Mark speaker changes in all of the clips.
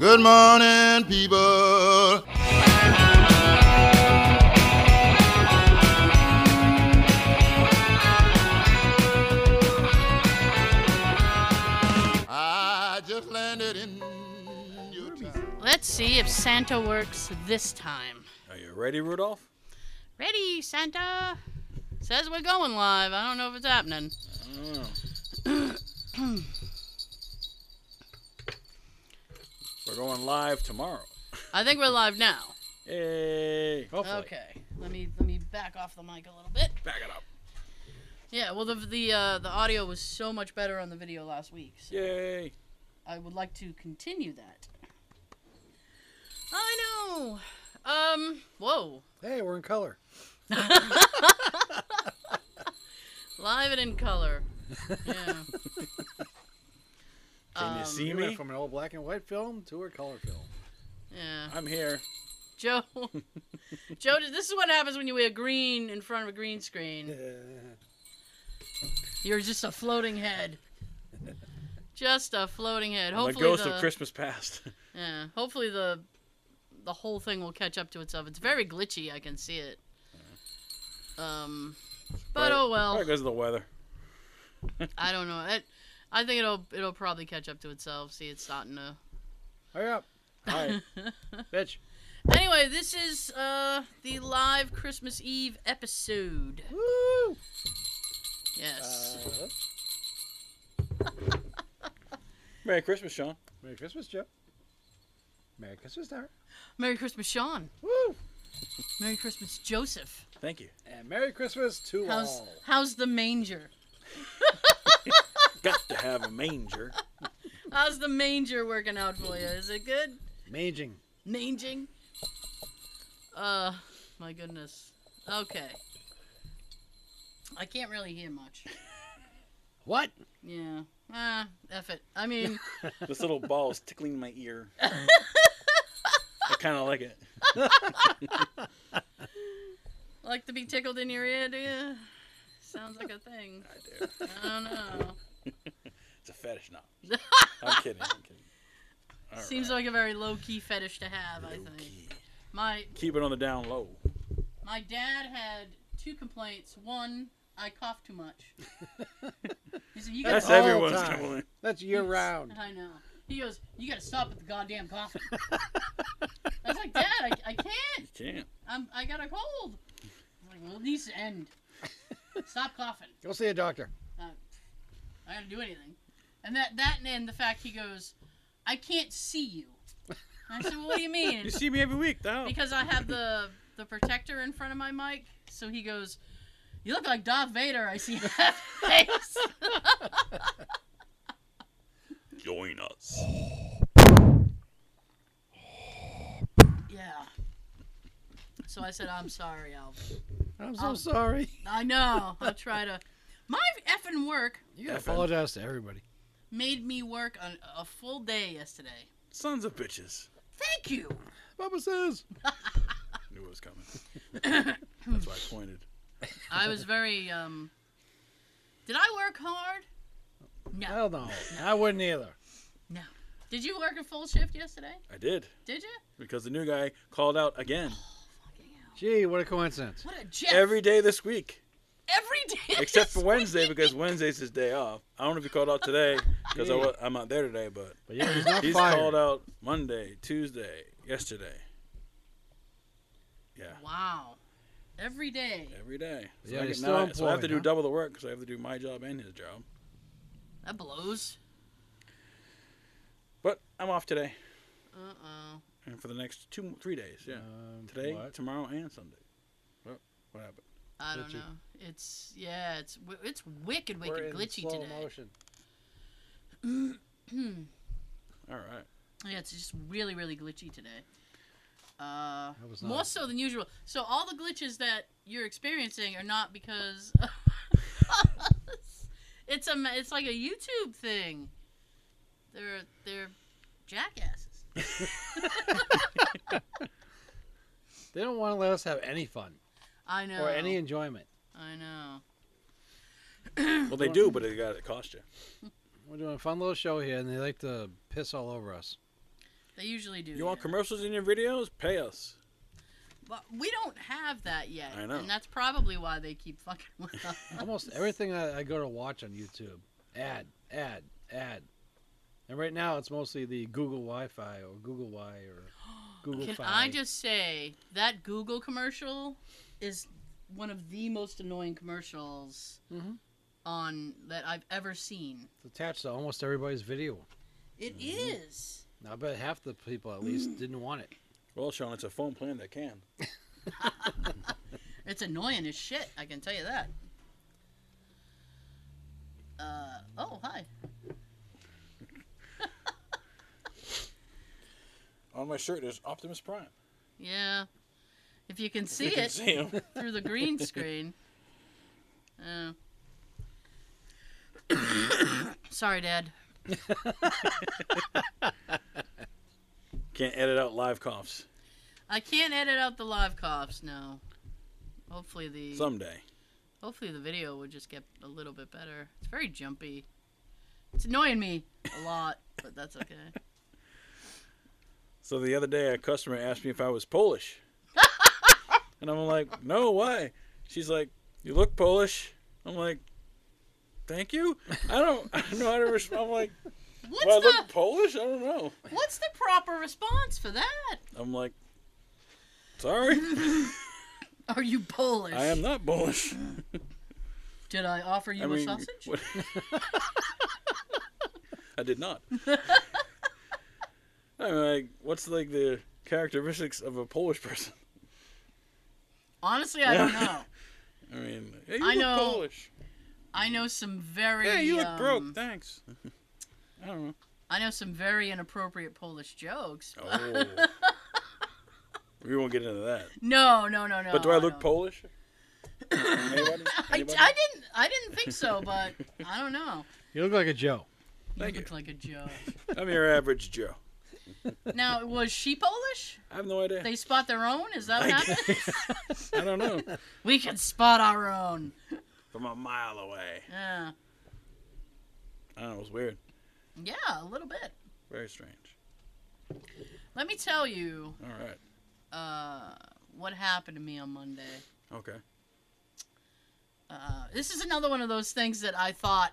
Speaker 1: Good morning, people. I just landed in your town.
Speaker 2: Let's see if Santa works this time.
Speaker 3: Are you ready, Rudolph?
Speaker 2: Ready, Santa? Says we're going live. I don't know if it's happening.
Speaker 3: We're going live tomorrow.
Speaker 2: I think we're live now.
Speaker 3: Hey. Hopefully.
Speaker 2: Okay. Let me let me back off the mic a little bit.
Speaker 3: Back it up.
Speaker 2: Yeah, well the the uh, the audio was so much better on the video last week. So
Speaker 3: Yay.
Speaker 2: I would like to continue that. I know. Um, whoa.
Speaker 3: Hey, we're in color.
Speaker 2: Live and in color. Yeah.
Speaker 3: Can you
Speaker 2: Um,
Speaker 3: see
Speaker 4: We went
Speaker 3: me?
Speaker 4: from an old black and white film to a color film.
Speaker 2: Yeah.
Speaker 3: I'm here.
Speaker 2: Joe, Joe, this is what happens when you wear green in front of a green screen. You're just a floating head. Just a floating head.
Speaker 3: I'm the
Speaker 2: Hopefully
Speaker 3: ghost
Speaker 2: the
Speaker 3: of Christmas past.
Speaker 2: yeah, hopefully the the whole thing will catch up to itself. It's very glitchy. I can see it. Um, but
Speaker 3: Probably-
Speaker 2: oh well.
Speaker 3: Probably because of the weather.
Speaker 2: I don't know. It, I think it'll it'll probably catch up to itself. See, it's starting to.
Speaker 4: Hurry up,
Speaker 3: Hi.
Speaker 4: bitch.
Speaker 2: Anyway, this is uh the live Christmas Eve episode.
Speaker 4: Woo! Uh,
Speaker 2: Yes.
Speaker 3: Merry Christmas, Sean.
Speaker 4: Merry Christmas, Joe. Merry Christmas, Derek.
Speaker 2: Merry Christmas, Sean.
Speaker 4: Woo!
Speaker 2: Merry Christmas, Joseph.
Speaker 3: Thank you.
Speaker 4: And Merry Christmas to
Speaker 2: How's
Speaker 4: all.
Speaker 2: how's the manger?
Speaker 3: Got to have a manger.
Speaker 2: How's the manger working out for you? Is it good?
Speaker 4: Manging.
Speaker 2: Manging? Uh, my goodness. Okay. I can't really hear much.
Speaker 4: What?
Speaker 2: Yeah. Ah, F it. I mean,
Speaker 3: This little ball is tickling my ear. I kind of like it.
Speaker 2: like to be tickled in your ear, do you? Sounds like a thing.
Speaker 3: I do.
Speaker 2: I don't know.
Speaker 3: It's a fetish now. I'm kidding. I'm kidding. All
Speaker 2: Seems
Speaker 3: right.
Speaker 2: like a very low key fetish to have, I think.
Speaker 3: Low-key.
Speaker 2: My
Speaker 3: Keep it on the down low.
Speaker 2: My dad had two complaints. One, I cough too much. he said, "You
Speaker 3: That's
Speaker 2: gotta."
Speaker 4: all
Speaker 3: everyone's
Speaker 4: time.
Speaker 3: down
Speaker 4: That's year round.
Speaker 2: I know. He goes, "You gotta stop with the goddamn coughing." I was like, "Dad, I, I can't.
Speaker 3: You can't.
Speaker 2: I'm I got a cold." I'm like, "Well, it needs to end. Stop coughing.
Speaker 4: Go see a doctor.
Speaker 2: I gotta do anything." And that that and then the fact he goes, "I can't see you." And I said, well, "What do you mean?"
Speaker 3: You see me every week, though.
Speaker 2: because I have the the protector in front of my mic. So he goes, "You look like Darth Vader." I see that face.
Speaker 3: Join us.
Speaker 2: yeah. So I said, "I'm sorry, Alvin."
Speaker 4: I'm so
Speaker 2: Um,
Speaker 4: sorry.
Speaker 2: I know. I'll try to. My effing work
Speaker 4: You gotta
Speaker 3: Effing.
Speaker 4: apologize to everybody.
Speaker 2: made me work a, a full day yesterday.
Speaker 3: Sons of bitches.
Speaker 2: Thank you.
Speaker 4: Papa says.
Speaker 3: Knew it was coming. That's why I pointed.
Speaker 2: I was very um. Did I work hard? No.
Speaker 4: Hell no. I wouldn't either.
Speaker 2: Did you work a full shift yesterday?
Speaker 3: I did
Speaker 2: Did you?
Speaker 3: because the new guy called out again
Speaker 2: Fucking hell.
Speaker 4: Gee, what a coincidence.
Speaker 2: What a jet.
Speaker 3: every day this week,
Speaker 2: every day.
Speaker 3: except
Speaker 2: this
Speaker 3: for Wednesday
Speaker 2: week.
Speaker 3: because Wednesday's his day off. I don't know if he called out today because
Speaker 4: Yeah.
Speaker 3: I'm not there today, but
Speaker 4: But yeah, he's not
Speaker 3: he's
Speaker 4: fired.
Speaker 3: called out Monday, Tuesday, yesterday. Yeah,
Speaker 2: Wow. Every day.
Speaker 3: every day. So,
Speaker 4: Yeah,
Speaker 3: I,
Speaker 4: he's
Speaker 3: get- now
Speaker 4: still
Speaker 3: I- so I have to
Speaker 4: employed,
Speaker 3: do
Speaker 4: huh?
Speaker 3: double the work because I have to do my job and his job.
Speaker 2: That blows.
Speaker 3: But I'm off today
Speaker 2: Uh oh.
Speaker 3: and for the next two, three days. Yeah,
Speaker 4: Um,
Speaker 3: today,
Speaker 4: what?
Speaker 3: tomorrow, and Sunday. What, what happened?
Speaker 2: I don't
Speaker 4: Glitchy.
Speaker 2: know. It's yeah. It's wi- it's wicked,
Speaker 4: We're
Speaker 2: wicked
Speaker 4: in
Speaker 2: glitchy
Speaker 4: slow
Speaker 2: today.
Speaker 4: motion.
Speaker 3: All right.
Speaker 2: Yeah, it's just really, really glitchy today. Uh,
Speaker 4: That was
Speaker 2: more
Speaker 4: nice.
Speaker 2: so than usual. So all the glitches that you're experiencing are not because it's a ma- it's like a YouTube thing. They're they're jackasses.
Speaker 4: They don't want to let us have any fun
Speaker 2: I know.
Speaker 4: or any enjoyment.
Speaker 2: I know.
Speaker 3: Well, they do, but they got it cost you.
Speaker 4: We're doing a fun little show here, and they like to piss all over us.
Speaker 2: They usually do.
Speaker 3: You want
Speaker 2: yeah.
Speaker 3: commercials in your videos? Pay us.
Speaker 2: But we don't have that yet.
Speaker 3: I know.
Speaker 2: And that's probably why they keep fucking with us.
Speaker 4: Almost everything I, I go to watch on YouTube, ad, ad, ad. And right now it's mostly the Google Wi-Fi or Google Y or Google
Speaker 2: Can
Speaker 4: Fi.
Speaker 2: I just say that Google commercial is one of the most annoying commercials
Speaker 4: Mhm.
Speaker 2: on that I've ever seen.
Speaker 4: It's attached to almost everybody's video.
Speaker 2: It is.
Speaker 4: I bet half the people at least didn't want it.
Speaker 3: Well, Sean, it's a phone plan that can.
Speaker 2: It's annoying as shit. I can tell you that. Uh oh, hi.
Speaker 3: On my shirt, there's Optimus Prime.
Speaker 2: Yeah, if you can see
Speaker 3: you can
Speaker 2: it
Speaker 3: see him.
Speaker 2: through the green screen. Uh. Sorry, Dad.
Speaker 3: Can't edit out live coughs.
Speaker 2: I can't edit out the live coughs. No. Hopefully the
Speaker 3: Someday.
Speaker 2: hopefully the video will just get a little bit better. It's very jumpy. It's annoying me a lot, but that's okay.
Speaker 3: So the other day, a customer asked me if I was Polish. and I'm like, no, why? She's like, you look Polish. I'm like, thank you? I don't, I don't know how to respond. I'm like,
Speaker 2: What's
Speaker 3: do I
Speaker 2: the
Speaker 3: look Polish? I don't know.
Speaker 2: what's the proper response for that?
Speaker 3: I'm like, sorry,
Speaker 2: Are you Polish?
Speaker 3: I am not Polish.
Speaker 2: Did I offer you
Speaker 3: I
Speaker 2: a
Speaker 3: mean,
Speaker 2: sausage?
Speaker 3: what- I did not. I'm like, what's like the characteristics of a Polish person?
Speaker 2: Honestly, I don't know.
Speaker 3: I mean, hey, you
Speaker 2: I
Speaker 3: look
Speaker 2: know.
Speaker 3: Polish.
Speaker 2: I know some very
Speaker 3: Yeah, you look
Speaker 2: um,
Speaker 3: broke. Thanks. I don't know.
Speaker 2: I know some very inappropriate Polish jokes. but-
Speaker 3: Oh. we won't get into that.
Speaker 2: No, no, no, no.
Speaker 3: but do I look
Speaker 2: don't.
Speaker 3: Polish? Anybody?
Speaker 2: I, I
Speaker 3: Anybody?
Speaker 2: didn't. I didn't think so, but I don't know.
Speaker 4: You look like a Joe.
Speaker 2: You
Speaker 3: Thank you.
Speaker 2: look like a joke.
Speaker 3: I'm your average Joe.
Speaker 2: Now, was she Polish?
Speaker 3: I have no idea.
Speaker 2: They spot their own? Is that what
Speaker 3: I
Speaker 2: happened?
Speaker 3: I don't know.
Speaker 2: We can spot our own.
Speaker 3: From a mile away.
Speaker 2: Yeah.
Speaker 3: I don't know. It was weird.
Speaker 2: Uh, Yeah, a little bit.
Speaker 3: Very strange.
Speaker 2: Let me tell you
Speaker 3: All right.
Speaker 2: uh, what happened to me on Monday.
Speaker 3: Okay.
Speaker 2: Uh, this is another one of those things that I thought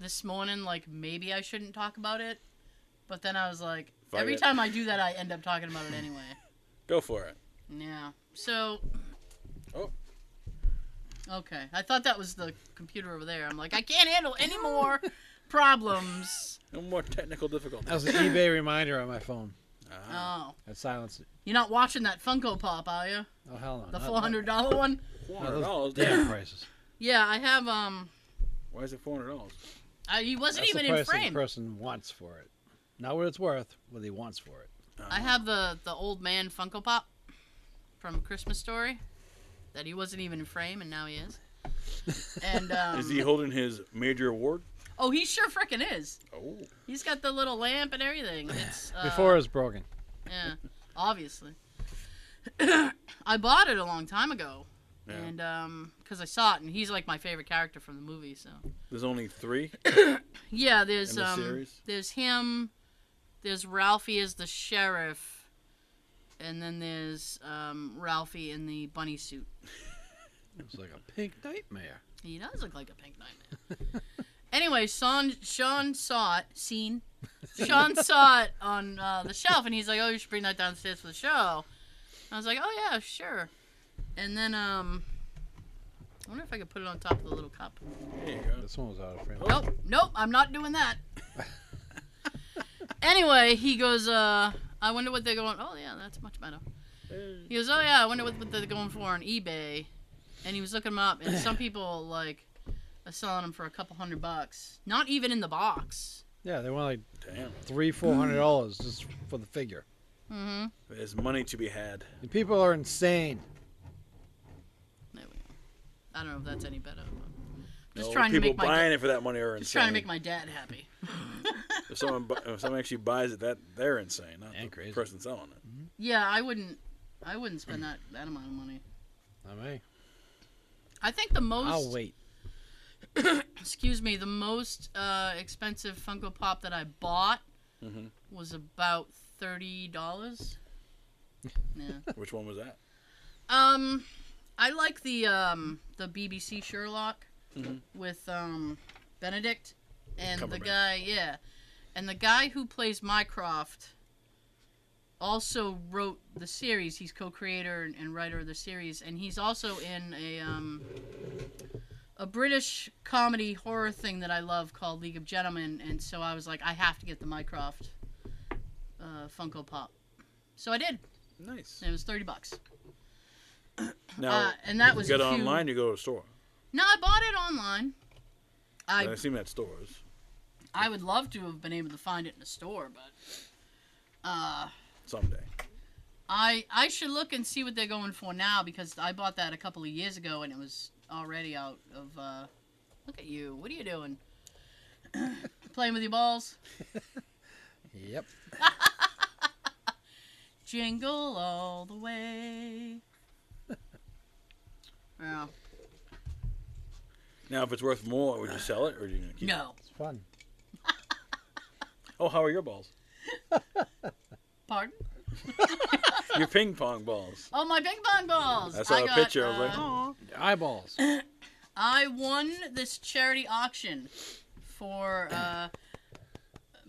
Speaker 2: this morning, like maybe I shouldn't talk about it. But then I was like,
Speaker 3: Fuck
Speaker 2: every
Speaker 3: it.
Speaker 2: time I do that, I end up talking about it anyway.
Speaker 3: Go for it.
Speaker 2: Yeah. So.
Speaker 3: Oh.
Speaker 2: Okay. I thought that was the computer over there. I'm like, I can't handle any more problems.
Speaker 3: No more technical difficulties.
Speaker 4: That was an eBay reminder on my phone.
Speaker 3: Ah.
Speaker 2: Oh.
Speaker 4: I silenced it.
Speaker 2: You're not watching that Funko Pop, are you?
Speaker 4: Oh hell no.
Speaker 2: The
Speaker 4: not-
Speaker 2: four hundred dollar one?
Speaker 4: No,
Speaker 3: $400.
Speaker 4: those
Speaker 3: Damn.
Speaker 4: damn prices.
Speaker 2: Yeah, I have um
Speaker 3: Why is it $400?
Speaker 2: I, he wasn't
Speaker 4: That's the
Speaker 2: even
Speaker 4: price
Speaker 2: in
Speaker 4: The
Speaker 2: frame.
Speaker 4: person wants for it, not what it's worth. What he wants for it.
Speaker 2: I have the the old man Funko Pop from Christmas Story that he wasn't even in frame and now he is. And um,
Speaker 3: Is he holding his major award?
Speaker 2: Oh, he sure frickin' is.
Speaker 3: Oh.
Speaker 2: He's got the little lamp and everything. It's uh,
Speaker 4: Before it was broken.
Speaker 2: Yeah, obviously. I bought it a long time ago,
Speaker 3: Yeah.
Speaker 2: and um, because I saw it, and he's like my favorite character from the movie. So
Speaker 3: There's only three?
Speaker 2: yeah, there's
Speaker 3: In the
Speaker 2: um,
Speaker 3: series?
Speaker 2: there's him, there's Ralphie as the sheriff, and then there's um, Ralphie in the bunny suit.
Speaker 4: It was like a pink nightmare.
Speaker 2: He does look like a pink nightmare. anyway, Sean Sean saw it, seen. Sean saw it on uh, the shelf, and he's like, "Oh, you should bring that downstairs for the show." I was like, "Oh yeah, sure." And then um, I wonder if I could put it on top of the little cup.
Speaker 3: There you go.
Speaker 4: This one was out of frame.
Speaker 2: Nope, nope, I'm not doing that. anyway, he goes, uh, I wonder what they're going. Oh yeah, that's much better. He goes, oh yeah, I wonder what, what they're going for on eBay. And he was looking them up, and some people like are selling them for a couple hundred bucks, not even in the box.
Speaker 4: Yeah, they want like
Speaker 3: Damn.
Speaker 4: three, four hundred dollars just for the figure.
Speaker 2: Mm-hmm.
Speaker 3: There's money to be had.
Speaker 4: The people are insane.
Speaker 2: There we go. I don't know if that's any better. But just
Speaker 3: No,
Speaker 2: trying to
Speaker 3: people
Speaker 2: make my
Speaker 3: buying it for that money are
Speaker 2: just trying to
Speaker 3: insane.
Speaker 2: make my dad happy.
Speaker 3: If someone bu- if someone actually buys it, that they're insane, not
Speaker 4: And
Speaker 3: the
Speaker 4: crazy.
Speaker 3: person selling it.
Speaker 2: Yeah, I wouldn't, I wouldn't spend that that amount of money.
Speaker 4: I mean,
Speaker 2: I think the most.
Speaker 4: I'll wait.
Speaker 2: excuse me, the most uh, expensive Funko Pop that I bought
Speaker 3: Mhm.
Speaker 2: was about thirty dollars. yeah.
Speaker 3: Which one was that?
Speaker 2: Um, I like the um the BBC Sherlock
Speaker 3: Mhm.
Speaker 2: with um Benedict and the
Speaker 3: Cumberbatch.
Speaker 2: guy, yeah, and the guy who plays Mycroft also wrote the series. He's co-creator and, and writer of the series, and he's also in a um a British comedy horror thing that I love called League of Gentlemen, and so I was like, I have to get the Mycroft uh, Funko Pop. So I did.
Speaker 3: Nice.
Speaker 2: and It was thirty bucks.
Speaker 3: Now,
Speaker 2: uh, and that was
Speaker 3: you get
Speaker 2: a
Speaker 3: it
Speaker 2: few-
Speaker 3: online, you go to a store.
Speaker 2: No, I bought it online. I
Speaker 3: I, have seen that stores.
Speaker 2: I would love to have been able to find it in a store, but uh,
Speaker 3: Someday.
Speaker 2: I I should look and see what they're going for now because I bought that a couple of years ago and it was already out of. Uh, look at you! What are you doing? Playing with your balls?
Speaker 4: Yep.
Speaker 2: Jingle all the way. Yeah.
Speaker 3: Now, if it's worth more, would you sell it or are you going to keep it?
Speaker 2: No.
Speaker 5: It's fun.
Speaker 3: Oh, how are your balls?
Speaker 2: Pardon?
Speaker 3: Your ping pong balls.
Speaker 2: Oh, my ping pong balls! uh,
Speaker 3: I saw
Speaker 2: a
Speaker 3: a picture. I was like, oh.
Speaker 4: Eyeballs.
Speaker 2: I won this charity auction for. Uh,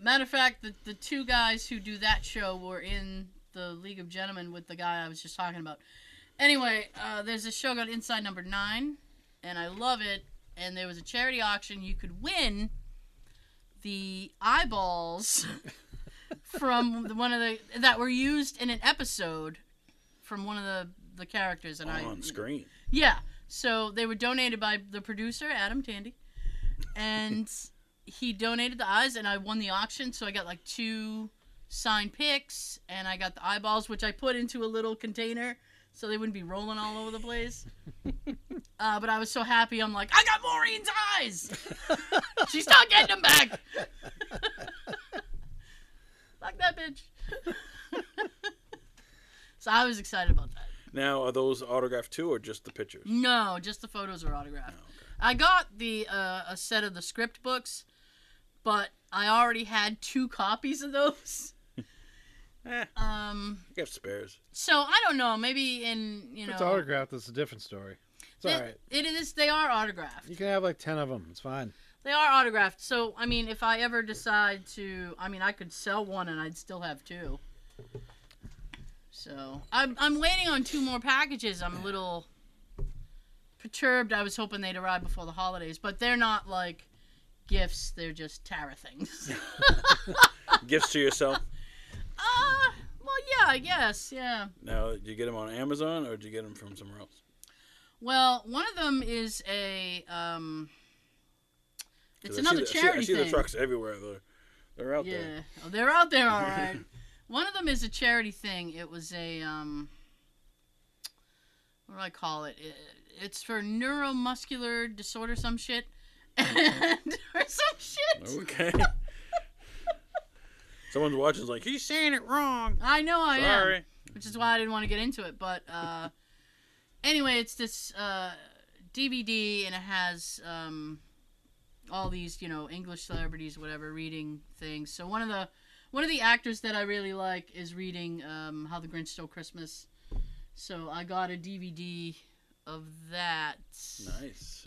Speaker 2: matter of fact, the, the two guys who do that show were in the League of Gentlemen with the guy I was just talking about. Anyway, uh, there's a show called Inside Number Nine, and I love it. And there was a charity auction. You could win the eyeballs from the- one of the that were used in an episode from one of the the characters. And I
Speaker 3: On screen.
Speaker 2: yeah. So they were donated by the producer, Adam Tandy. And he donated the eyes, and I won the auction. So I got like two signed picks, and I got the eyeballs, which I put into a little container so they wouldn't be rolling all over the place. uh, but I was so happy. I'm like, I got Maureen's eyes! She's not getting them back! Fuck that bitch. so I was excited about that.
Speaker 3: Now, are those autographed too or just the pictures?
Speaker 2: No, just the photos are autographed.
Speaker 4: Oh,
Speaker 2: I got the uh, a set of the script books, but I already had two copies of those.
Speaker 3: Eh, I
Speaker 2: Um,
Speaker 3: have spares.
Speaker 2: so I don't know. Maybe in you know,
Speaker 4: it's autographed. It's a different story. It's
Speaker 2: it-
Speaker 4: all right.
Speaker 2: it is. They are autographed.
Speaker 4: You can have like ten of them. It's fine.
Speaker 2: They are autographed. So I mean, if I ever decide to, I mean, I could sell one and I'd still have two. So I'm I'm waiting on two more packages. I'm a little perturbed. I was hoping they'd arrive before the holidays, but they're not like gifts. They're just Tara things.
Speaker 3: Gifts to yourself.
Speaker 2: uh, well, yeah, I guess, yeah.
Speaker 3: Now, did you get them on Amazon or did you get them from somewhere else?
Speaker 2: Well, one of them is a um. It's
Speaker 3: 'Cause I see
Speaker 2: another
Speaker 3: the- I see-
Speaker 2: charity
Speaker 3: I see,
Speaker 2: thing.
Speaker 3: the trucks everywhere. They're, they're out
Speaker 2: yeah.
Speaker 3: there.
Speaker 2: Oh, they're out there, all right. One of them is a charity thing. It was a um, what do I call it? it it's for neuromuscular disorder, some shit, and or some shit.
Speaker 3: Okay. Someone's watching is like, he's saying it wrong.
Speaker 2: I know I am.
Speaker 3: Sorry.
Speaker 2: which is why I didn't want to get into it. But uh, anyway, it's this uh, DVD, and it has um, all these, you know, English celebrities, whatever, reading things. So one of the one of the actors that I really like is reading um, "How the Grinch Stole Christmas." So I got a DVD of that,
Speaker 3: Nice.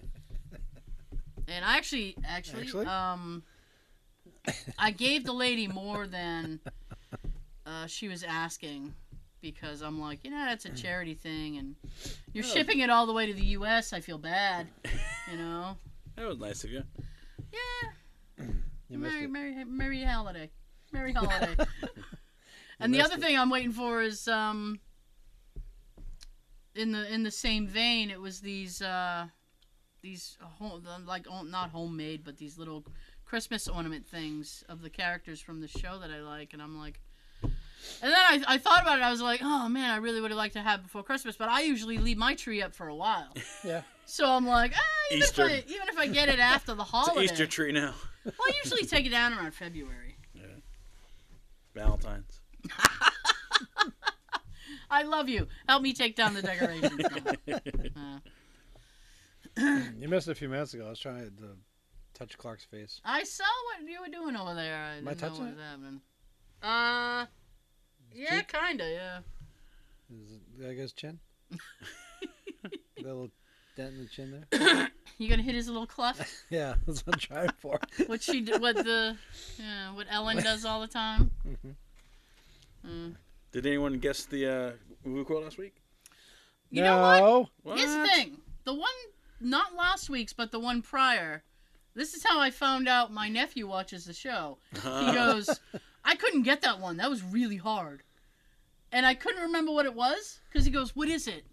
Speaker 2: and I actually, actually,
Speaker 4: Actually?
Speaker 2: um, I gave the lady more than uh, she was asking because I'm like, you know, that's a charity thing, and
Speaker 4: Oh.
Speaker 2: you're
Speaker 3: Yeah.
Speaker 2: shipping it all the way to the U.S. I feel bad, you know.
Speaker 3: That was nice of you.
Speaker 2: Yeah,
Speaker 4: You missed
Speaker 2: merry,
Speaker 4: it.
Speaker 2: merry, merry holiday, merry holiday. and the
Speaker 4: missed
Speaker 2: other
Speaker 4: it.
Speaker 2: thing I'm waiting for is um. In the in the same vein, it was these uh, these home, like oh, not homemade, but these little Christmas ornament things of the characters from the show that I like, and I'm like, and then I, I thought about it. I was like, oh man, I really would have liked to have before Christmas, but I usually leave my tree up for a while.
Speaker 4: Yeah.
Speaker 2: So I'm like, ah, even, if
Speaker 3: Easter.
Speaker 2: I, even if I get it after the
Speaker 3: It's an
Speaker 2: holiday,
Speaker 3: Easter tree now.
Speaker 2: well, I usually take it down around February.
Speaker 3: Valentine's.
Speaker 2: I love you. Help me take down the decorations. now. Uh,
Speaker 4: You missed it a few minutes ago. I was trying to touch Clark's face.
Speaker 2: I saw what you were doing over there. I
Speaker 4: Am I
Speaker 2: didn't know
Speaker 4: touching
Speaker 2: what
Speaker 4: it?
Speaker 2: was happening. Uh, Yeah, kinda. Yeah.
Speaker 4: Is it, there goes chin. that little dent in the chin there.
Speaker 2: You gonna hit his little cleft?
Speaker 4: Yeah, that's what I'm trying for.
Speaker 2: What she did? What the? Yeah, what Ellen does all the time.
Speaker 4: Mhm.
Speaker 2: Mm.
Speaker 3: Did anyone guess the uh, Woo quote last week?
Speaker 2: You
Speaker 4: no.
Speaker 2: know what?
Speaker 3: What?
Speaker 2: Here's the thing. The one, not last week's, but the one prior. This is how I found out my nephew watches the show. He goes, I couldn't get that one. That was really hard. And I couldn't remember what it was because he goes, What is it?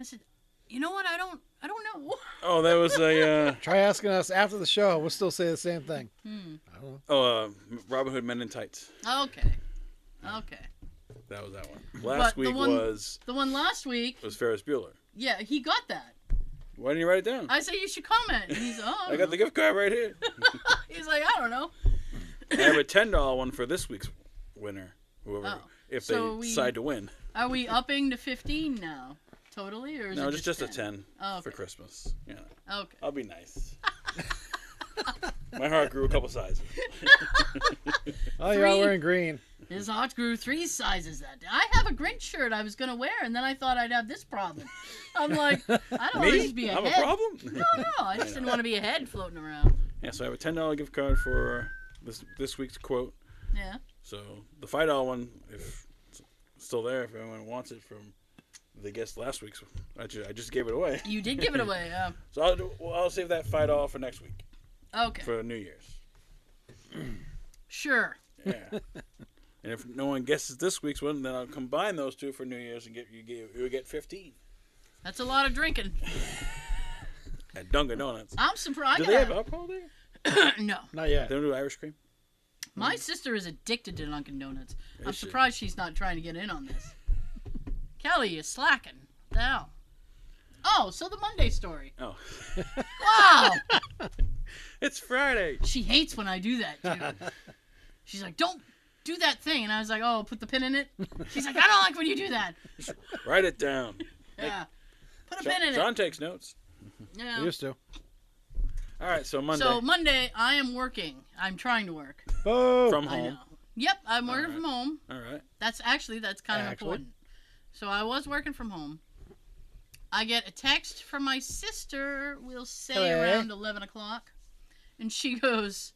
Speaker 2: I said, You know what? I don't. I don't know.
Speaker 3: oh, that was a uh,
Speaker 4: Try asking us after the show. We'll still say the same thing.
Speaker 2: Hmm.
Speaker 4: I don't know.
Speaker 3: oh, uh, Robin Hood Men in Tights.
Speaker 2: Okay. Okay.
Speaker 3: That was that one.
Speaker 2: But
Speaker 3: Last
Speaker 2: the
Speaker 3: week
Speaker 2: one-
Speaker 3: was
Speaker 2: The one last week,
Speaker 3: was Ferris Bueller.
Speaker 2: yeah, he got that.
Speaker 3: Why didn't you write it down? I,
Speaker 2: I said you should comment. And he's oh, I
Speaker 3: got the gift card right here.
Speaker 2: he's like I don't know.
Speaker 3: I have a ten dollar one for this week's winner, whoever,
Speaker 2: Oh,
Speaker 3: if
Speaker 2: so
Speaker 3: they
Speaker 2: we-
Speaker 3: decide to win.
Speaker 2: Are we upping to fifteen now, totally, or is
Speaker 3: No,
Speaker 2: it
Speaker 3: just just a ten
Speaker 2: Oh,
Speaker 3: for
Speaker 2: okay.
Speaker 3: Christmas. Yeah,
Speaker 2: Okay.
Speaker 3: I'll be nice. My heart grew a couple sizes.
Speaker 4: Oh, you're all
Speaker 2: Three.
Speaker 4: wearing green.
Speaker 2: His heart grew three sizes that day. I have a Grinch shirt I was gonna wear, and then I thought I'd have this problem. I'm like, I don't want to
Speaker 3: Me?
Speaker 2: just be a
Speaker 3: I'm a
Speaker 2: head.
Speaker 3: problem.
Speaker 2: No, no, I just didn't want to be a head floating around.
Speaker 3: Yeah, so I have a ten dollar gift card for this this week's quote.
Speaker 2: Yeah.
Speaker 3: So the five dollar one, if it's still there, if anyone wants it from the guest last week's, I just, I just gave it away.
Speaker 2: You did give it away. Um,
Speaker 3: So I'll do- well, I'll save that five dollar for next week
Speaker 2: okay.
Speaker 3: for New Year's.
Speaker 2: Sure.
Speaker 3: Yeah. and if no one guesses this week's one, then I'll combine those two for New Year's and get you get you get fifteen
Speaker 2: That's a lot of drinking.
Speaker 3: at Dunkin' Donuts.
Speaker 2: I'm surprised.
Speaker 3: Do they have alcohol there?
Speaker 2: no.
Speaker 4: Not yet.
Speaker 3: They don't do Irish cream.
Speaker 2: My sister is addicted to Dunkin' Donuts.
Speaker 3: Is
Speaker 2: I'm
Speaker 3: she?
Speaker 2: surprised she's not trying to get in on this. Kelly, you're slacking. What the hell? Oh, so the Monday story.
Speaker 3: Oh,
Speaker 2: Wow!
Speaker 3: it's Friday.
Speaker 2: she hates when I do that too. She's like, "Don't do that thing," and I was like, "Oh, put the pin in it." She's like, "I don't like when you do that."
Speaker 3: Write it down.
Speaker 2: Yeah, put a
Speaker 3: John,
Speaker 2: pin in it.
Speaker 3: John takes notes.
Speaker 4: We
Speaker 2: Yeah.
Speaker 4: used to.
Speaker 3: All right, so Monday
Speaker 2: So Monday, I am working. I'm trying to work.
Speaker 4: Boo.
Speaker 3: from
Speaker 2: I
Speaker 3: home.
Speaker 2: know. Yep, I'm working
Speaker 3: Alright.
Speaker 2: from home.
Speaker 3: All right.
Speaker 2: That's actually that's kind of
Speaker 4: Actually.
Speaker 2: important. So I was working from home. I get a text from my sister. We'll say
Speaker 4: Hello.
Speaker 2: around eleven o'clock, and she goes,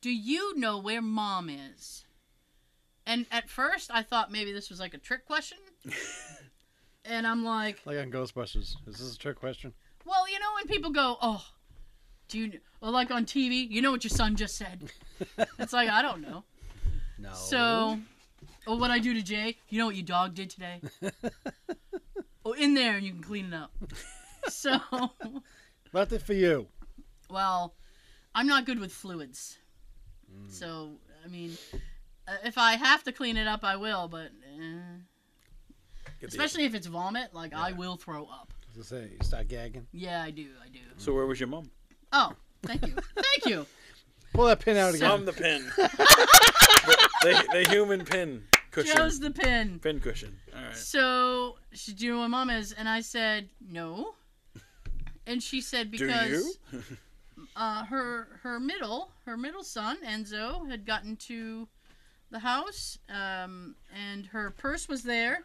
Speaker 2: "Do you know where mom is?" And at first, I thought maybe this was like a trick question, and I'm like,
Speaker 4: Like on Ghostbusters. Is this a trick question?
Speaker 2: "Well, you know, when people go, oh, do you?" kn- Or like on TV, you know what your son just said. it's like I don't know.
Speaker 4: No.
Speaker 2: So, oh, what I do to Jay? You know what your dog did today? oh, in there, and you can clean it up. So,
Speaker 4: Left it for you.
Speaker 2: well, I'm not good with fluids.
Speaker 3: Mm.
Speaker 2: So, I mean, uh, if I have to clean it up, I will. But eh.
Speaker 3: Get the-
Speaker 2: especially if it's vomit, like I will throw up.
Speaker 4: I was gonna say, you start gagging.
Speaker 2: Yeah, I do. I do.
Speaker 3: So where was your mom?
Speaker 2: Oh, thank you, thank you.
Speaker 4: Pull that pin out
Speaker 2: So-
Speaker 4: again.
Speaker 3: I'm the pin. the, the human pin cushion.
Speaker 2: Joe's the pin.
Speaker 3: Pin cushion. All right.
Speaker 2: So she do you know what mom is, and I said no, and she said
Speaker 3: Do
Speaker 2: because
Speaker 3: you?
Speaker 2: uh, her her middle her middle son Enzo had gotten to the house, um, and her purse was there,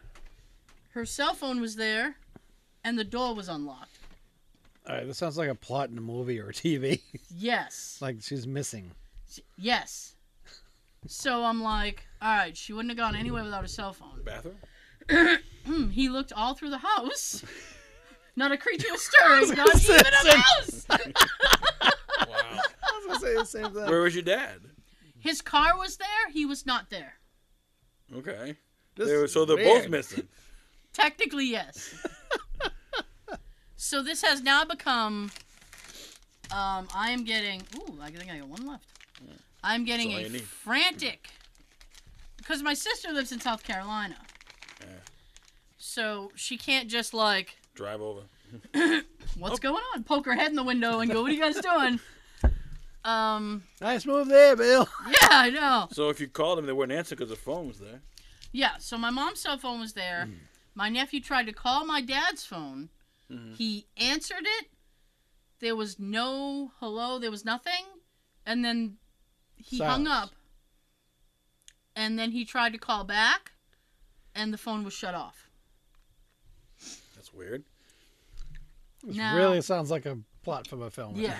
Speaker 2: her cell phone was there, and the door was unlocked.
Speaker 4: All right, this sounds like a plot in a movie or a TV.
Speaker 2: Yes,
Speaker 4: like she's missing.
Speaker 2: yes. So I'm like, all right, she wouldn't have gone anywhere without a cell phone.
Speaker 3: Bathroom.
Speaker 2: Hmm, he looked all through the house. Not a creature was stirring, not even a mouse.
Speaker 3: Wow.
Speaker 4: I was gonna say the same thing.
Speaker 3: where was your dad?
Speaker 2: His car was there. He was not there.
Speaker 3: Okay.
Speaker 4: This
Speaker 3: They were-
Speaker 4: is
Speaker 3: so they're both
Speaker 4: weird.
Speaker 3: missing.
Speaker 2: Technically, yes. so this has now become. Um, I am getting. Ooh, I think I got one left. I'm getting
Speaker 3: all you
Speaker 2: a
Speaker 3: need.
Speaker 2: frantic. Because my sister lives in South Carolina.
Speaker 3: Yeah.
Speaker 2: So she can't just like,
Speaker 3: Drive over.
Speaker 2: what's
Speaker 3: Oh.
Speaker 2: going on? Poke her head in the window and go, what are you guys doing? Um,
Speaker 4: Nice move there, Bill.
Speaker 2: yeah, I know.
Speaker 3: So if you called them, they wouldn't answer because the phone was there.
Speaker 2: Yeah, so my mom's cell phone was there. My nephew tried to call my dad's phone. He answered it. There was no hello, there was nothing. And then he hung up.
Speaker 4: Silence.
Speaker 2: And then he tried to call back. and the phone was shut off.
Speaker 3: That's weird.
Speaker 2: This
Speaker 4: Really sounds like a plot from a film.
Speaker 2: Yeah.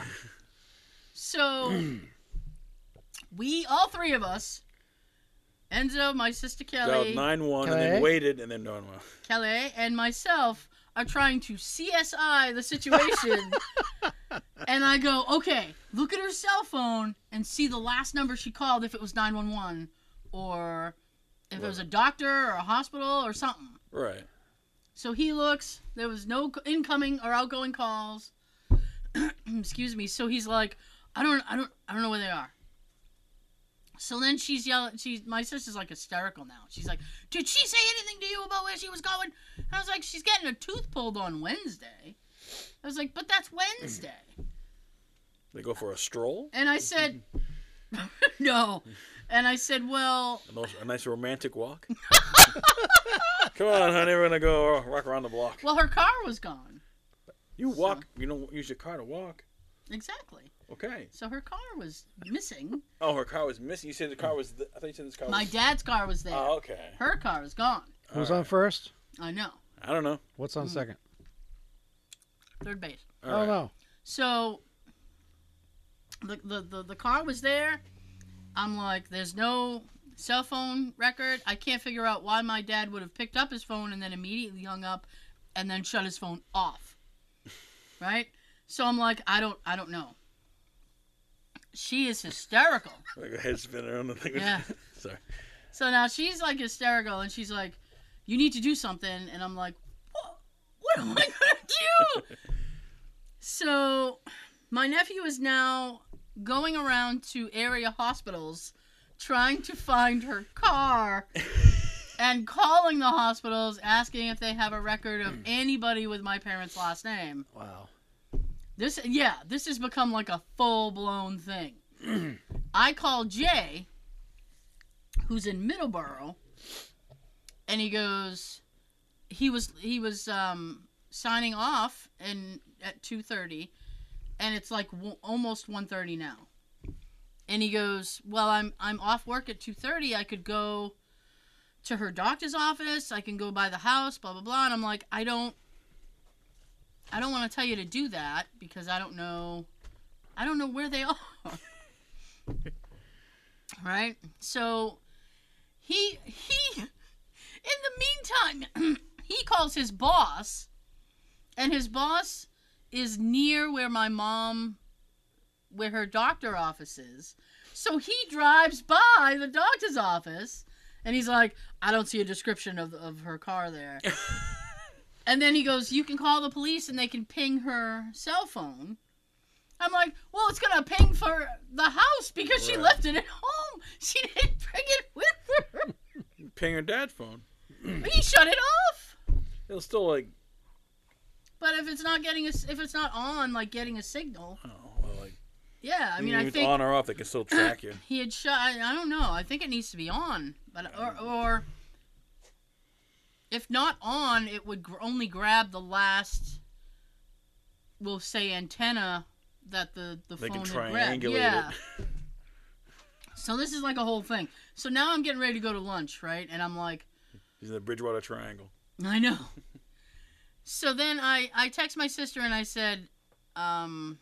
Speaker 2: So we all three of us, Enzo, my sister
Speaker 3: Dialed
Speaker 2: Kelly,
Speaker 3: nine one and then
Speaker 4: Okay.
Speaker 3: waited and then no one.
Speaker 2: Kelly, and myself are trying to CSI the situation. and I go, okay, look at her cell phone and see the last number she called if it was 911 or if it was a doctor or a hospital or something.
Speaker 3: Right.
Speaker 2: So he looks. There was no c- incoming or outgoing calls. Excuse me. So he's like, I don't, I don't, I don't know where they are. So then she's yelling. She's my sister's like hysterical now. She's like, Did she say anything to you about where she was going? And I was like, She's getting her tooth pulled on Wednesday. I was like, But that's Wednesday.
Speaker 3: They go for a stroll.
Speaker 2: And I said, No. And I said, Well,
Speaker 3: A nice, a nice romantic walk. Come on, honey, we're gonna go rock around the block.
Speaker 2: well, her car was gone.
Speaker 3: You walk. You don't use your car to walk.
Speaker 2: Exactly.
Speaker 3: Okay.
Speaker 2: So her car was missing. Oh,
Speaker 3: Oh, her car was missing. You said the car was. Th- I thought you said this car
Speaker 2: My
Speaker 3: was.
Speaker 2: dad's car was there.
Speaker 3: Oh, okay.
Speaker 2: Her car is gone.
Speaker 4: Who's
Speaker 3: All
Speaker 4: on
Speaker 3: right.
Speaker 4: first?
Speaker 2: I know.
Speaker 3: I don't know.
Speaker 4: What's on second?
Speaker 2: Third base.
Speaker 3: All
Speaker 4: oh
Speaker 3: right.
Speaker 4: no.
Speaker 2: So the, the the the car was there. I'm like, there's no cell phone record. I can't figure out why my dad would have picked up his phone and then immediately hung up and then shut his phone off. right? So I'm like, I don't I don't know. She is hysterical.
Speaker 3: Like a head spinner on the thing.
Speaker 2: Yeah.
Speaker 3: Sorry.
Speaker 2: So now she's like hysterical and she's like, You need to do something. And I'm like, What, what am I going to do? so my nephew is now going around to area hospitals trying to find her car and calling the hospitals asking if they have a record of anybody with my parents' last name.
Speaker 4: Wow.
Speaker 2: This yeah, this has become like a full blown thing. I call Jay, who's in Middleborough, and he goes, he was he was um, signing off and at two thirty, and it's like w- almost 1.30 now, and he goes, well I'm I'm off work at two thirty. I could go to her doctor's office. I can go by the house. Blah blah blah. And I'm like, I don't I don't want to tell you to do that because I don't know I don't know where they are. right? So he he in the meantime he calls his boss and his boss is near where my mom where her doctor office is. So he drives by the doctor's office and he's like, I don't see a description of, of her car there. And then he goes, You can call the police and they can ping her cell phone. I'm like, Well, it's going to ping for the house because she
Speaker 3: Right.
Speaker 2: left it at home. She didn't bring it with her.
Speaker 3: Ping her dad's phone.
Speaker 2: he shut it off.
Speaker 3: It'll still like.
Speaker 2: But if it's not getting a, s- if it's not on, like getting a signal,
Speaker 3: Oh, well, like.
Speaker 2: yeah. I mean,
Speaker 3: even
Speaker 2: I
Speaker 3: if it's
Speaker 2: think
Speaker 3: on or off, they can still track you.
Speaker 2: he had shut. I, I don't know. I think it needs to be on, but or or if not on, it would gr- only grab the last. We'll say antenna that the the
Speaker 3: They
Speaker 2: phone
Speaker 3: can
Speaker 2: had grabbed.
Speaker 3: triangulate
Speaker 2: Yeah.
Speaker 3: it.
Speaker 2: So this is like a whole thing. So now I'm getting ready to go to lunch, right? And I'm like,
Speaker 3: He's in the Bridgewater Triangle.
Speaker 2: I know. so then I I text my sister and I said, um,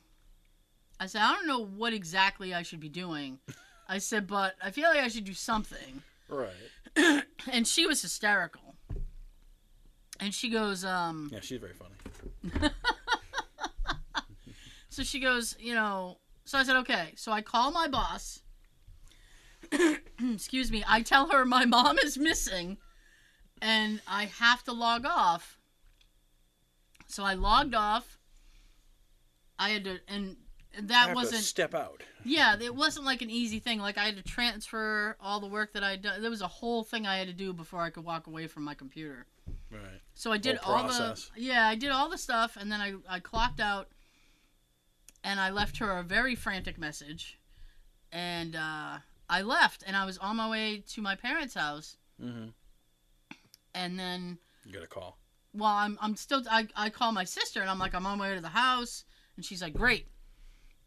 Speaker 2: I said I don't know what exactly I should be doing. I said, but I feel like I should do something.
Speaker 3: Right.
Speaker 2: And she was hysterical. And she goes, um,
Speaker 3: Yeah, she's very funny.
Speaker 2: so she goes, you know, so I said, okay. So I call my boss. Excuse me. I tell her my mom is missing and I have to log off. So I logged off. I had to, and
Speaker 3: I
Speaker 2: that
Speaker 3: have to
Speaker 2: wasn't,
Speaker 3: step out.
Speaker 2: yeah, it wasn't like an easy thing. Like I had to transfer all the work that I had done. There was a whole thing I had to do before I could walk away from my computer.
Speaker 3: Right.
Speaker 2: So I did
Speaker 3: Whole
Speaker 2: all the
Speaker 3: process.
Speaker 2: yeah, I did all the stuff, and then I I clocked out, and I left her a very frantic message, and uh, I left, and I was on my way to my parents' house,
Speaker 3: Mm-hmm.
Speaker 2: and then
Speaker 3: You got a call.
Speaker 2: well, I'm I'm still I I call my sister, and I'm like I'm on my way to the house, and she's like great,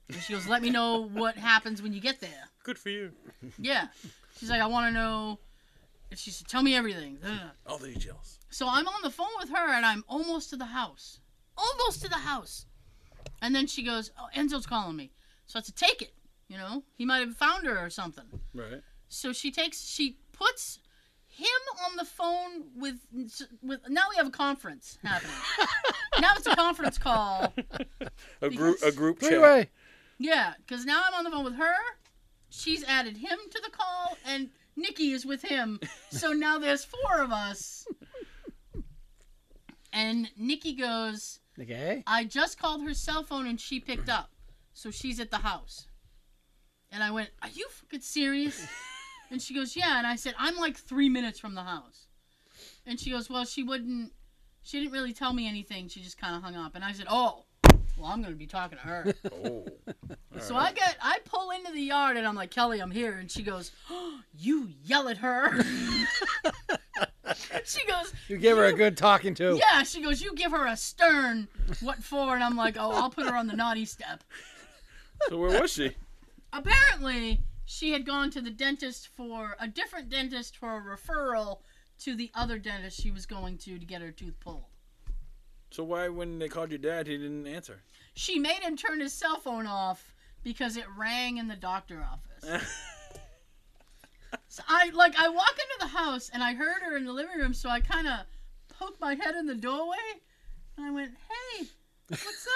Speaker 2: and she goes let me know what happens when you get there.
Speaker 3: Good for you.
Speaker 2: Yeah. She's like, I want to know And she said, "Tell me everything."
Speaker 3: All the details.
Speaker 2: So I'm on the phone with her, and I'm almost to the house, almost to the house, and then she goes, "Oh, Enzo's calling me." So I have to take it. You know, he might have found her or something.
Speaker 3: Right.
Speaker 2: So she takes, she puts him on the phone with, with. Now we have a conference happening. now it's a conference call.
Speaker 3: A group. A group
Speaker 4: Three
Speaker 3: chat.
Speaker 4: way.
Speaker 2: Yeah, because now I'm on the phone with her. She's added him to the call, and Nikki is with him. So now there's four of us. And Nikki goes,
Speaker 4: Okay.
Speaker 2: I just called her cell phone and she picked up. So she's at the house. And I went, Are you fucking serious? And she goes, Yeah. And I said, I'm like three minutes from the house. And she goes, Well, she wouldn't, she didn't really tell me anything. She just kind of hung up. And I said, Oh, well, I'm going to be talking to her.
Speaker 3: Oh. All
Speaker 2: So I
Speaker 3: right.
Speaker 2: get, I pull into the yard and I'm like, Kelly, I'm here. And she goes, oh, You yell at her. she goes,
Speaker 4: You give her a good talking
Speaker 3: Oh.
Speaker 4: to.
Speaker 2: Yeah. She goes, You give her a stern, what for? And I'm like, Oh, I'll put her on the naughty step.
Speaker 3: So where was she?
Speaker 2: Apparently, she had gone to the dentist for a different dentist for a referral to the other dentist she was going to to get her tooth pulled.
Speaker 3: So why, when they called your dad, he didn't answer?
Speaker 2: She made him turn his cell phone off because it rang in the doctor office. So I like I walk into the house and I heard her in the living room, so I kind of poked my head in the doorway and I went, "Hey, what's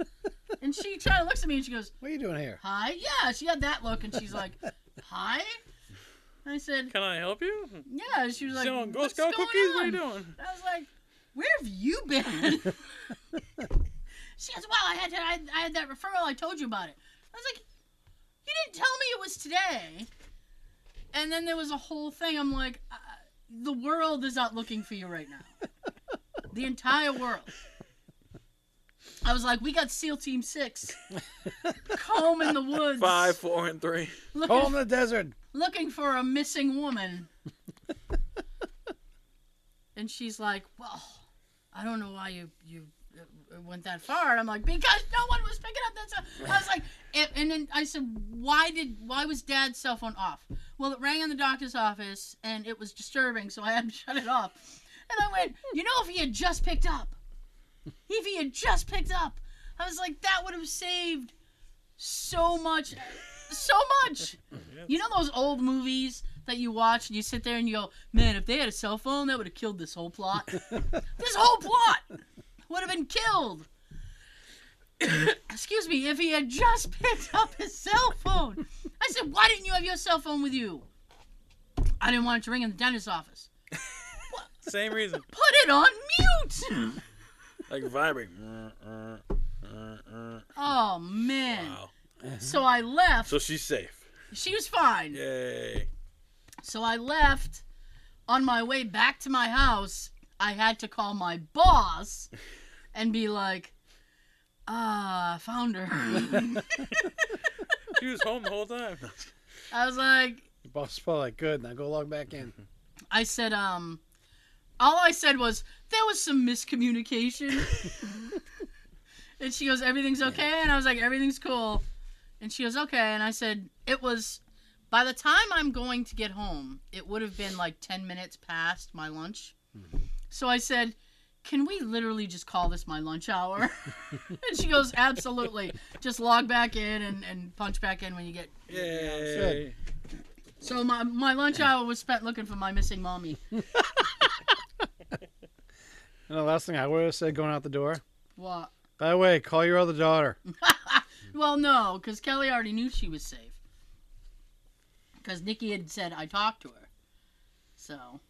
Speaker 2: up?" and she kind of looks at me and she goes,
Speaker 4: What are you doing here?
Speaker 2: "Hi." Yeah, she had that look and she's like, "Hi." And I said,
Speaker 3: Can I help you?
Speaker 2: "Yeah." She was like,
Speaker 3: Selling Girl
Speaker 2: "What's
Speaker 3: Scout
Speaker 2: going
Speaker 3: cookies? What are
Speaker 2: on?"
Speaker 3: you doing?
Speaker 2: I was like, "Where have you been?" she goes, "Well, I had to, I, I had that referral. I told you about it." I was like, "You didn't tell me it was today." And then there was a whole thing. I'm like, uh, "The world is out looking for you right now. the entire world." I was like, "We got SEAL Team Six, comb in the woods,
Speaker 3: Five, four, and three.
Speaker 2: looking
Speaker 4: Home in the desert.
Speaker 2: looking for a missing woman. and she's like, Well, I don't know why you, you uh, uh, went that far. And I'm like, Because no one was picking up that cell. I was like, and, and then I said, Why did, why was dad's cell phone off? Well, it rang in the doctor's office and it was disturbing, so I had to shut it off. And I went, You know, if he had just picked up, if he had just picked up, I was like, That would have saved so much, so much. You know those old movies that you watch and you sit there and you go, man, if they had a cell phone, that would have killed this whole plot. this whole plot would have been killed. Excuse me, if he had just picked up his cell phone. I said, why didn't you have your cell phone with you? I didn't want it to ring in the dentist's office.
Speaker 3: Same reason.
Speaker 2: Put it on
Speaker 3: Hmm.
Speaker 2: mute!
Speaker 3: Like vibrating.
Speaker 2: oh, man.
Speaker 3: Wow.
Speaker 2: So I left.
Speaker 3: So she's safe.
Speaker 2: She was fine.
Speaker 3: Yay.
Speaker 2: So I left. On my way back to my house, I had to call my boss and be like, ah, I found her.
Speaker 3: She was home the whole time.
Speaker 2: I was like,
Speaker 4: Your boss felt like good. Now go log back in.
Speaker 2: I said, um, all I said was, there was some miscommunication. and she goes, everything's okay? And I was like, everything's cool. And she goes, okay. And I said, it was, by the time I'm going to get home, it would have been like 10 minutes past my lunch. So I said, can we literally just call this my lunch hour? and she goes, absolutely. Just log back in and, and punch back in when you get
Speaker 3: Yay.
Speaker 2: so my my lunch hour was spent looking for my missing mommy.
Speaker 4: And the last thing I would have said going out the door.
Speaker 2: What?
Speaker 4: By the way, call your other daughter.
Speaker 2: Well, no, because Kelly already knew she was safe. Because Nikki had said I talked to her, so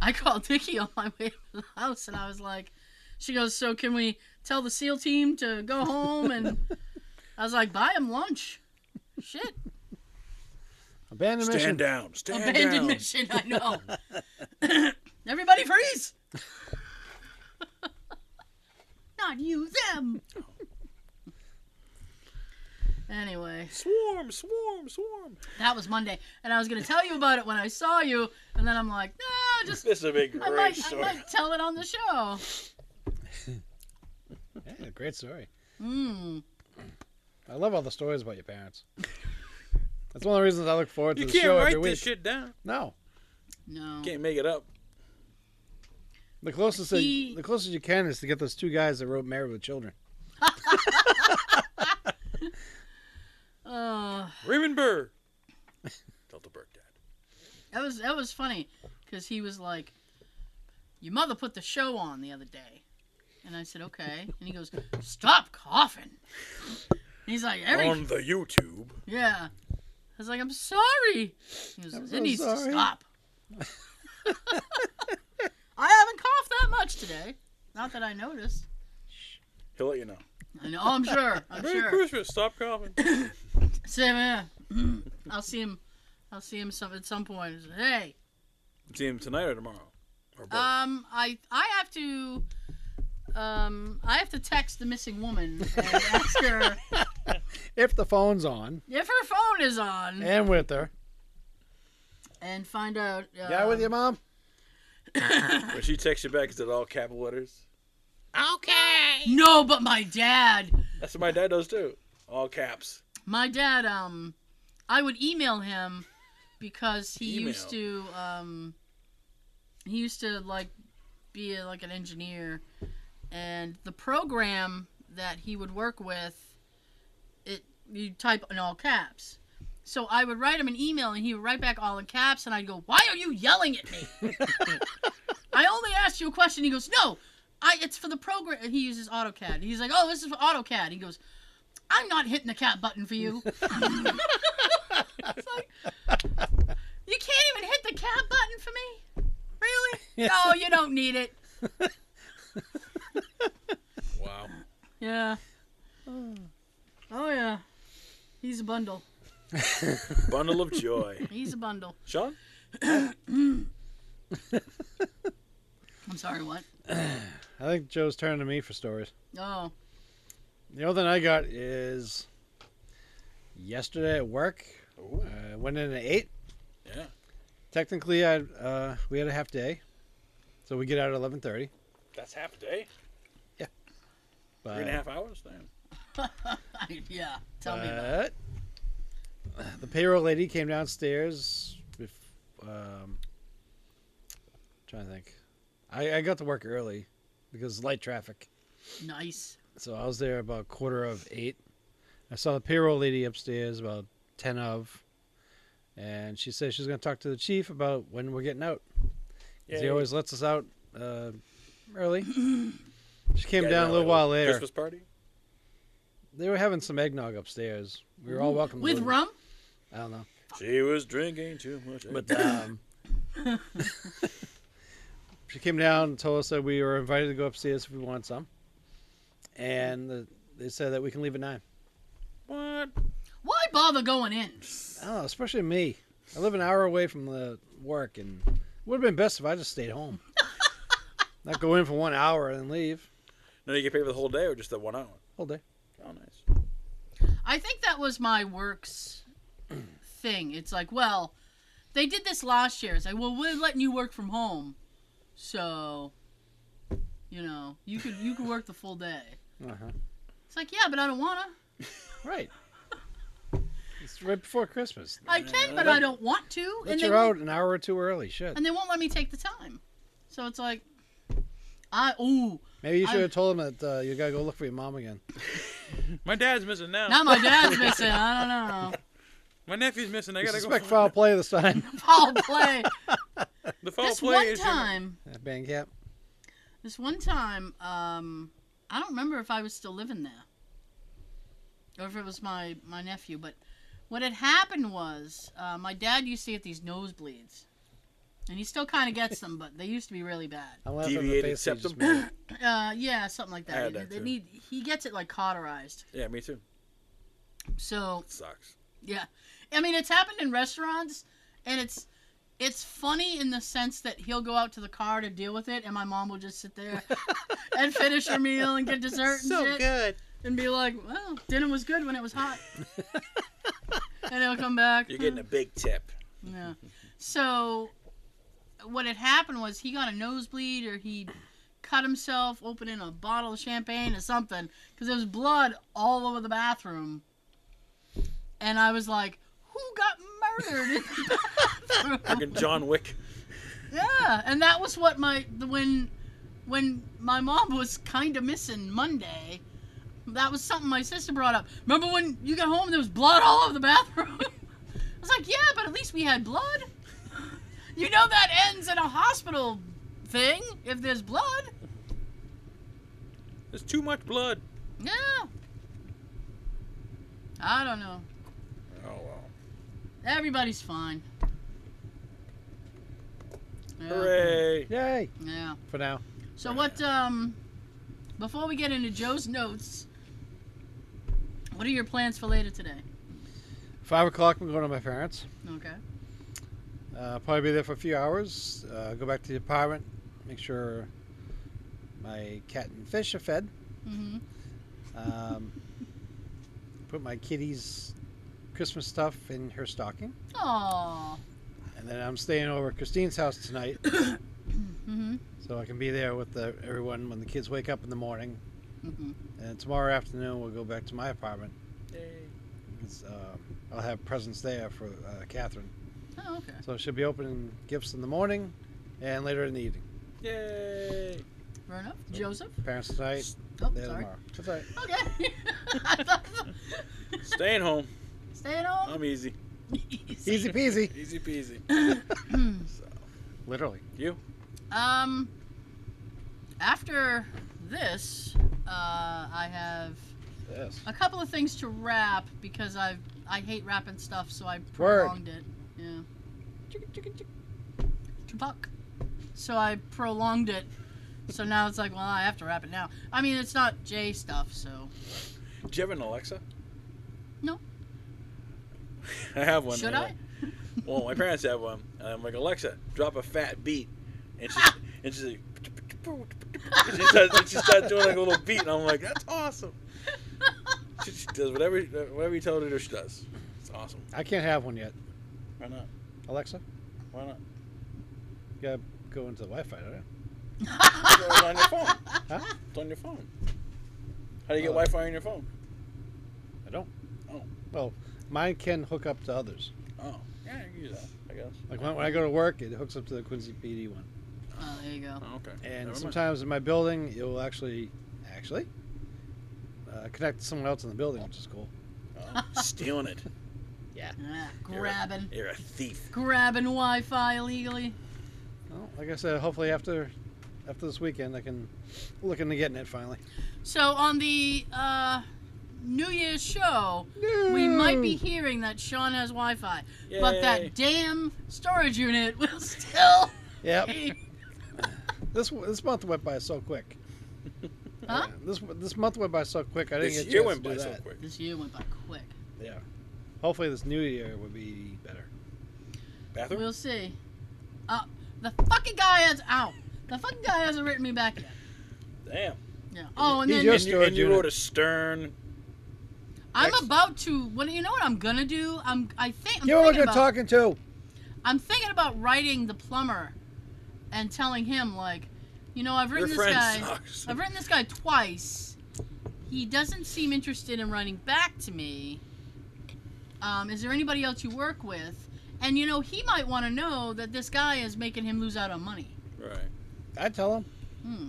Speaker 2: I called Nikki on my way to the house, and I was like, "She goes, so can we tell the SEAL team to go home?" And I was like, "Buy them lunch." Shit,
Speaker 4: Abandon
Speaker 3: Stand
Speaker 4: mission.
Speaker 3: down. Stand
Speaker 2: abandoned
Speaker 3: down.
Speaker 2: mission. I know. Everybody freeze. Not you, them. Anyway,
Speaker 3: Swarm, swarm, swarm.
Speaker 2: that was Monday, and I was gonna tell you about it when I saw you, and then I'm like, no, just
Speaker 3: This is a big
Speaker 2: I
Speaker 3: great
Speaker 2: might, I
Speaker 3: story.
Speaker 2: might tell it on the show.
Speaker 4: Yeah, great story.
Speaker 2: Mm.
Speaker 4: I love all the stories about your parents. That's one of the reasons I look forward to
Speaker 3: You
Speaker 4: the
Speaker 3: can't
Speaker 4: show
Speaker 3: write
Speaker 4: every week.
Speaker 3: this shit down.
Speaker 4: No.
Speaker 2: No.
Speaker 3: Can't make it up.
Speaker 4: The closest
Speaker 2: He-
Speaker 4: thing, the closest you can is to get those two guys that wrote Married with Children.
Speaker 2: Oh,
Speaker 3: Raymond Burr. Delta Burke died.
Speaker 2: that was that was funny because he was like, "Your mother put the show on the other day," and I said, "Okay," and he goes, "Stop coughing." He's like, "Every
Speaker 3: On the YouTube.
Speaker 2: yeah." I was like, "I'm sorry." He goes,
Speaker 4: I'm
Speaker 2: "It
Speaker 4: so
Speaker 2: needs to
Speaker 4: sorry."
Speaker 2: stop." I haven't coughed that much today. Not that I noticed.
Speaker 3: He'll let you know.
Speaker 2: I know. I'm sure. I'm
Speaker 3: Merry
Speaker 2: sure.
Speaker 3: Christmas. Stop coughing.
Speaker 2: Sam, yeah. I'll see him. I'll see him some at some point. Hey,
Speaker 3: See him tonight or tomorrow. Or both.
Speaker 2: um, I I have to, um, I have to text the missing woman and ask her
Speaker 4: If the phone's on
Speaker 2: if her phone is on
Speaker 4: and with her,
Speaker 2: and find out. Uh,
Speaker 4: yeah, with your mom.
Speaker 3: when she texts you back, is it all capital letters?
Speaker 2: No, but my dad.
Speaker 3: That's what my dad does too. All caps.
Speaker 2: My dad. Um, I would email him because he
Speaker 3: Email.
Speaker 2: used to. Um, he used to like be a, like an engineer, and the program that he would work with, it you type in all caps. So I would write him an email, and he would write back all in caps, and I'd go, "Why are you yelling at me? I only asked you a question." He goes, "No, I it's for the program." He uses AutoCAD. He's like, "Oh, this is for AutoCAD." He goes, "I'm not hitting the cat button for you." it's like, you can't even hit the cat button for me. Really? No, you don't need it.
Speaker 3: Wow.
Speaker 2: Yeah. Oh yeah. He's a bundle.
Speaker 3: Bundle of joy.
Speaker 2: He's a bundle.
Speaker 3: Sean?
Speaker 2: I'm sorry, what?
Speaker 4: I think Joe's turning to me for stories.
Speaker 2: Oh.
Speaker 4: The other thing I got is yesterday at work.
Speaker 3: Ooh.
Speaker 4: I went in at eight.
Speaker 3: Yeah.
Speaker 4: Technically, I uh, we had a half day, so we get out at eleven thirty.
Speaker 3: That's half a day.
Speaker 4: But
Speaker 3: Three and a half hours. Damn.
Speaker 2: yeah. Tell me about it.
Speaker 4: but the payroll lady came downstairs. If um, trying to think, I, I got to work early because light traffic.
Speaker 2: Nice.
Speaker 4: So I was there about quarter of eight. I saw the payroll lady upstairs about ten of, and she said she's going to talk to the chief about when we're getting out. 'Cause
Speaker 3: Yay.
Speaker 4: He always lets us out uh, early. she came
Speaker 3: Yeah,
Speaker 4: down a
Speaker 3: no,
Speaker 4: little while later.
Speaker 3: Christmas party?
Speaker 4: They were having some eggnog upstairs. We were all welcome. to
Speaker 2: With
Speaker 4: leave.
Speaker 2: rum?
Speaker 4: I don't know.
Speaker 3: She was drinking too much.
Speaker 4: But um, she came down and told us that we were invited to go upstairs if we want some, and the, they said that we can leave at nine.
Speaker 3: what?
Speaker 2: Why bother going in?
Speaker 4: I don't know, Oh, especially me. I live an hour away from the work, and it would have been best if I just stayed home, not go in for one hour and then leave
Speaker 3: No, you get paid for the whole day or just the one hour?
Speaker 4: all day.
Speaker 3: Oh, nice.
Speaker 2: I think that was my works thing. It's like, well, they did this last year. It's like, well, we're letting you work from home. So you know, you could you could work the full day.
Speaker 4: Uh-huh.
Speaker 2: It's like, yeah, but I don't wanna.
Speaker 4: Right. It's right before Christmas.
Speaker 2: I can, but I don't want to.
Speaker 4: But
Speaker 2: they
Speaker 4: you're
Speaker 2: won't-
Speaker 4: out an hour or two early. Shit.
Speaker 2: and they won't let me take the time. So it's like, I ooh,
Speaker 4: Maybe you should
Speaker 2: I'm-
Speaker 4: have told them that uh, you gotta go look for your mom again.
Speaker 3: My dad's missing now.
Speaker 2: now my dad's missing. I don't know.
Speaker 3: My nephew's missing. I
Speaker 4: You
Speaker 3: gotta
Speaker 4: suspect
Speaker 3: go.
Speaker 4: foul play this time.
Speaker 2: Foul play.
Speaker 3: The foul
Speaker 2: this
Speaker 3: play
Speaker 2: one
Speaker 3: is.
Speaker 2: time,
Speaker 4: At Bandcamp.
Speaker 2: this one time, um, I don't remember if I was still living there or if it was my my nephew. But what had happened was uh, my dad used to get these nosebleeds, and he still kind of gets them, but they used to be really bad.
Speaker 4: I'm laughing at the
Speaker 3: Deviated
Speaker 4: face he just
Speaker 3: septum.
Speaker 4: made.
Speaker 2: Uh, yeah, something like that.
Speaker 3: I had
Speaker 2: They-
Speaker 3: that
Speaker 2: they
Speaker 3: too.
Speaker 2: need he gets it like cauterized.
Speaker 3: Yeah, me too.
Speaker 2: So
Speaker 3: Sucks.
Speaker 2: Yeah. I mean, it's happened in restaurants, and it's it's funny in the sense that he'll go out to the car to deal with it, and my mom will just sit there and finish her meal and get dessert and shit,
Speaker 3: good.
Speaker 2: and be like, "Well, dinner was good when it was hot." and he'll come back.
Speaker 3: You're getting a big tip.
Speaker 2: Yeah. So, what had happened was he got a nosebleed or he cut himself opening a bottle of champagne or something because there was blood all over the bathroom. And I was like, who got murdered in the bathroom?
Speaker 3: Fucking John Wick.
Speaker 2: Yeah, and that was what my the- when when my mom was kind of missing Monday. That was something my sister brought up. Remember when you got home and there was blood all over the bathroom? I was like, yeah, but at least we had blood. You know that ends in a hospital thing if there's blood.
Speaker 3: There's too much blood.
Speaker 2: Yeah. I don't know.
Speaker 3: Oh well.
Speaker 2: Everybody's fine. Yeah.
Speaker 3: Hooray!
Speaker 4: Yay!
Speaker 2: Yeah.
Speaker 4: For now.
Speaker 2: So what? Um, before we get into Joe's notes, what are your plans for later today?
Speaker 4: Five o'clock, I'm going to my parents.
Speaker 2: Okay.
Speaker 4: Uh, probably be there for a few hours. Uh, go back to the apartment, make sure my cat and fish are fed.
Speaker 2: Mm-hmm.
Speaker 4: Um, put my kitty's Christmas stuff in her stocking,
Speaker 2: Aww.
Speaker 4: and then I'm staying over at Christine's house tonight,
Speaker 2: Mm-hmm.
Speaker 4: so I can be there with the, everyone when the kids wake up in the morning.
Speaker 2: Mm-hmm.
Speaker 4: And tomorrow afternoon, we'll go back to my apartment. 'cause, um, I'll have presents there for uh, Catherine,
Speaker 2: Oh, okay.
Speaker 4: so she'll be opening gifts in the morning and later in the evening.
Speaker 3: Yay!
Speaker 2: Fair enough. Joseph.
Speaker 4: Parents tonight,
Speaker 2: Oh,
Speaker 4: there
Speaker 2: sorry.
Speaker 4: tomorrow. That's all right.
Speaker 2: Okay. I thought-
Speaker 3: Staying home.
Speaker 2: Stay at home.
Speaker 3: I'm easy.
Speaker 4: Easy peasy.
Speaker 3: Um, Easy peasy. So,
Speaker 4: Literally.
Speaker 3: you?
Speaker 2: Hmm. Um, after this, uh, I have
Speaker 4: Yes.
Speaker 2: a couple of things to wrap because I I hate wrapping stuff, so I
Speaker 4: Word.
Speaker 2: prolonged it. Yeah. Tupac. So I prolonged it. So now it's like, well, I have to wrap it now. I mean, it's not J stuff, so
Speaker 3: Do you have an Alexa?
Speaker 2: No.
Speaker 3: I have one.
Speaker 2: should
Speaker 3: uh,
Speaker 2: I?
Speaker 3: Well, my parents have one. And I'm like, Alexa, drop a fat beat. And she, and she's like, and she, starts, and she starts doing like a little beat. And I'm like, that's awesome. She, she does whatever whatever you tell her to do, she does. It's awesome.
Speaker 4: I can't have one yet.
Speaker 3: Why not?
Speaker 4: Alexa,
Speaker 3: Why not?
Speaker 4: you gotta go into the Wi-Fi, don't you?
Speaker 3: It's on your phone.
Speaker 4: Huh?
Speaker 3: It's on your phone. How do you get
Speaker 4: Oh.
Speaker 3: Wi Fi on your phone?
Speaker 4: I don't.
Speaker 3: Oh.
Speaker 4: Well, mine can hook up to others.
Speaker 3: Oh, yeah, you can use that, I guess.
Speaker 4: Like when, when I go to work, it hooks up to the Quincy PD one.
Speaker 2: Oh, there you go.
Speaker 3: Oh, okay.
Speaker 4: And
Speaker 3: Never mind.
Speaker 4: sometimes in my building, it will actually, actually, uh, connect to someone else in the building, which is cool.
Speaker 3: Oh, stealing it.
Speaker 2: Ah, grabbing,
Speaker 3: You're a thief.
Speaker 2: grabbing Wi-Fi illegally.
Speaker 4: Well, like I said, hopefully after after this weekend, I can look into getting it finally.
Speaker 2: So on the uh, New Year's show, we might be hearing that Sean has Wi-Fi, but
Speaker 3: Yay.
Speaker 2: that damn storage unit will still.
Speaker 4: Yep.
Speaker 2: be-
Speaker 4: This this month went by so quick.
Speaker 2: Huh?
Speaker 4: This this month went by so quick. I didn't
Speaker 3: This
Speaker 4: get a
Speaker 3: year
Speaker 4: chance
Speaker 3: went
Speaker 4: to
Speaker 3: by
Speaker 4: do
Speaker 3: so
Speaker 4: that.
Speaker 3: quick.
Speaker 2: This year went by quick.
Speaker 4: Yeah. Hopefully this new year will be better.
Speaker 3: Bathroom?
Speaker 2: We'll see. Uh, the fucking guy has out. The fucking guy hasn't written me back yet.
Speaker 3: Damn.
Speaker 2: Yeah. Oh, and
Speaker 4: He's
Speaker 2: then
Speaker 4: your
Speaker 3: And you, and you
Speaker 4: unit.
Speaker 3: wrote a stern.
Speaker 2: I'm
Speaker 3: Next.
Speaker 2: about to. What you know? What I'm gonna do? I'm. I think. I'm
Speaker 4: You were
Speaker 2: thinking
Speaker 4: good
Speaker 2: about,
Speaker 4: talking to.
Speaker 2: I'm thinking about writing the plumber, and telling him like, you know, I've
Speaker 3: Your
Speaker 2: written this
Speaker 3: friend
Speaker 2: guy.
Speaker 3: sucks.
Speaker 2: I've written this guy twice. He doesn't seem interested in writing back to me. Um, is there anybody else you work with? And you know, he might want to know that this guy is making him lose out on money.
Speaker 3: Right.
Speaker 4: I tell him
Speaker 2: Hmm.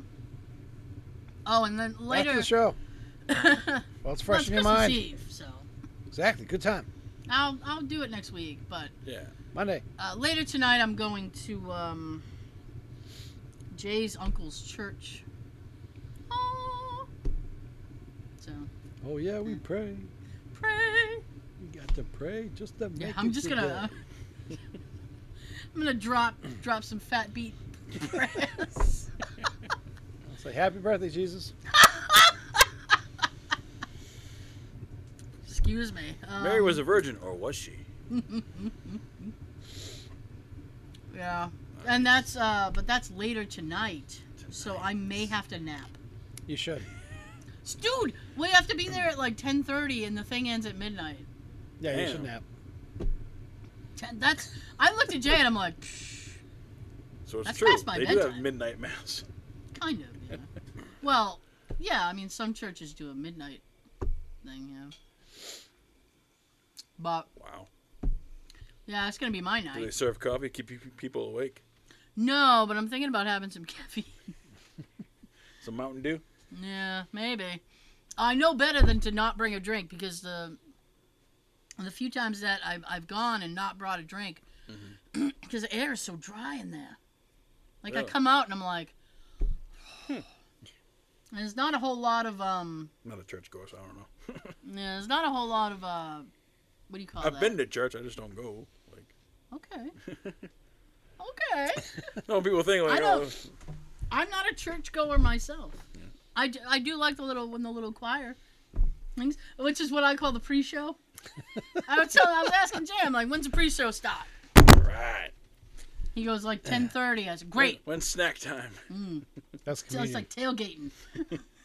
Speaker 2: Oh, and then later.
Speaker 4: after the show.
Speaker 2: well,
Speaker 4: Well, it's fresh
Speaker 2: it's
Speaker 4: in your
Speaker 2: Christmas
Speaker 4: mind.
Speaker 2: Eve, so
Speaker 4: Exactly. Good time.
Speaker 2: I'll I'll do it next week. But
Speaker 3: Yeah.
Speaker 4: Monday.
Speaker 2: uh, later tonight, I'm going to um, Jay's uncle's church. Aw. So
Speaker 4: Oh yeah, we pray.
Speaker 2: pray.
Speaker 4: We got to pray just to make
Speaker 2: Yeah, I'm
Speaker 4: it
Speaker 2: just
Speaker 4: to
Speaker 2: gonna. I'm gonna drop drop some fat beat press.
Speaker 4: God. Say happy birthday, Jesus.
Speaker 2: Excuse me. Um,
Speaker 3: Mary was a virgin, or was she?
Speaker 2: yeah, and that's uh, but that's later tonight, so I may have to nap.
Speaker 4: You should.
Speaker 2: Dude, we have to be there at like 10:30, and the thing ends at midnight.
Speaker 4: Yeah, you
Speaker 3: Damn.
Speaker 4: should nap.
Speaker 2: Ten, that's. I looked at Jay and I'm like, Psh,
Speaker 3: So it's
Speaker 2: That's
Speaker 3: true.
Speaker 2: past my
Speaker 3: They do have
Speaker 2: bedtime.
Speaker 3: midnight mass.
Speaker 2: kind of. You know. Well, yeah. I mean, some churches do a midnight thing, yeah. But
Speaker 3: Wow.
Speaker 2: yeah, it's gonna be my
Speaker 3: Do they
Speaker 2: night.
Speaker 3: serve coffee? Keep pe- people awake.
Speaker 2: No, but I'm thinking about having some caffeine.
Speaker 3: Some Mountain Dew.
Speaker 2: Yeah, maybe. I know better than to not bring a drink because the the few times that I've, I've gone and not brought a drink, because the air is so dry in there. Like I
Speaker 3: Really?
Speaker 2: come out and I'm like, and there's not a whole lot of um,
Speaker 3: I'm not a church goer, so I don't know.
Speaker 2: yeah, there's not a whole lot of uh, what do you call
Speaker 3: I've
Speaker 2: that?
Speaker 3: been to church. I just don't go. Like,
Speaker 2: Okay. okay.
Speaker 3: no people think like,
Speaker 2: I
Speaker 3: oh,
Speaker 2: don't- I'm not a churchgoer myself. I, d- I do like the little when the little choir sings, which is what I call the pre-show. I was telling, I was asking Jam like, when's the pre-show start?
Speaker 3: right.
Speaker 2: He goes like 10:30. I said, great.
Speaker 3: When's snack time?
Speaker 4: That's
Speaker 2: So it's
Speaker 4: communion.
Speaker 2: like tailgating.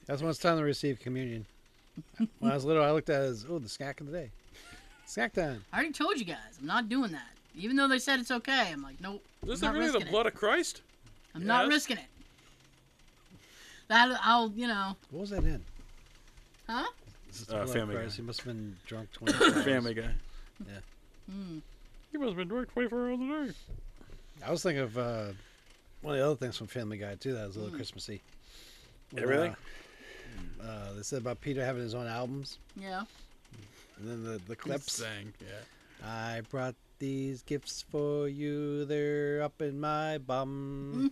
Speaker 4: That's when it's time to receive communion. when I was little, I looked at it as oh the snack of the day, snack time.
Speaker 2: I already told you guys, I'm not doing that. Even though they said it's okay, I'm like, nope.
Speaker 3: Is this
Speaker 2: I'm not
Speaker 3: really the
Speaker 2: risking it.
Speaker 3: blood of Christ?
Speaker 2: I'm not
Speaker 3: Yes.
Speaker 2: risking it. That I'll, you know,
Speaker 4: What was that in?
Speaker 2: huh?
Speaker 4: This is
Speaker 3: Uh,
Speaker 4: Blood of
Speaker 3: Family
Speaker 4: Christ.
Speaker 3: Guy.
Speaker 4: He must have been drunk twenty. times.
Speaker 3: Family Guy.
Speaker 4: Yeah.
Speaker 2: Hmm.
Speaker 3: He must have been drunk 24 hours a day.
Speaker 4: I was thinking of uh, one of the other things from Family Guy too. That was a
Speaker 2: Mm.
Speaker 4: little Christmassy. When,
Speaker 3: Everything?
Speaker 4: Uh, uh, they said about Peter having his own albums,
Speaker 2: Yeah.
Speaker 4: and then the
Speaker 3: Clips.
Speaker 4: the clips.
Speaker 3: Sang. Yeah.
Speaker 4: I brought these gifts for you. They're up in my bum.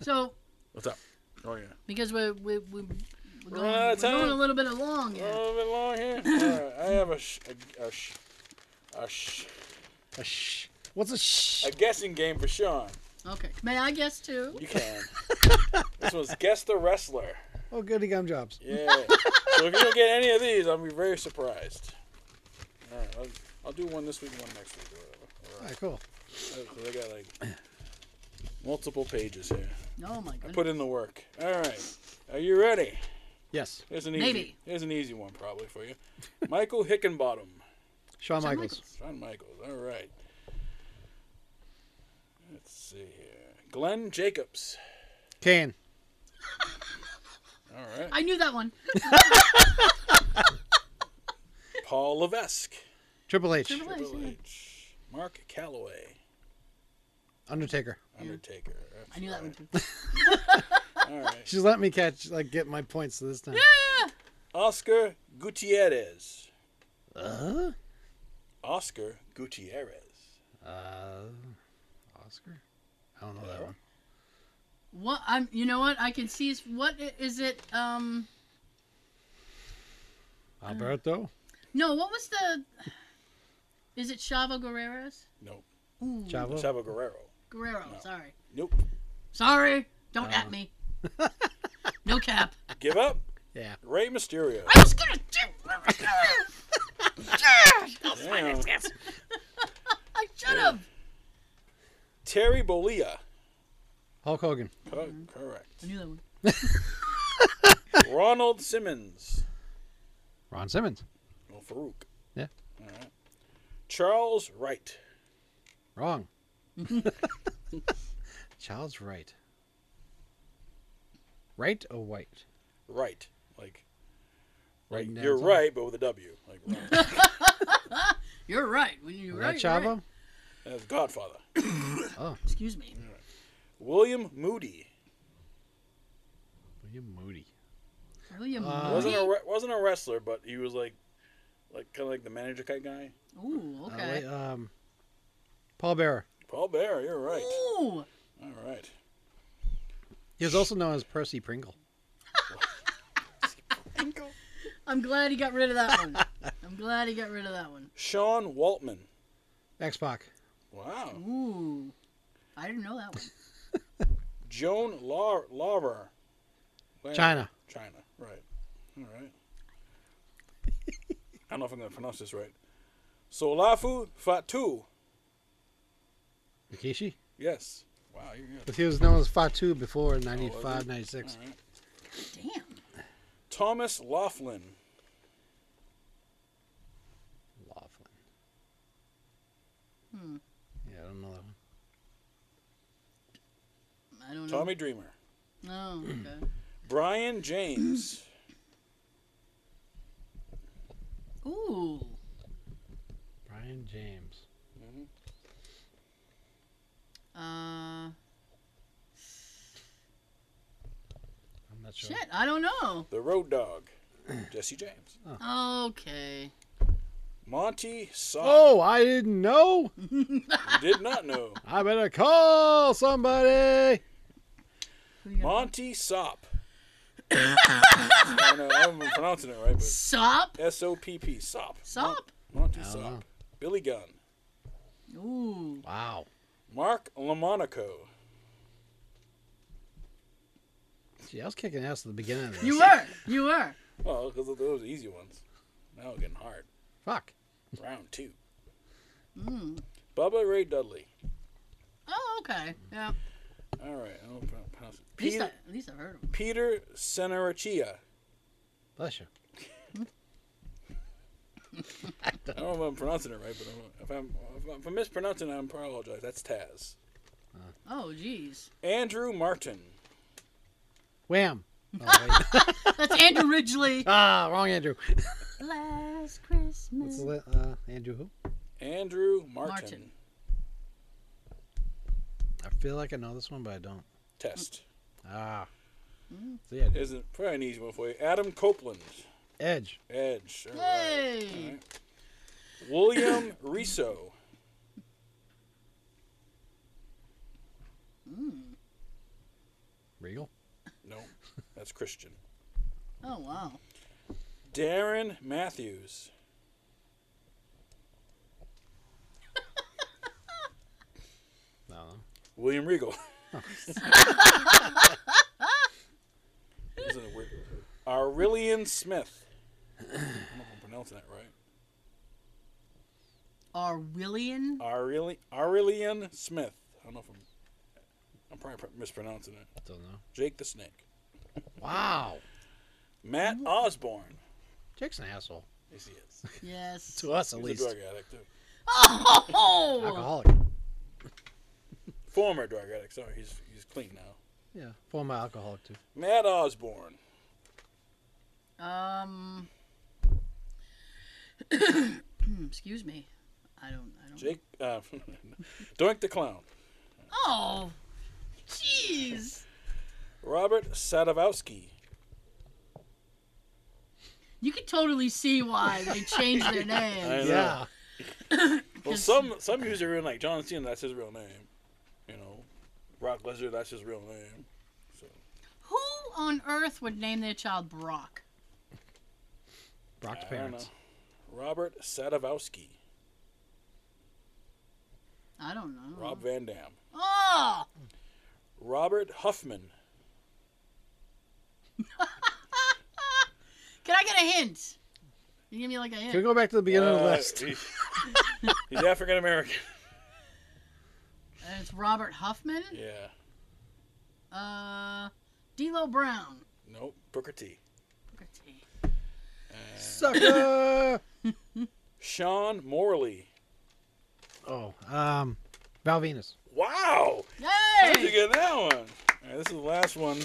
Speaker 2: So
Speaker 3: What's up? Oh yeah.
Speaker 2: because we're we we we're going,
Speaker 3: out
Speaker 2: we're
Speaker 3: of time.
Speaker 2: going a little bit long.
Speaker 3: A
Speaker 2: Yeah.
Speaker 3: little bit Oh, long here. All right. I have a sh- a, a sh- a sh-
Speaker 4: A shh. What's a shh?
Speaker 3: a guessing game for Sean.
Speaker 2: Okay. May I guess too?
Speaker 3: You can. this one's guess the wrestler.
Speaker 4: Oh, goody gum jobs.
Speaker 3: Yeah. so if you don't get any of these, I'll be very surprised. All right, I'll, I'll do one this week and one next week or
Speaker 4: All right, cool.
Speaker 3: whatever. All right, 'cause I got like multiple pages here.
Speaker 2: Oh my
Speaker 3: I
Speaker 2: goodness.
Speaker 3: put in the work. All right. Are you ready?
Speaker 4: Yes,
Speaker 3: Here's an easy.
Speaker 2: Maybe.
Speaker 3: Here's an easy one probably for you. Michael Hickenbottom.
Speaker 4: Shawn
Speaker 2: Shawn
Speaker 4: Michaels.
Speaker 3: Shawn Michaels. All right. Let's see here. Glenn Jacobs.
Speaker 4: Kane.
Speaker 3: All right.
Speaker 2: I knew that one.
Speaker 3: Paul Levesque.
Speaker 4: Triple H.
Speaker 2: Triple H.
Speaker 3: Triple
Speaker 2: yeah.
Speaker 3: H. Mark Calloway.
Speaker 4: Undertaker.
Speaker 3: Undertaker.
Speaker 2: I knew that one too.
Speaker 3: All right.
Speaker 4: She's letting me catch, like, get my points this time.
Speaker 3: Oscar Gutierrez.
Speaker 4: Uh,
Speaker 3: Oscar Gutierrez.
Speaker 4: uh, Oscar. I don't know that one.
Speaker 2: What I'm you know what I can see is what i- is it um
Speaker 4: Alberto.
Speaker 2: no what was the is it Chavo Guerrero's?
Speaker 3: Nope.
Speaker 2: Ooh,
Speaker 4: Chavo.
Speaker 3: Chavo Guerrero.
Speaker 2: Guerrero.
Speaker 3: No.
Speaker 2: Sorry,
Speaker 3: Nope.
Speaker 2: sorry. Don't at me. no cap.
Speaker 3: Give up.
Speaker 4: Yeah.
Speaker 3: Ray Mysterio.
Speaker 2: I was gonna do.
Speaker 3: Damn.
Speaker 2: I should have.
Speaker 3: Terry Bollea.
Speaker 4: Hulk Hogan.
Speaker 3: Co- Oh,
Speaker 4: Mm-hmm.
Speaker 3: correct.
Speaker 2: I knew that one.
Speaker 3: Ronald Simmons.
Speaker 4: Ron Simmons.
Speaker 3: Well, Farouk.
Speaker 4: Yeah.
Speaker 3: All right. Charles Wright.
Speaker 4: Wrong. Child's right. Right or white?
Speaker 3: Right. Like. Right.
Speaker 4: Writing down
Speaker 3: You're
Speaker 4: something?
Speaker 3: right, but with a W. Like right.
Speaker 2: You're right. When you're
Speaker 4: Was
Speaker 2: right,
Speaker 4: that
Speaker 2: you're
Speaker 4: Chavo?
Speaker 2: right.
Speaker 3: That's Godfather.
Speaker 2: Excuse me.
Speaker 3: William Moody.
Speaker 4: William Moody.
Speaker 2: William.
Speaker 4: Uh,
Speaker 3: wasn't a
Speaker 2: Moody?
Speaker 3: re- wasn't a wrestler, but he was like, like kind of like the manager type guy.
Speaker 2: Ooh.
Speaker 4: Uh,
Speaker 2: Okay.
Speaker 4: wait, um, Paul Bearer.
Speaker 3: Paul Bear, you're right.
Speaker 2: Ooh.
Speaker 3: All right.
Speaker 4: He was also known as Percy Pringle.
Speaker 2: I'm glad he got rid of that one. I'm glad he got rid of that one.
Speaker 3: Sean Waltman.
Speaker 4: X Pac. Mm-hmm.
Speaker 3: Wow.
Speaker 2: Ooh. I didn't know that one.
Speaker 3: Joan Lau- Laurer. Lau-
Speaker 4: China.
Speaker 3: China. Right. All right. I don't know if I'm gonna pronounce this right. Solafu Fatu.
Speaker 4: Rikishi?
Speaker 3: Yes. Wow, you're good.
Speaker 4: But he was known as Fatu before in 95,
Speaker 2: Oh,
Speaker 3: wasn't
Speaker 4: 96.
Speaker 3: All right.
Speaker 2: Damn.
Speaker 3: Thomas Laughlin.
Speaker 4: Laughlin.
Speaker 2: Hmm.
Speaker 4: Yeah, I don't know that one.
Speaker 2: I don't know.
Speaker 3: Tommy Dreamer.
Speaker 2: No. Okay.
Speaker 3: Brian James.
Speaker 2: Ooh.
Speaker 4: Brian James.
Speaker 2: Uh,
Speaker 4: I'm not sure.
Speaker 2: shit, I don't know.
Speaker 3: The Road Dog, Jesse James,
Speaker 2: Okay.
Speaker 3: Monty Saw.
Speaker 4: Oh, I didn't know.
Speaker 3: You did not know.
Speaker 4: I better call somebody.
Speaker 3: Monty Sop. I don't know. I haven't been pronouncing it right, but
Speaker 2: Sop?
Speaker 3: S O P P Sop.
Speaker 2: Sop?
Speaker 3: Monty
Speaker 4: I don't know.
Speaker 3: Sop. Billy Gunn.
Speaker 2: Ooh.
Speaker 4: Wow.
Speaker 3: Mark LaMonaco.
Speaker 4: Gee, I was kicking ass at the beginning of this.
Speaker 2: You were. You were.
Speaker 3: Well, because of those easy ones. Now we're getting hard.
Speaker 4: Fuck.
Speaker 3: Round two.
Speaker 2: Mm.
Speaker 3: Bubba Ray Dudley.
Speaker 2: Oh, okay. Yeah.
Speaker 3: All right. I don't pro- pronounce it.
Speaker 2: At least, I,
Speaker 3: Peter,
Speaker 2: at least I've heard of him.
Speaker 3: Peter Senarachia.
Speaker 4: Bless you.
Speaker 3: I don't know if I'm pronouncing it right, but I'm, if, I'm, if I'm- if I'm mispronouncing it, I apologize. That's Taz.
Speaker 2: Oh, jeez.
Speaker 3: Andrew Martin.
Speaker 4: Wham. Oh, wait.
Speaker 2: That's Andrew Ridgely.
Speaker 4: ah, wrong Andrew.
Speaker 2: Last
Speaker 4: What's
Speaker 2: Christmas.
Speaker 4: the, li- uh, Andrew who?
Speaker 3: Andrew Martin.
Speaker 2: Martin.
Speaker 4: I feel like I know this one, but I don't.
Speaker 3: Test.
Speaker 4: Ah.
Speaker 2: Mm.
Speaker 4: See, I did.
Speaker 3: Is it probably an easy one for you? Adam Copeland.
Speaker 4: Edge.
Speaker 3: Edge. Sure.
Speaker 2: Yay!
Speaker 3: William Riso.
Speaker 2: Mm.
Speaker 4: Regal.
Speaker 3: No, that's Christian.
Speaker 2: Oh, wow.
Speaker 3: Darren Matthews.
Speaker 4: No, no.
Speaker 3: William Regal. Isn't it weird? Aurelian Smith. I don't know if I'm pronouncing that right.
Speaker 2: Arwillian?
Speaker 3: Uh, Aureli- Aurelian Smith. I don't know if I'm. I'm probably pr- mispronouncing it.
Speaker 4: Don't know.
Speaker 3: Jake the Snake.
Speaker 4: Wow.
Speaker 3: Matt Osborne.
Speaker 4: Jake's an asshole.
Speaker 3: Yes, he is.
Speaker 2: Yes.
Speaker 4: To us, at
Speaker 3: He's
Speaker 4: least.
Speaker 3: a drug addict, too.
Speaker 2: Oh!
Speaker 4: Alcoholic.
Speaker 3: Former drug addict. Sorry, he's he's clean now.
Speaker 4: Yeah. Former alcoholic, too.
Speaker 3: Matt Osborne.
Speaker 2: Um. Excuse me. I don't. I don't.
Speaker 3: Jake. Uh, Doink the Clown.
Speaker 2: Oh, jeez.
Speaker 3: Robert Sadowski.
Speaker 2: You could totally see why they changed their
Speaker 3: I
Speaker 2: name.
Speaker 3: know.
Speaker 4: Yeah.
Speaker 3: Well,
Speaker 2: Yes.
Speaker 3: some some users are in like John Cena. That's his real name. You know, Brock Lesnar. That's his real name.
Speaker 2: Who on earth would name their child Brock?
Speaker 4: Brock's
Speaker 3: I don't
Speaker 4: parents.
Speaker 3: know. Robert Sadowski.
Speaker 2: I don't know.
Speaker 3: Rob Van Dam.
Speaker 2: Oh,
Speaker 3: Robert Huffman.
Speaker 2: can I get a hint? You give me like a
Speaker 4: Can we
Speaker 2: hint.
Speaker 4: go back to the beginning of the
Speaker 3: Uh,
Speaker 4: list?
Speaker 3: He's, he's African American.
Speaker 2: And Uh, It's Robert Huffman.
Speaker 3: Yeah.
Speaker 2: Uh, D'Lo Brown.
Speaker 3: Nope. Booker T.
Speaker 2: Booker T.
Speaker 4: Sucker.
Speaker 3: Sean Morley.
Speaker 4: oh, um, Val Venus.
Speaker 3: Wow. How'd you
Speaker 2: Yay!
Speaker 3: get that one? All right, this is the last one.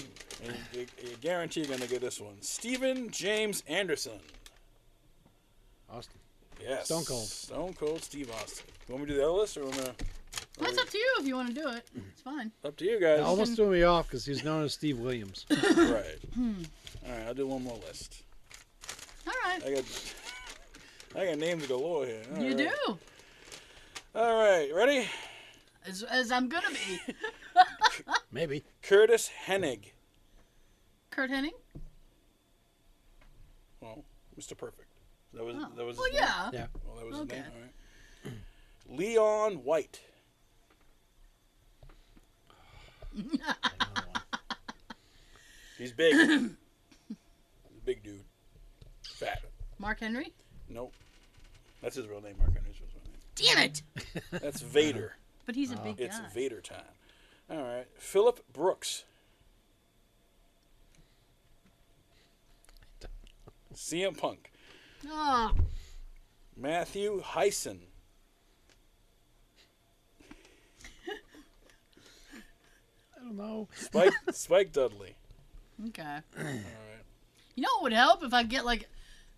Speaker 3: And you, you guarantee you're going to get this one. Stephen James Anderson.
Speaker 4: Austin.
Speaker 3: Yes.
Speaker 4: Stone Cold.
Speaker 3: Stone Cold Steve Austin. You want me to do the other list or want to?
Speaker 2: That's up to you if you want to do it. It's fine.
Speaker 3: Up to you guys.
Speaker 4: That almost threw me off because he's known as Steve Williams.
Speaker 3: right.
Speaker 2: Hmm.
Speaker 3: All right, I'll do one more list.
Speaker 2: All right.
Speaker 3: I got, I got names galore here. All
Speaker 2: You
Speaker 3: right.
Speaker 2: do.
Speaker 3: All right, ready?
Speaker 2: As, as I'm gonna be.
Speaker 4: Maybe.
Speaker 3: Curtis Hennig.
Speaker 2: Kurt Hennig?
Speaker 3: Well, Mr. Perfect. That was
Speaker 2: Oh.
Speaker 3: that was.
Speaker 2: well,
Speaker 3: his name?
Speaker 2: yeah.
Speaker 4: Yeah.
Speaker 3: Well, that was
Speaker 2: Okay.
Speaker 3: his name. All right. Leon White.
Speaker 4: Another one.
Speaker 3: He's big. He's a big dude. Fat.
Speaker 2: Mark Henry?
Speaker 3: Nope. That's his real name. Mark Henry's his real name.
Speaker 2: Damn it!
Speaker 3: That's Vader.
Speaker 2: But he's a big
Speaker 3: Uh, It's
Speaker 2: guy.
Speaker 3: Vader time. All right. Philip Brooks. CM Punk.
Speaker 2: oh,
Speaker 3: Matthew Heisen.
Speaker 4: I don't know.
Speaker 3: Spike, Spike Dudley.
Speaker 2: okay.
Speaker 3: All right.
Speaker 2: You know what would help if I get like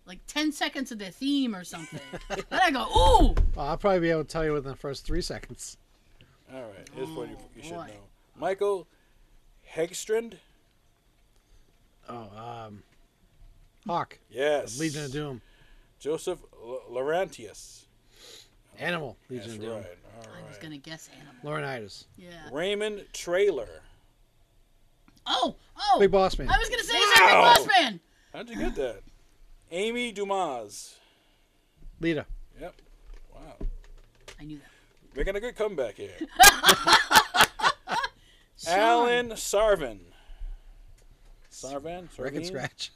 Speaker 2: like 10 seconds of their theme or something. then I go, ooh!
Speaker 4: Well, I'll probably be able to tell you within the first three seconds.
Speaker 3: All right, here's what you,
Speaker 2: Oh,
Speaker 3: you should
Speaker 2: boy.
Speaker 3: know. Michael Hegstrand.
Speaker 4: Oh, um, Hawk,
Speaker 3: Yes.
Speaker 4: Legion of Doom,
Speaker 3: Joseph L- Laurentius.
Speaker 4: Animal, Legion
Speaker 3: That's
Speaker 4: of
Speaker 3: right.
Speaker 4: Doom,
Speaker 3: All
Speaker 2: I was
Speaker 3: right.
Speaker 2: gonna guess animal.
Speaker 4: Laurinaitis,
Speaker 2: Yeah.
Speaker 3: Raymond Trailer.
Speaker 2: Oh, oh!
Speaker 4: Big Boss Man,
Speaker 2: I was gonna say is that Big Boss Man.
Speaker 3: How'd you get that? Amy Dumas.
Speaker 4: Lita.
Speaker 3: Yep. Wow.
Speaker 2: I knew that.
Speaker 3: Making a good comeback here.
Speaker 2: Sean.
Speaker 3: Alan Sarvin. Sarvin?
Speaker 4: Wreck and
Speaker 3: Sarvin?
Speaker 4: Scratch.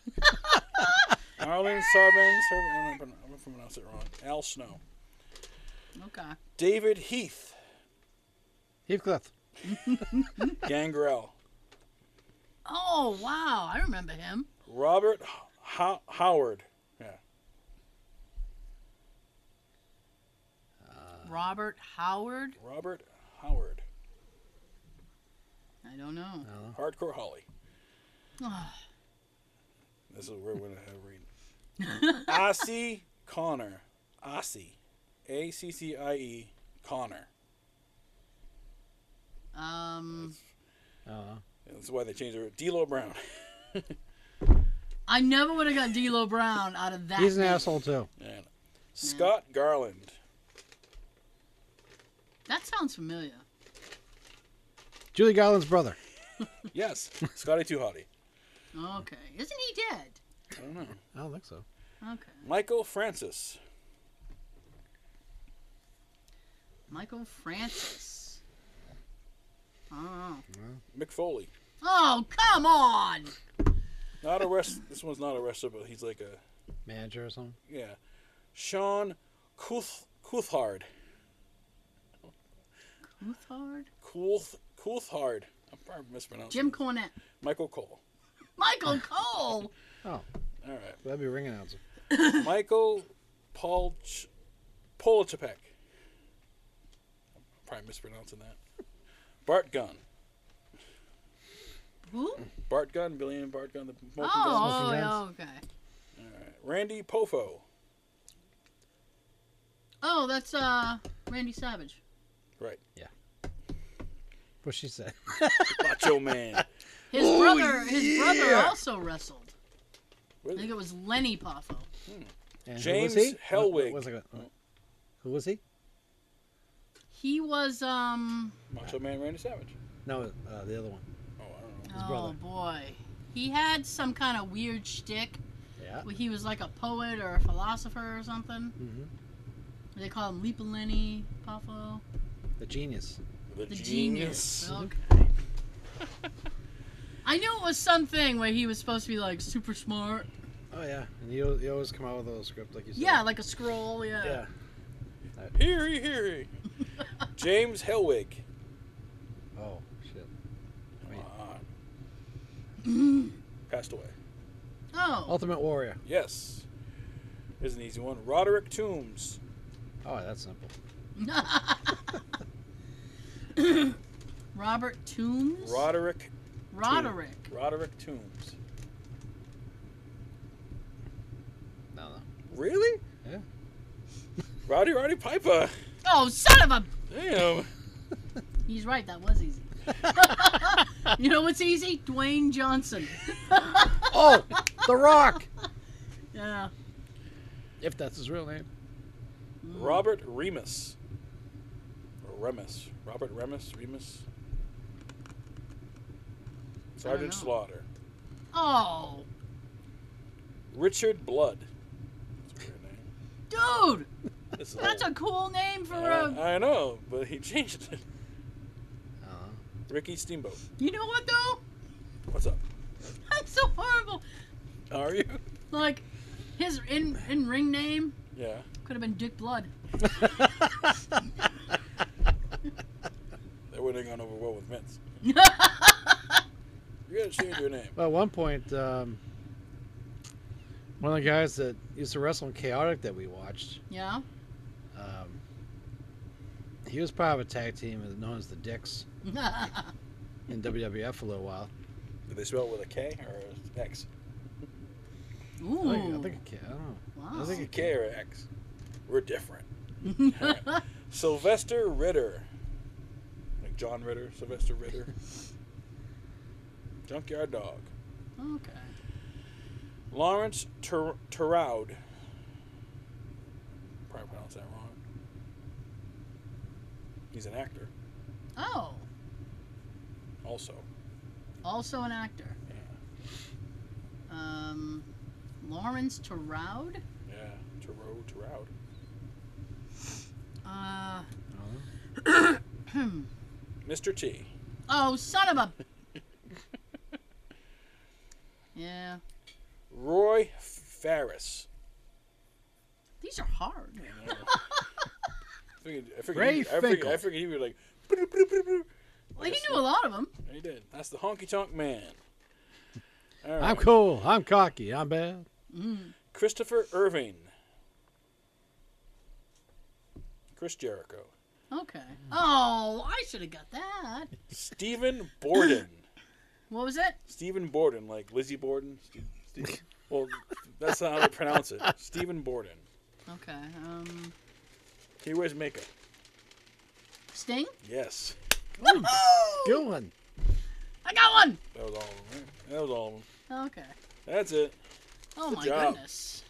Speaker 3: Arlen Sarvin. Sarvin. I'm going to pronounce it wrong. Al Snow.
Speaker 2: Okay.
Speaker 3: David Heath.
Speaker 4: Heathcliff.
Speaker 3: Gangrel.
Speaker 2: Oh wow, I remember him.
Speaker 3: Robert Ho- Howard. Uh,
Speaker 2: Robert Howard.
Speaker 3: Robert Howard.
Speaker 2: I don't know.
Speaker 4: No.
Speaker 3: Hardcore Holly.
Speaker 2: Ah.
Speaker 3: this is where we're going to have read. Ossie Connor. Ossie. A C C I E Connor. uh,
Speaker 2: Um,
Speaker 4: Oh,
Speaker 3: That's why they changed it. D'Lo Brown.
Speaker 2: I never would have got D'Lo Brown out of that.
Speaker 4: he's an
Speaker 2: name.
Speaker 4: asshole too.
Speaker 3: And Scott Garland.
Speaker 2: That sounds familiar.
Speaker 4: Julie Garland's brother.
Speaker 3: Yes, Scotty Too Hottie.
Speaker 2: Okay, isn't he dead?
Speaker 3: I don't know.
Speaker 4: I don't think so.
Speaker 2: Okay,
Speaker 3: Michael Francis.
Speaker 2: Michael Francis. Oh,
Speaker 3: Mick Foley.
Speaker 2: oh come on!
Speaker 3: Not a wrestler. this one's not a wrestler, but he's like a
Speaker 4: Manager or something.
Speaker 3: yeah. Sean Coulth Coulthard.
Speaker 2: Uthard?
Speaker 3: Coulth Coulthard. I'm probably mispronouncing.
Speaker 2: Jim
Speaker 3: it.
Speaker 2: Cornette.
Speaker 3: Michael Cole.
Speaker 2: Michael Cole.
Speaker 4: Oh,
Speaker 3: All right.
Speaker 4: that'd be a ring announcer.
Speaker 3: Michael Paul Ch- Polichapek. I'm probably mispronouncing that. Bart Gunn.
Speaker 2: Who?
Speaker 3: Bart Gunn, Billy and Bart Gunn, the Smoking
Speaker 2: Oh,
Speaker 3: Gun.
Speaker 2: oh,
Speaker 4: Guns.
Speaker 2: yeah, okay.
Speaker 3: Randy Pofo.
Speaker 2: Oh, that's uh Randy Savage.
Speaker 3: Right.
Speaker 4: What she said.
Speaker 3: Macho Man.
Speaker 2: His brother, his brother also wrestled. I
Speaker 3: Really?
Speaker 2: think it was Lenny Poffo.
Speaker 4: And
Speaker 3: James
Speaker 4: who was he?
Speaker 3: Hellwig.
Speaker 4: Wait, wait, one second. Wait. Who was he?
Speaker 2: He was um.
Speaker 3: Macho Man Randy Savage.
Speaker 4: No, uh, the other one.
Speaker 3: Oh, I don't know.
Speaker 2: oh
Speaker 4: brother.
Speaker 2: boy, he had some kind of weird shtick.
Speaker 4: Yeah.
Speaker 2: where He was like a poet or a philosopher or something.
Speaker 4: hmm
Speaker 2: They call him Leap Lenny Poffo.
Speaker 4: The genius.
Speaker 2: The genius.
Speaker 3: genius. Oh.
Speaker 2: Okay. I knew it was something where he was supposed to be like super smart.
Speaker 4: Oh yeah, and you you always come out with a little script like you said.
Speaker 2: Yeah, like uh, a scroll. Yeah.
Speaker 4: yeah.
Speaker 3: Heary, heary. James Helwig.
Speaker 4: Oh shit. Wait.
Speaker 3: Ah, passed away.
Speaker 2: Oh.
Speaker 4: Ultimate Warrior.
Speaker 3: Yes. Here's an easy one. Roderick Toombs.
Speaker 4: Oh, that's simple.
Speaker 2: Oh. Robert Toombs.
Speaker 3: Roderick.
Speaker 2: Roderick.
Speaker 3: Roderick Toombs.
Speaker 4: No, no.
Speaker 3: Really?
Speaker 4: Yeah.
Speaker 3: Roddy Roddy Piper.
Speaker 2: Oh, son of a!
Speaker 3: Damn.
Speaker 2: He's right. That was easy. you know what's easy? Dwayne Johnson.
Speaker 4: Oh, The Rock.
Speaker 2: Yeah.
Speaker 4: If that's his real name.
Speaker 2: Hmm.
Speaker 3: Robert Remus. Or Remus. Robert Remus. Remus. Sergeant
Speaker 2: know.
Speaker 3: Slaughter.
Speaker 2: Oh,
Speaker 3: Richard Blood. That's a weird name.
Speaker 2: dude,
Speaker 3: This is
Speaker 2: that's
Speaker 3: old.
Speaker 2: a cool name for a.
Speaker 3: Oh. I, I know, but he changed it.
Speaker 4: Uh-huh.
Speaker 3: Ricky Steamboat.
Speaker 2: You know what though?
Speaker 3: What's up?
Speaker 2: That's so horrible.
Speaker 3: How are you?
Speaker 2: Like, his in in ring name
Speaker 3: Yeah.
Speaker 2: could have been Dick Blood.
Speaker 4: Uh-huh.
Speaker 3: That would have gone over well with Vince. You gotta change your name.
Speaker 4: Well, at one point, um, one of the guys that used to wrestle in Chaotic that we watched,
Speaker 2: yeah.
Speaker 4: um, he was part of a tag team known as the Dicks in WWF for a little while.
Speaker 3: Do they spell it with a K or a X?
Speaker 4: I think, I
Speaker 2: Ooh.
Speaker 4: think it ca- I don't know.
Speaker 2: Wow.
Speaker 4: I think it
Speaker 3: K or a X? We're different. Sylvester Ritter. John Ritter, Sylvester Ritter. Junkyard Dog.
Speaker 2: Okay.
Speaker 3: Lawrence Tur- Turowd. Probably pronounced that wrong. He's an actor,
Speaker 2: Oh,
Speaker 3: also.
Speaker 2: also an actor.
Speaker 3: Yeah.
Speaker 2: Um, Lawrence Taroud.
Speaker 3: Yeah. Turow, Turow.
Speaker 2: Uh,
Speaker 3: Mr. T.
Speaker 2: oh, son of a. yeah,
Speaker 3: Roy Ferris.
Speaker 2: these are hard.
Speaker 3: I figured, I figured,
Speaker 4: Ray
Speaker 3: he, I figured, I
Speaker 4: Finkel.
Speaker 3: figured he would like. "Bloop, bloop, bloop, bloop."
Speaker 2: Well, you
Speaker 3: That's
Speaker 2: knew a lot of them.
Speaker 3: the- He did. That's the honky tonk man. All
Speaker 4: I'm
Speaker 3: right.
Speaker 4: cool. I'm cocky. I'm bad.
Speaker 3: Christopher Irving. Chris Jericho.
Speaker 2: Okay.
Speaker 4: Mm.
Speaker 2: Oh, I should have got that.
Speaker 3: Stephen Borden.
Speaker 2: What was it?
Speaker 3: Stephen Borden, like Lizzie Borden. Ste- Ste- well, that's not how they pronounce it. Stephen Borden.
Speaker 2: Okay. Um,
Speaker 3: He wears makeup.
Speaker 2: Sting.
Speaker 3: Yes.
Speaker 4: Good one.
Speaker 2: I got one.
Speaker 3: That was all of them. right? That was all of them.
Speaker 2: Okay.
Speaker 3: That's it.
Speaker 2: Oh
Speaker 3: Good
Speaker 2: my
Speaker 3: job.
Speaker 2: goodness.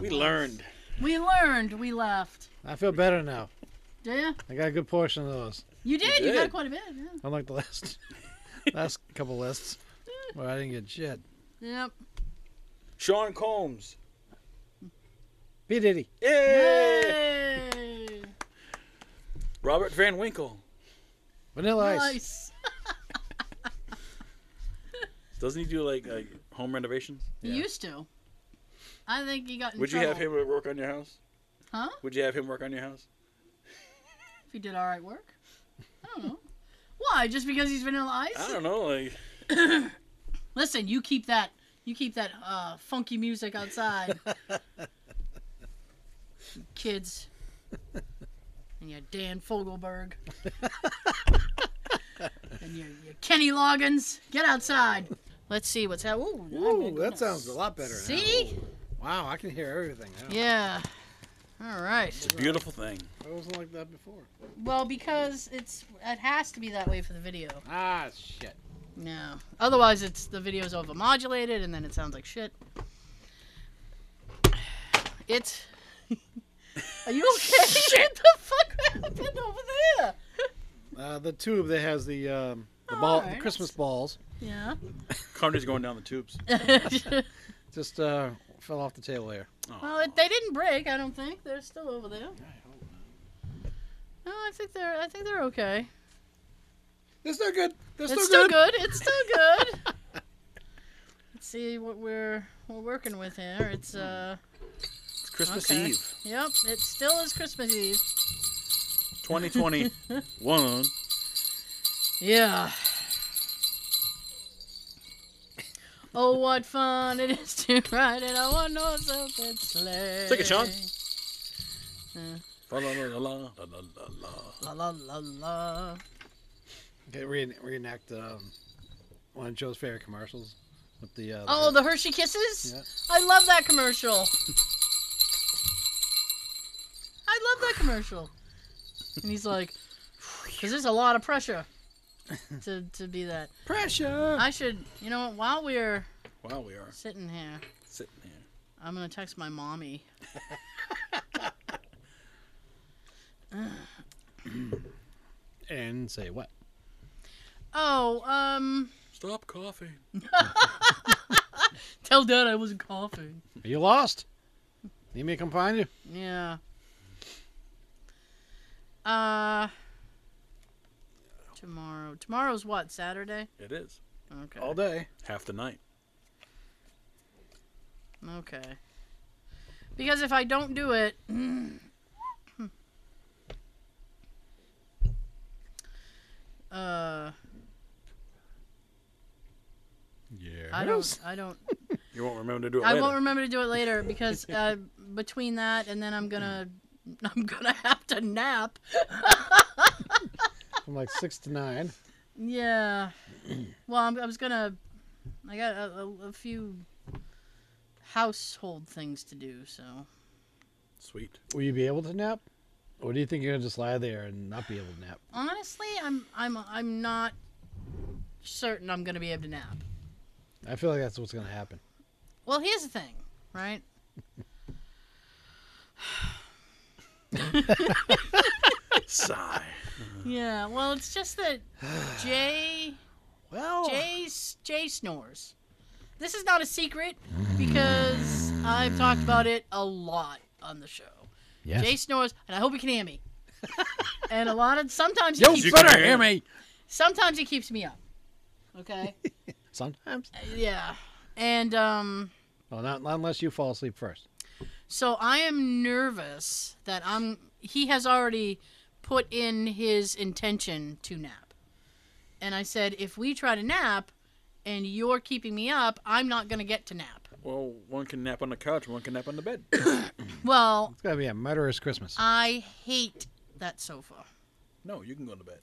Speaker 3: We learned.
Speaker 2: We learned. We laughed.
Speaker 4: I feel better now.
Speaker 2: Do you?
Speaker 4: I got a good portion of those.
Speaker 2: You did. You, got
Speaker 3: did.
Speaker 2: quite a bit. Yeah.
Speaker 4: Unlike the last last couple lists where I didn't get shit.
Speaker 2: Yep.
Speaker 3: Sean Combs.
Speaker 4: P Diddy.
Speaker 3: Yay!
Speaker 2: Yay!
Speaker 3: Robert Van Winkle.
Speaker 4: Vanilla Ice.
Speaker 2: Nice.
Speaker 3: Doesn't he do like, like home renovations?
Speaker 2: He used to. I think he got in
Speaker 3: Would you
Speaker 2: trouble.
Speaker 3: have him work on your house?
Speaker 2: Huh?
Speaker 3: Would you have him work on your house?
Speaker 2: If he did all right work. I don't know. Why? Just because he's Vanilla Ice?
Speaker 3: I don't know. Like
Speaker 2: Listen, you keep that. You keep that uh, funky music outside, kids, and your Dan Fogelberg, and your, your Kenny Loggins. Get outside. Let's see what's happening.
Speaker 4: Ooh, that sounds a lot better. now.
Speaker 2: See?
Speaker 4: Wow, I can hear everything. Now.
Speaker 2: Yeah. All right.
Speaker 3: it's a beautiful thing.
Speaker 4: It wasn't like that before.
Speaker 2: Well, because it's it has to be that way for the video.
Speaker 4: Ah, shit.
Speaker 2: No. Otherwise, it's the video's overmodulated, and then it sounds like shit. It's. Are you okay? what the fuck happened over there?
Speaker 4: Uh, the tube that has the um, the ball, the
Speaker 2: Alright.
Speaker 4: Christmas balls,
Speaker 2: Yeah.
Speaker 3: Carney's going down the tubes.
Speaker 4: just uh, fell off the table here.
Speaker 2: well, it, they didn't break. I don't think they're still over there. No, I think they're. I think they're okay.
Speaker 4: They're still good. They're
Speaker 2: it's still good. It's still good. Let's see what we're we're working with here. It's uh.
Speaker 3: It's Christmas
Speaker 2: Okay.
Speaker 3: Eve,
Speaker 2: Yep. It still is Christmas Eve.
Speaker 3: 2021.
Speaker 2: Yeah. Oh, what fun it is to ride in a one horse open sleigh.
Speaker 3: Take it, Sean.
Speaker 2: Yeah.
Speaker 3: La, la, la, la, la, la, la, la.
Speaker 2: La la la la.
Speaker 4: Okay, re- reenact um, one of Joe's favorite commercials with the. Uh,
Speaker 2: Oh, the Hershey Kisses?
Speaker 4: Yeah.
Speaker 2: I love that commercial. I love that commercial. And he's like, because there's a lot of pressure to, to be that.
Speaker 4: pressure.
Speaker 2: I should, you know what, while we're
Speaker 3: Wow, we are
Speaker 2: sitting here,
Speaker 3: sitting here.
Speaker 2: I'm gonna text my mommy.
Speaker 4: and say what?
Speaker 2: Oh, um,
Speaker 3: Stop coughing.
Speaker 2: tell dad I wasn't coughing.
Speaker 4: Are you lost? Need me to come find you?
Speaker 2: Yeah. Uh, tomorrow. Tomorrow's what? Saturday.
Speaker 3: It is
Speaker 2: Okay.
Speaker 4: All day.
Speaker 3: half the night.
Speaker 2: Okay. Because if I don't do it, uh,
Speaker 4: Yeah.
Speaker 2: I don't, I don't
Speaker 3: You won't remember to do it
Speaker 2: I
Speaker 3: later.
Speaker 2: won't remember to do it later because uh, between that and then I'm gonna I'm gonna have to nap.
Speaker 4: From like six to nine.
Speaker 2: Yeah. Well, I'm, I was gonna. I got a, a, a few household things to do, so
Speaker 3: Sweet.
Speaker 4: Will you be able to nap? Or do you think you're gonna just lie there and not be able to nap?
Speaker 2: Honestly, I'm I'm I'm not certain I'm gonna be able to nap.
Speaker 4: I feel like that's what's gonna happen.
Speaker 2: Well, here's the thing, right?
Speaker 3: Sigh.
Speaker 2: Yeah. Well, it's just that Jay
Speaker 4: Well,
Speaker 2: Jay s- Jay snores. This is not a secret because I've talked about it a lot on the show.
Speaker 4: yeah.
Speaker 2: Jay snores, and I hope he can hear me. and a lot of sometimes he
Speaker 4: you
Speaker 2: keeps,
Speaker 4: better hear me.
Speaker 2: sometimes he keeps me up. Okay.
Speaker 4: Sometimes.
Speaker 2: yeah. And um.
Speaker 4: Well, not, not unless you fall asleep first.
Speaker 2: So I am nervous that I'm. He has already put in his intention to nap, and I said if we try to nap, and you're keeping me up, I'm not gonna get to nap.
Speaker 3: Well, one can nap on the couch, one can nap on the bed.
Speaker 2: Well,
Speaker 4: It's gonna be a murderous Christmas.
Speaker 2: I hate that sofa.
Speaker 3: No, you can go to bed.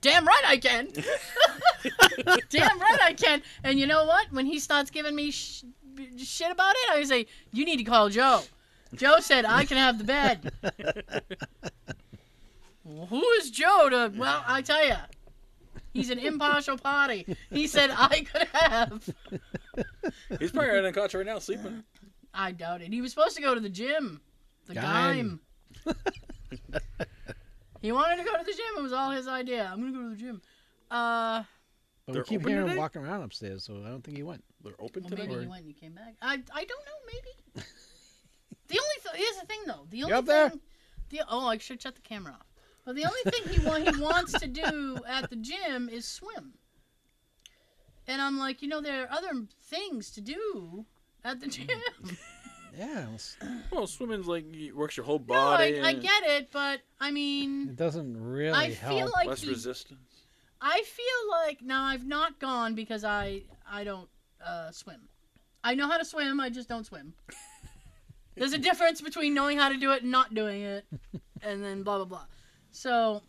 Speaker 2: Damn right I can. Damn right I can. And you know what? When he starts giving me sh- b- shit about it, I say you need to call Joe. Joe said I can have the bed. Well, Who is Joe to? Well, I tell you, he's an impartial party. He said I could have.
Speaker 3: He's probably on the couch right now sleeping.
Speaker 2: I doubt it. He was supposed to go to the gym. The
Speaker 4: Dime.
Speaker 2: dime. he wanted to go to the gym. It was all his idea. I'm gonna go to the gym. Uh.
Speaker 4: but
Speaker 3: they're
Speaker 4: we keep
Speaker 3: open
Speaker 4: hearing him
Speaker 3: today?
Speaker 4: walking around upstairs, so I don't think he went.
Speaker 3: They're open
Speaker 2: Well,
Speaker 3: today.
Speaker 2: maybe you went and you came back. I, I don't know. Maybe. the only th- here's the thing though. The only
Speaker 4: up there?
Speaker 2: thing. The, oh, I should shut the camera off. Well, the only thing he wa- he wants to do at the gym is swim. And I'm like, you know, there are other things to do at the gym.
Speaker 4: Yeah, it's-
Speaker 3: Well, swimming's like you- works your whole
Speaker 2: no, I,
Speaker 3: body.
Speaker 2: I
Speaker 3: and
Speaker 2: get it, but I mean,
Speaker 4: it doesn't really
Speaker 2: I
Speaker 4: help.
Speaker 2: feel like
Speaker 3: less
Speaker 2: he,
Speaker 3: resistance.
Speaker 2: I feel like now I've not gone because I I don't uh, swim. I know how to swim. I just don't swim. There's a difference between knowing how to do it and not doing it, and then blah blah blah. So,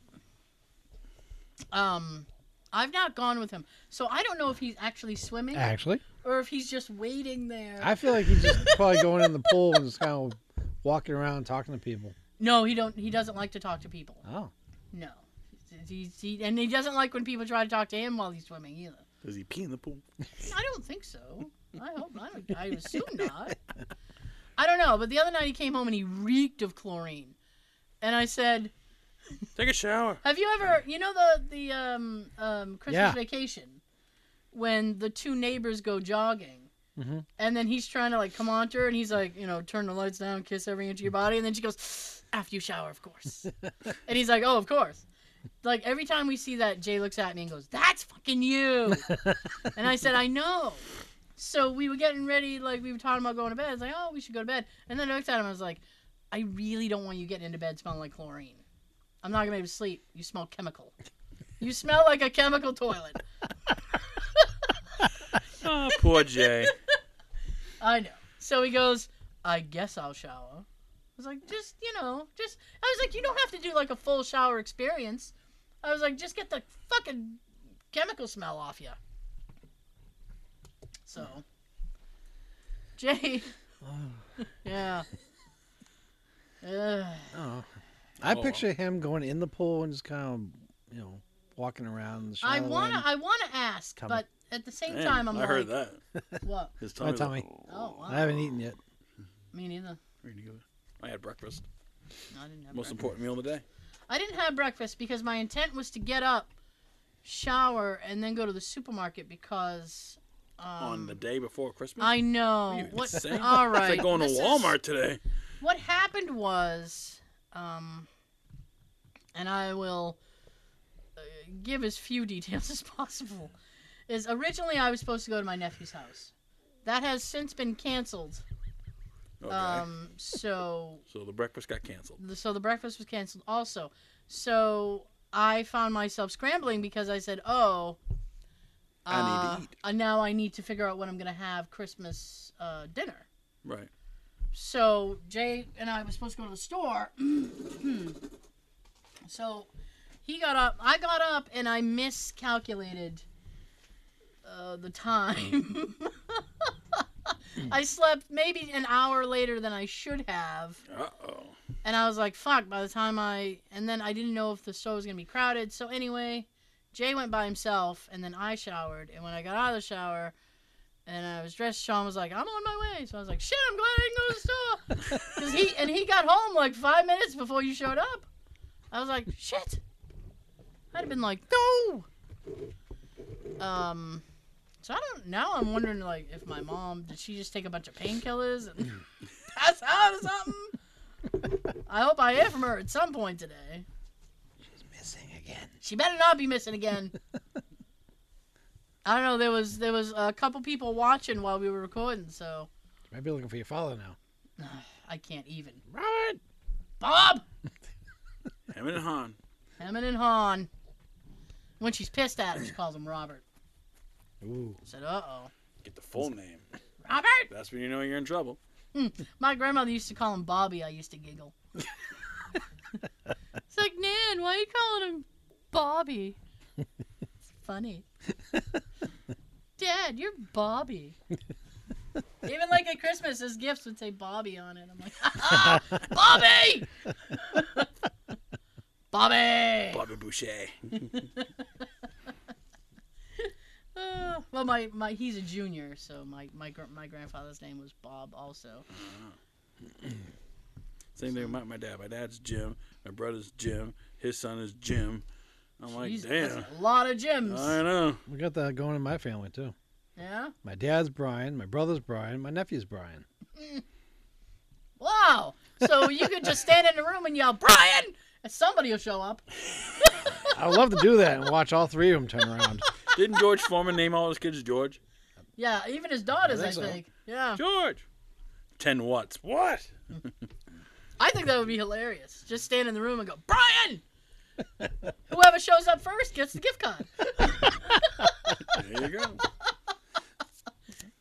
Speaker 2: um, I've not gone with him, so I don't know if he's actually swimming
Speaker 4: Actually,
Speaker 2: or if he's just waiting there.
Speaker 4: I feel like he's just probably going in the pool and just kind of walking around talking to people.
Speaker 2: No, he don't. He doesn't like to talk to people.
Speaker 4: Oh,
Speaker 2: No, he's, he and he doesn't like when people try to talk to him while he's swimming either.
Speaker 3: Does he pee in the pool?
Speaker 2: I don't think so. I hope I, don't, I assume not. I don't know, but the other night he came home and he reeked of chlorine, and I said,
Speaker 3: Take a shower.
Speaker 2: "Have you ever, you know the the um, um, Christmas
Speaker 4: Yeah.
Speaker 2: vacation when the two neighbors go jogging,
Speaker 4: Mhm.
Speaker 2: and then he's trying to like come on to her, and he's like, you know, turn the lights down, kiss every inch of your body, and then she goes, after you shower, of course, and he's like, oh, of course." Like every time we see that, Jay looks at me and goes, "That's fucking you." And I said, I know. So we were getting ready, like we were talking about going to bed. I was like, oh, we should go to bed. And then I looked at him. I was like, I really don't want you getting into bed smelling like chlorine. I'm not gonna be able to sleep. You smell chemical. You smell like a chemical toilet.
Speaker 3: Oh, poor Jay.
Speaker 2: I know. So he goes, I guess I'll shower. I was like, just you know, just. I was like, you don't have to do like a full shower experience. I was like, just get the fucking chemical smell off you. So, Jay.
Speaker 4: Oh.
Speaker 2: yeah. Ugh.
Speaker 4: oh. I
Speaker 3: Oh.
Speaker 4: picture him going in the pool and just kind of, you know, walking around. in The
Speaker 2: I
Speaker 4: shallow
Speaker 2: wanna,
Speaker 4: end.
Speaker 2: I wanna ask,
Speaker 4: Come.
Speaker 2: but at the same
Speaker 3: Damn,
Speaker 2: time, I'm
Speaker 3: I
Speaker 2: like,
Speaker 3: heard that.
Speaker 2: what?
Speaker 3: His
Speaker 4: My
Speaker 3: tummy's like,
Speaker 4: tummy.
Speaker 2: Oh wow.
Speaker 4: I haven't eaten yet.
Speaker 2: Me neither.
Speaker 3: Ready to go. I had breakfast.
Speaker 2: I didn't have
Speaker 3: Most
Speaker 2: breakfast.
Speaker 3: important meal of the day.
Speaker 2: I didn't have breakfast because my intent was to get up, shower, and then go to the supermarket because. Um,
Speaker 3: On the day before Christmas.
Speaker 2: I know.
Speaker 3: You
Speaker 2: What?
Speaker 3: insane.
Speaker 2: All
Speaker 3: It's
Speaker 2: right.
Speaker 3: like going to
Speaker 2: this is-
Speaker 3: Walmart today.
Speaker 2: what happened was, um, and I will uh, give as few details as possible. Is originally I was supposed to go to my nephew's house. That has since been canceled.
Speaker 3: Okay.
Speaker 2: Um, so
Speaker 3: so the breakfast got canceled.
Speaker 2: the- so the breakfast was canceled also so i found myself scrambling because i said oh
Speaker 3: I need to
Speaker 2: uh, uh, now i need to figure out what i'm going to have christmas uh, dinner
Speaker 3: Right.
Speaker 2: so jay and i were supposed to go to the store so he got up i got up and i miscalculated uh, the time
Speaker 3: Hmm.
Speaker 2: I slept maybe an hour later than I should have.
Speaker 3: Uh oh.
Speaker 2: And I was like, fuck, by the time I. And then I didn't know if the show was going to be crowded. So anyway, Jay went by himself, and then I showered. And when I got out of the shower and I was dressed, Sean was like, I'm on my way. So I was like, shit, I'm glad I didn't go to the store. 'Cause he, and he got home like five minutes before you showed up. I was like, shit. I'd have been like, no. Um. So I don't. Now I'm wondering, like, if my mom did she just take a bunch of painkillers and pass out or something? I hope I hear from her at some point today.
Speaker 4: Missing again.
Speaker 2: She better not be missing again. I don't know. There was there was a couple people watching while we were recording, so
Speaker 4: You might be looking for your father now.
Speaker 2: I can't even.
Speaker 4: Robert!
Speaker 2: Bob,
Speaker 3: Him and Han.
Speaker 2: Hammond and Han. When she's pissed at him, she calls him Robert.
Speaker 4: Ooh.
Speaker 2: I said, "Uh oh,
Speaker 3: Get the full name.
Speaker 2: Robert."
Speaker 3: That's when you know you're in trouble.
Speaker 2: My grandmother used to call him Bobby. I used to giggle. it's like, Nan, why are you calling him Bobby? It's funny. Dad, you're Bobby. Even like at Christmas, his gifts would say Bobby on it. I'm like, "Ah, Bobby! Bobby!
Speaker 3: Bobby Boucher.
Speaker 2: Uh, well, my, my he's a junior, so my my gr- my grandfather's name was Bob also.
Speaker 3: Same thing about my dad. My dad's Jim. My brother's Jim. His son is Jim. I'm like,
Speaker 2: Jesus, that's
Speaker 3: damn.
Speaker 2: a lot of gems.
Speaker 3: I know.
Speaker 4: We got that going in my family, too.
Speaker 2: Yeah.
Speaker 4: My dad's Brian, my brother's Brian, my nephew's Brian.
Speaker 2: Wow. So you could just stand in the room and yell, Brian, and somebody will show up.
Speaker 4: I would love to do that and watch all three of them turn around.
Speaker 3: Didn't George Foreman name all his kids George?
Speaker 2: Yeah, even his daughters, I
Speaker 4: I
Speaker 2: think.
Speaker 4: think so.
Speaker 2: Yeah.
Speaker 3: George. Ten watts. What?
Speaker 2: I think that would be hilarious. Just stand in the room and go, Brian! Whoever shows up first gets the gift card.
Speaker 3: There you go.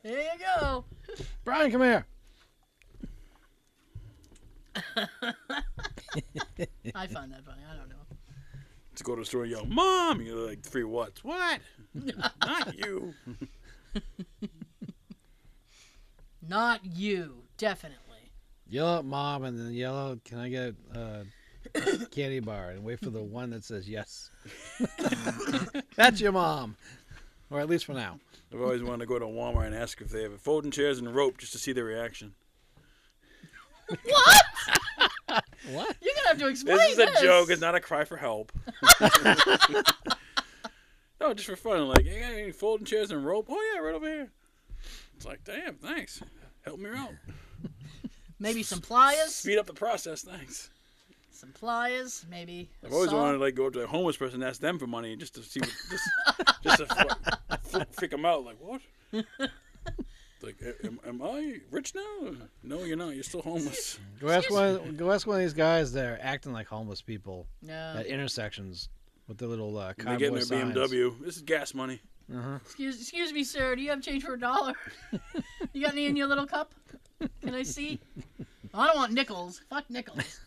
Speaker 2: There you go.
Speaker 4: Brian, come here.
Speaker 2: I find that funny. I don't know.
Speaker 3: to go to the store and yell, Mom! And You're like, three watts. What? Not you.
Speaker 2: Not you, definitely.
Speaker 4: Yell at mom and then yell out, can I get a candy bar? And wait for the one that says yes. That's your mom. Or at least for now.
Speaker 3: I've always wanted to go to Walmart and ask if they have folding chairs and rope just to see their reaction.
Speaker 2: What?
Speaker 4: What?
Speaker 2: You're going to have to explain
Speaker 3: This
Speaker 2: this.
Speaker 3: is a joke. It's not a cry for help. no, just for fun. Like, you got any folding chairs and rope? Oh, yeah, right over here. It's like, damn, thanks. Help me out.
Speaker 2: Maybe some pliers.
Speaker 3: Speed up the process, thanks.
Speaker 2: Some pliers. Maybe. a
Speaker 3: I've always
Speaker 2: saw.
Speaker 3: wanted to like go up to a homeless person and ask them for money just to see, what, just, just to fl- fl- freak them out. Like what? like, a- am, am I rich now? No, you're not. You're still homeless.
Speaker 4: Go ask one. Go ask one of these guys that are acting like homeless people
Speaker 2: No.
Speaker 4: at intersections with their little uh,
Speaker 3: And they
Speaker 4: cowboy
Speaker 3: get in their
Speaker 4: signs.
Speaker 3: BMW. This is gas money.
Speaker 4: Uh-huh.
Speaker 2: Excuse, excuse me, sir. Do you have change for a dollar? you got any in your little cup? Can I see? I don't want nickels. Fuck nickels.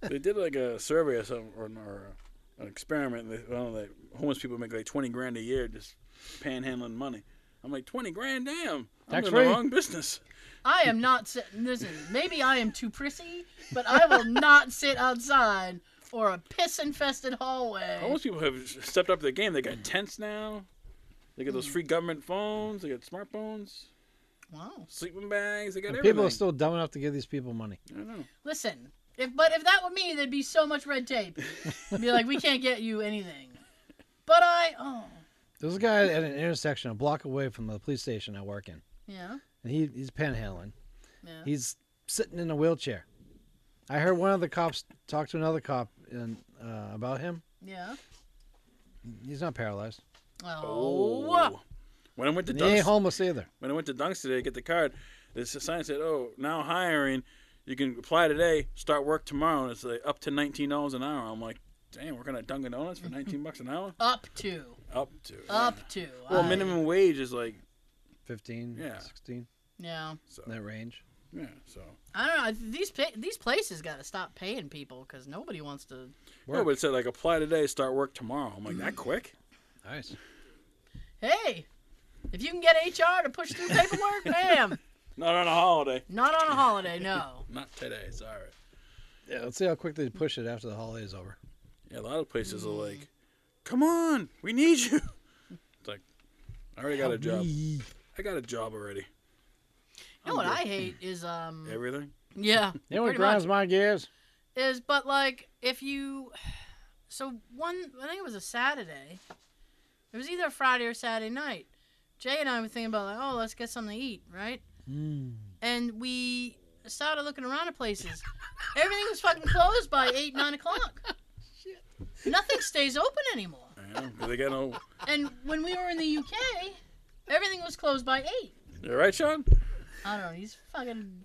Speaker 3: They did like a survey or something or, or uh, an experiment. And they, well, they, homeless people make like twenty grand a year just panhandling money. I'm like twenty grand, damn! I'm in the
Speaker 4: Tax-free.
Speaker 3: wrong business.
Speaker 2: I am not sitting. Listen, maybe I am too prissy, but I will not sit outside or a piss infested hallway.
Speaker 3: Homeless people have stepped up their game. They
Speaker 4: Mm.
Speaker 3: got tents now. They got those free government phones. They got smartphones.
Speaker 2: Wow.
Speaker 3: sleeping bags. They got
Speaker 4: And
Speaker 3: everything.
Speaker 4: people are still dumb enough to give these people money.
Speaker 3: I don't know.
Speaker 2: Listen, if but if that were me, there'd be so much red tape. It'd be like, we can't get you anything. But I. Oh,
Speaker 4: There's a guy at an intersection a block away from the police station I work in,
Speaker 2: yeah.
Speaker 4: and he, he's panhandling.
Speaker 2: Yeah.
Speaker 4: He's sitting in a wheelchair. I heard one of the cops talk to another cop and uh, about him.
Speaker 2: Yeah.
Speaker 4: He's not paralyzed.
Speaker 2: Oh.
Speaker 3: When I went to
Speaker 4: And he ain't
Speaker 3: Dunk's,
Speaker 4: homeless either.
Speaker 3: when I went to Dunk's today to get the card, this sign said, "Oh, now hiring. You can apply today. Start work tomorrow." And it's like up to nineteen dollars an hour. I'm like, "Damn, we're gonna Dunkin' Donuts for nineteen bucks an hour."
Speaker 2: Up to.
Speaker 3: Up to.
Speaker 2: Up to.
Speaker 3: Well,
Speaker 2: I-
Speaker 3: minimum wage is like
Speaker 4: 15,
Speaker 3: Yeah.
Speaker 4: 16,
Speaker 2: Yeah.
Speaker 3: so.
Speaker 4: in that range.
Speaker 3: Yeah, so.
Speaker 2: I don't know. I- These pa- these places got to stop paying people because nobody wants to.
Speaker 3: No, but it said like apply today, start work tomorrow. I'm like, that quick?
Speaker 4: Nice.
Speaker 2: Hey, If you can get HR to push through paperwork, bam.
Speaker 3: Not on a holiday.
Speaker 2: Not on a holiday, no.
Speaker 3: Not today. Sorry.
Speaker 4: Yeah, let's see how quickly they push it after the holiday is over.
Speaker 3: Yeah, a lot of places are like, "Come on, we need you." It's like, I already got a job. I got a job already.
Speaker 2: You know what I hate is um
Speaker 3: Everything.
Speaker 2: yeah.
Speaker 4: You know what
Speaker 2: pretty much.
Speaker 4: grinds my gears?
Speaker 2: is but like if you so one i think it was a saturday it was either a friday or saturday night jay and i were thinking about like oh let's get something to eat right Mm. and we started looking around at places everything was fucking closed by 8 9 o'clock nothing stays open anymore
Speaker 3: I know, 'cause they got no.
Speaker 2: and when we were in the uk everything was closed by 8
Speaker 3: You're right, Sean.
Speaker 2: i don't know he's fucking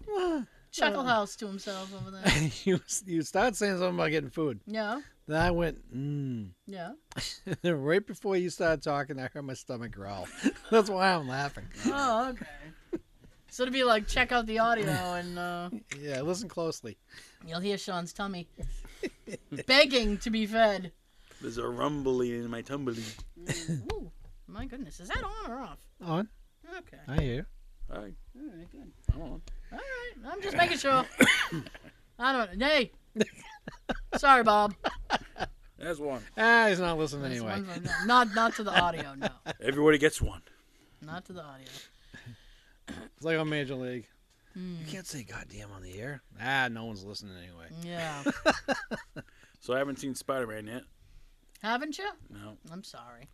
Speaker 2: chuckle house to himself over there
Speaker 4: you you start saying something about getting food.
Speaker 2: no
Speaker 4: Then I went, mm.
Speaker 2: no
Speaker 4: and then right before you started talking, I heard my stomach growl. That's why I'm laughing.
Speaker 2: Oh, okay. So it'd be like check out the audio and uh,
Speaker 4: Yeah, listen closely.
Speaker 2: you'll hear Sean's tummy begging to be fed.
Speaker 3: There's a rumbly in my tumbly.
Speaker 2: Ooh, my goodness, is that on or off?
Speaker 4: On,
Speaker 2: Okay, all
Speaker 4: I hear. you.
Speaker 3: Hi.
Speaker 2: right, good.
Speaker 3: Come on.
Speaker 2: All right, I'm just making sure. I don't. Hey, sorry, Bob.
Speaker 3: That's one.
Speaker 4: Ah, he's not listening
Speaker 2: That's
Speaker 4: anyway.
Speaker 2: one for- no, not not to the audio. No,
Speaker 3: Everybody gets one.
Speaker 2: not to the audio.
Speaker 4: It's like on Major League.
Speaker 2: Hmm.
Speaker 4: You can't say goddamn on the air. Ah, no one's listening anyway.
Speaker 2: Yeah,
Speaker 3: So I haven't seen Spider-Man yet.
Speaker 2: haven't you?
Speaker 3: No.
Speaker 2: I'm sorry.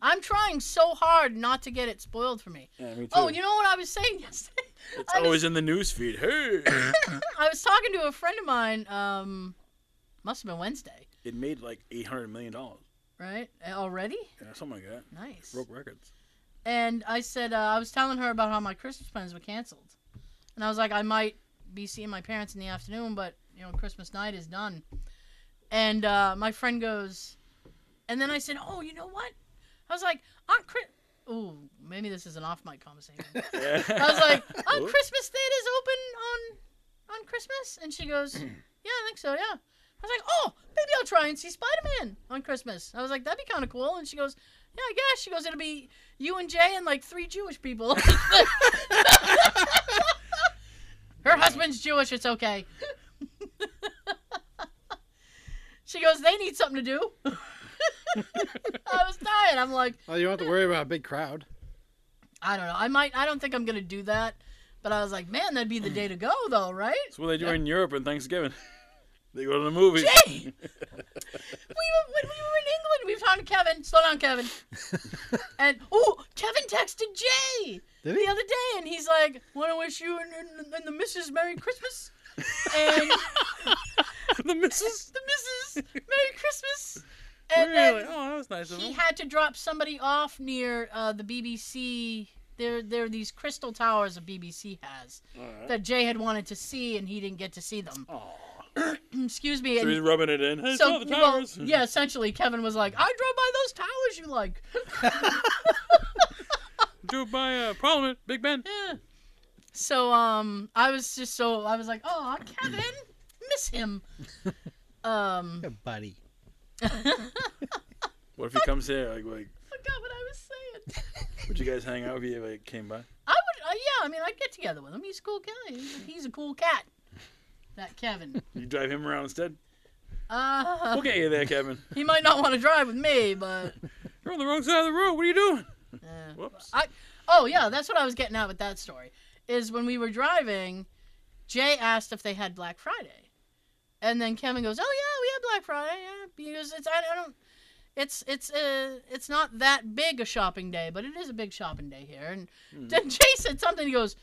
Speaker 2: I'm trying so hard not to get it spoiled for me.
Speaker 3: Yeah, me too.
Speaker 2: Oh, you know what I was saying yesterday?
Speaker 3: it's
Speaker 2: I was-
Speaker 3: always in the newsfeed. Hey.
Speaker 2: I was talking to a friend of mine. Um, must have been Wednesday,
Speaker 3: it made like eight hundred million dollars.
Speaker 2: right? Already?
Speaker 3: Yeah, something like that.
Speaker 2: Nice.
Speaker 3: Broke records.
Speaker 2: And I said uh, I was telling her about how my Christmas plans were canceled, and I was like, I might be seeing my parents in the afternoon, but you know, Christmas night is done. And uh, my friend goes, and then I said, Oh, you know what? I was like, on Chris. Ooh, maybe this is an off mic conversation.
Speaker 3: Yeah.
Speaker 2: I was like, "On
Speaker 3: What?
Speaker 2: Christmas theaters open on on Christmas?" And she goes, "Yeah, I think so. Yeah." I was like, "Oh, maybe I'll try and see Spider Man on Christmas." I was like, "That'd be kind of cool." And she goes, "Yeah, I guess." She goes, "It'll be you and Jay and like three Jewish people." Her husband's Jewish. It's okay. she goes, "They need something to do." I was dying. I'm like,
Speaker 4: Oh, you don't have to worry about a big crowd.
Speaker 2: I don't know. I might. I don't think I'm gonna do that. But I was like, man, that'd be the day to go, though, right?
Speaker 3: That's what they do in Europe on Thanksgiving. they go to the movies.
Speaker 2: Hey, we were, when we were in England, we found Kevin. Slow down, Kevin. and oh, Kevin texted Jay
Speaker 4: Did
Speaker 2: the
Speaker 4: he?
Speaker 2: other day, and he's like, "Want to wish you and, and, and the missus Merry Christmas." And
Speaker 3: the missus.
Speaker 2: the missus Merry Christmas. And
Speaker 3: Really?
Speaker 2: then
Speaker 3: Oh, that was nice of
Speaker 2: he
Speaker 3: him.
Speaker 2: had to drop somebody off near uh, the BBC. There, there are these crystal towers the BBC has that Jay had wanted to see, and he didn't get to see them.
Speaker 3: Aw.
Speaker 2: Excuse me.
Speaker 3: So he's
Speaker 2: And
Speaker 3: rubbing it in. Hey, saw
Speaker 2: so,
Speaker 3: the
Speaker 2: well,
Speaker 3: towers.
Speaker 2: yeah, essentially, Kevin was like, "I drove by those towers. You like?"
Speaker 3: Do it by uh, Parliament, Big Ben.
Speaker 2: Yeah. So, um, I was just so I was like, "Oh, Kevin, miss him." Um,
Speaker 4: Yeah, buddy.
Speaker 3: What if he comes here? Like, like,
Speaker 2: forgot what I was saying.
Speaker 3: would you guys hang out if he like, came by?
Speaker 2: I would, uh, yeah. I mean, I'd get together with him. He's a cool guy. He's a, he's a cool cat. That Kevin.
Speaker 3: You drive him around instead.
Speaker 2: Uh,
Speaker 3: We'll get you there, Kevin.
Speaker 2: He might not want to drive with me, but
Speaker 3: You're on the wrong side of the road. What are you doing?
Speaker 2: uh,
Speaker 3: Whoops.
Speaker 2: I. Oh yeah, that's what I was getting at with that story. Is when we were driving, Jay asked if they had Black Friday, and then Kevin goes, "Oh yeah, we had Black Friday. Yeah, because it's I, I don't." It's it's uh it's not that big a shopping day, but it is a big shopping day here. And then Jay said something. He goes,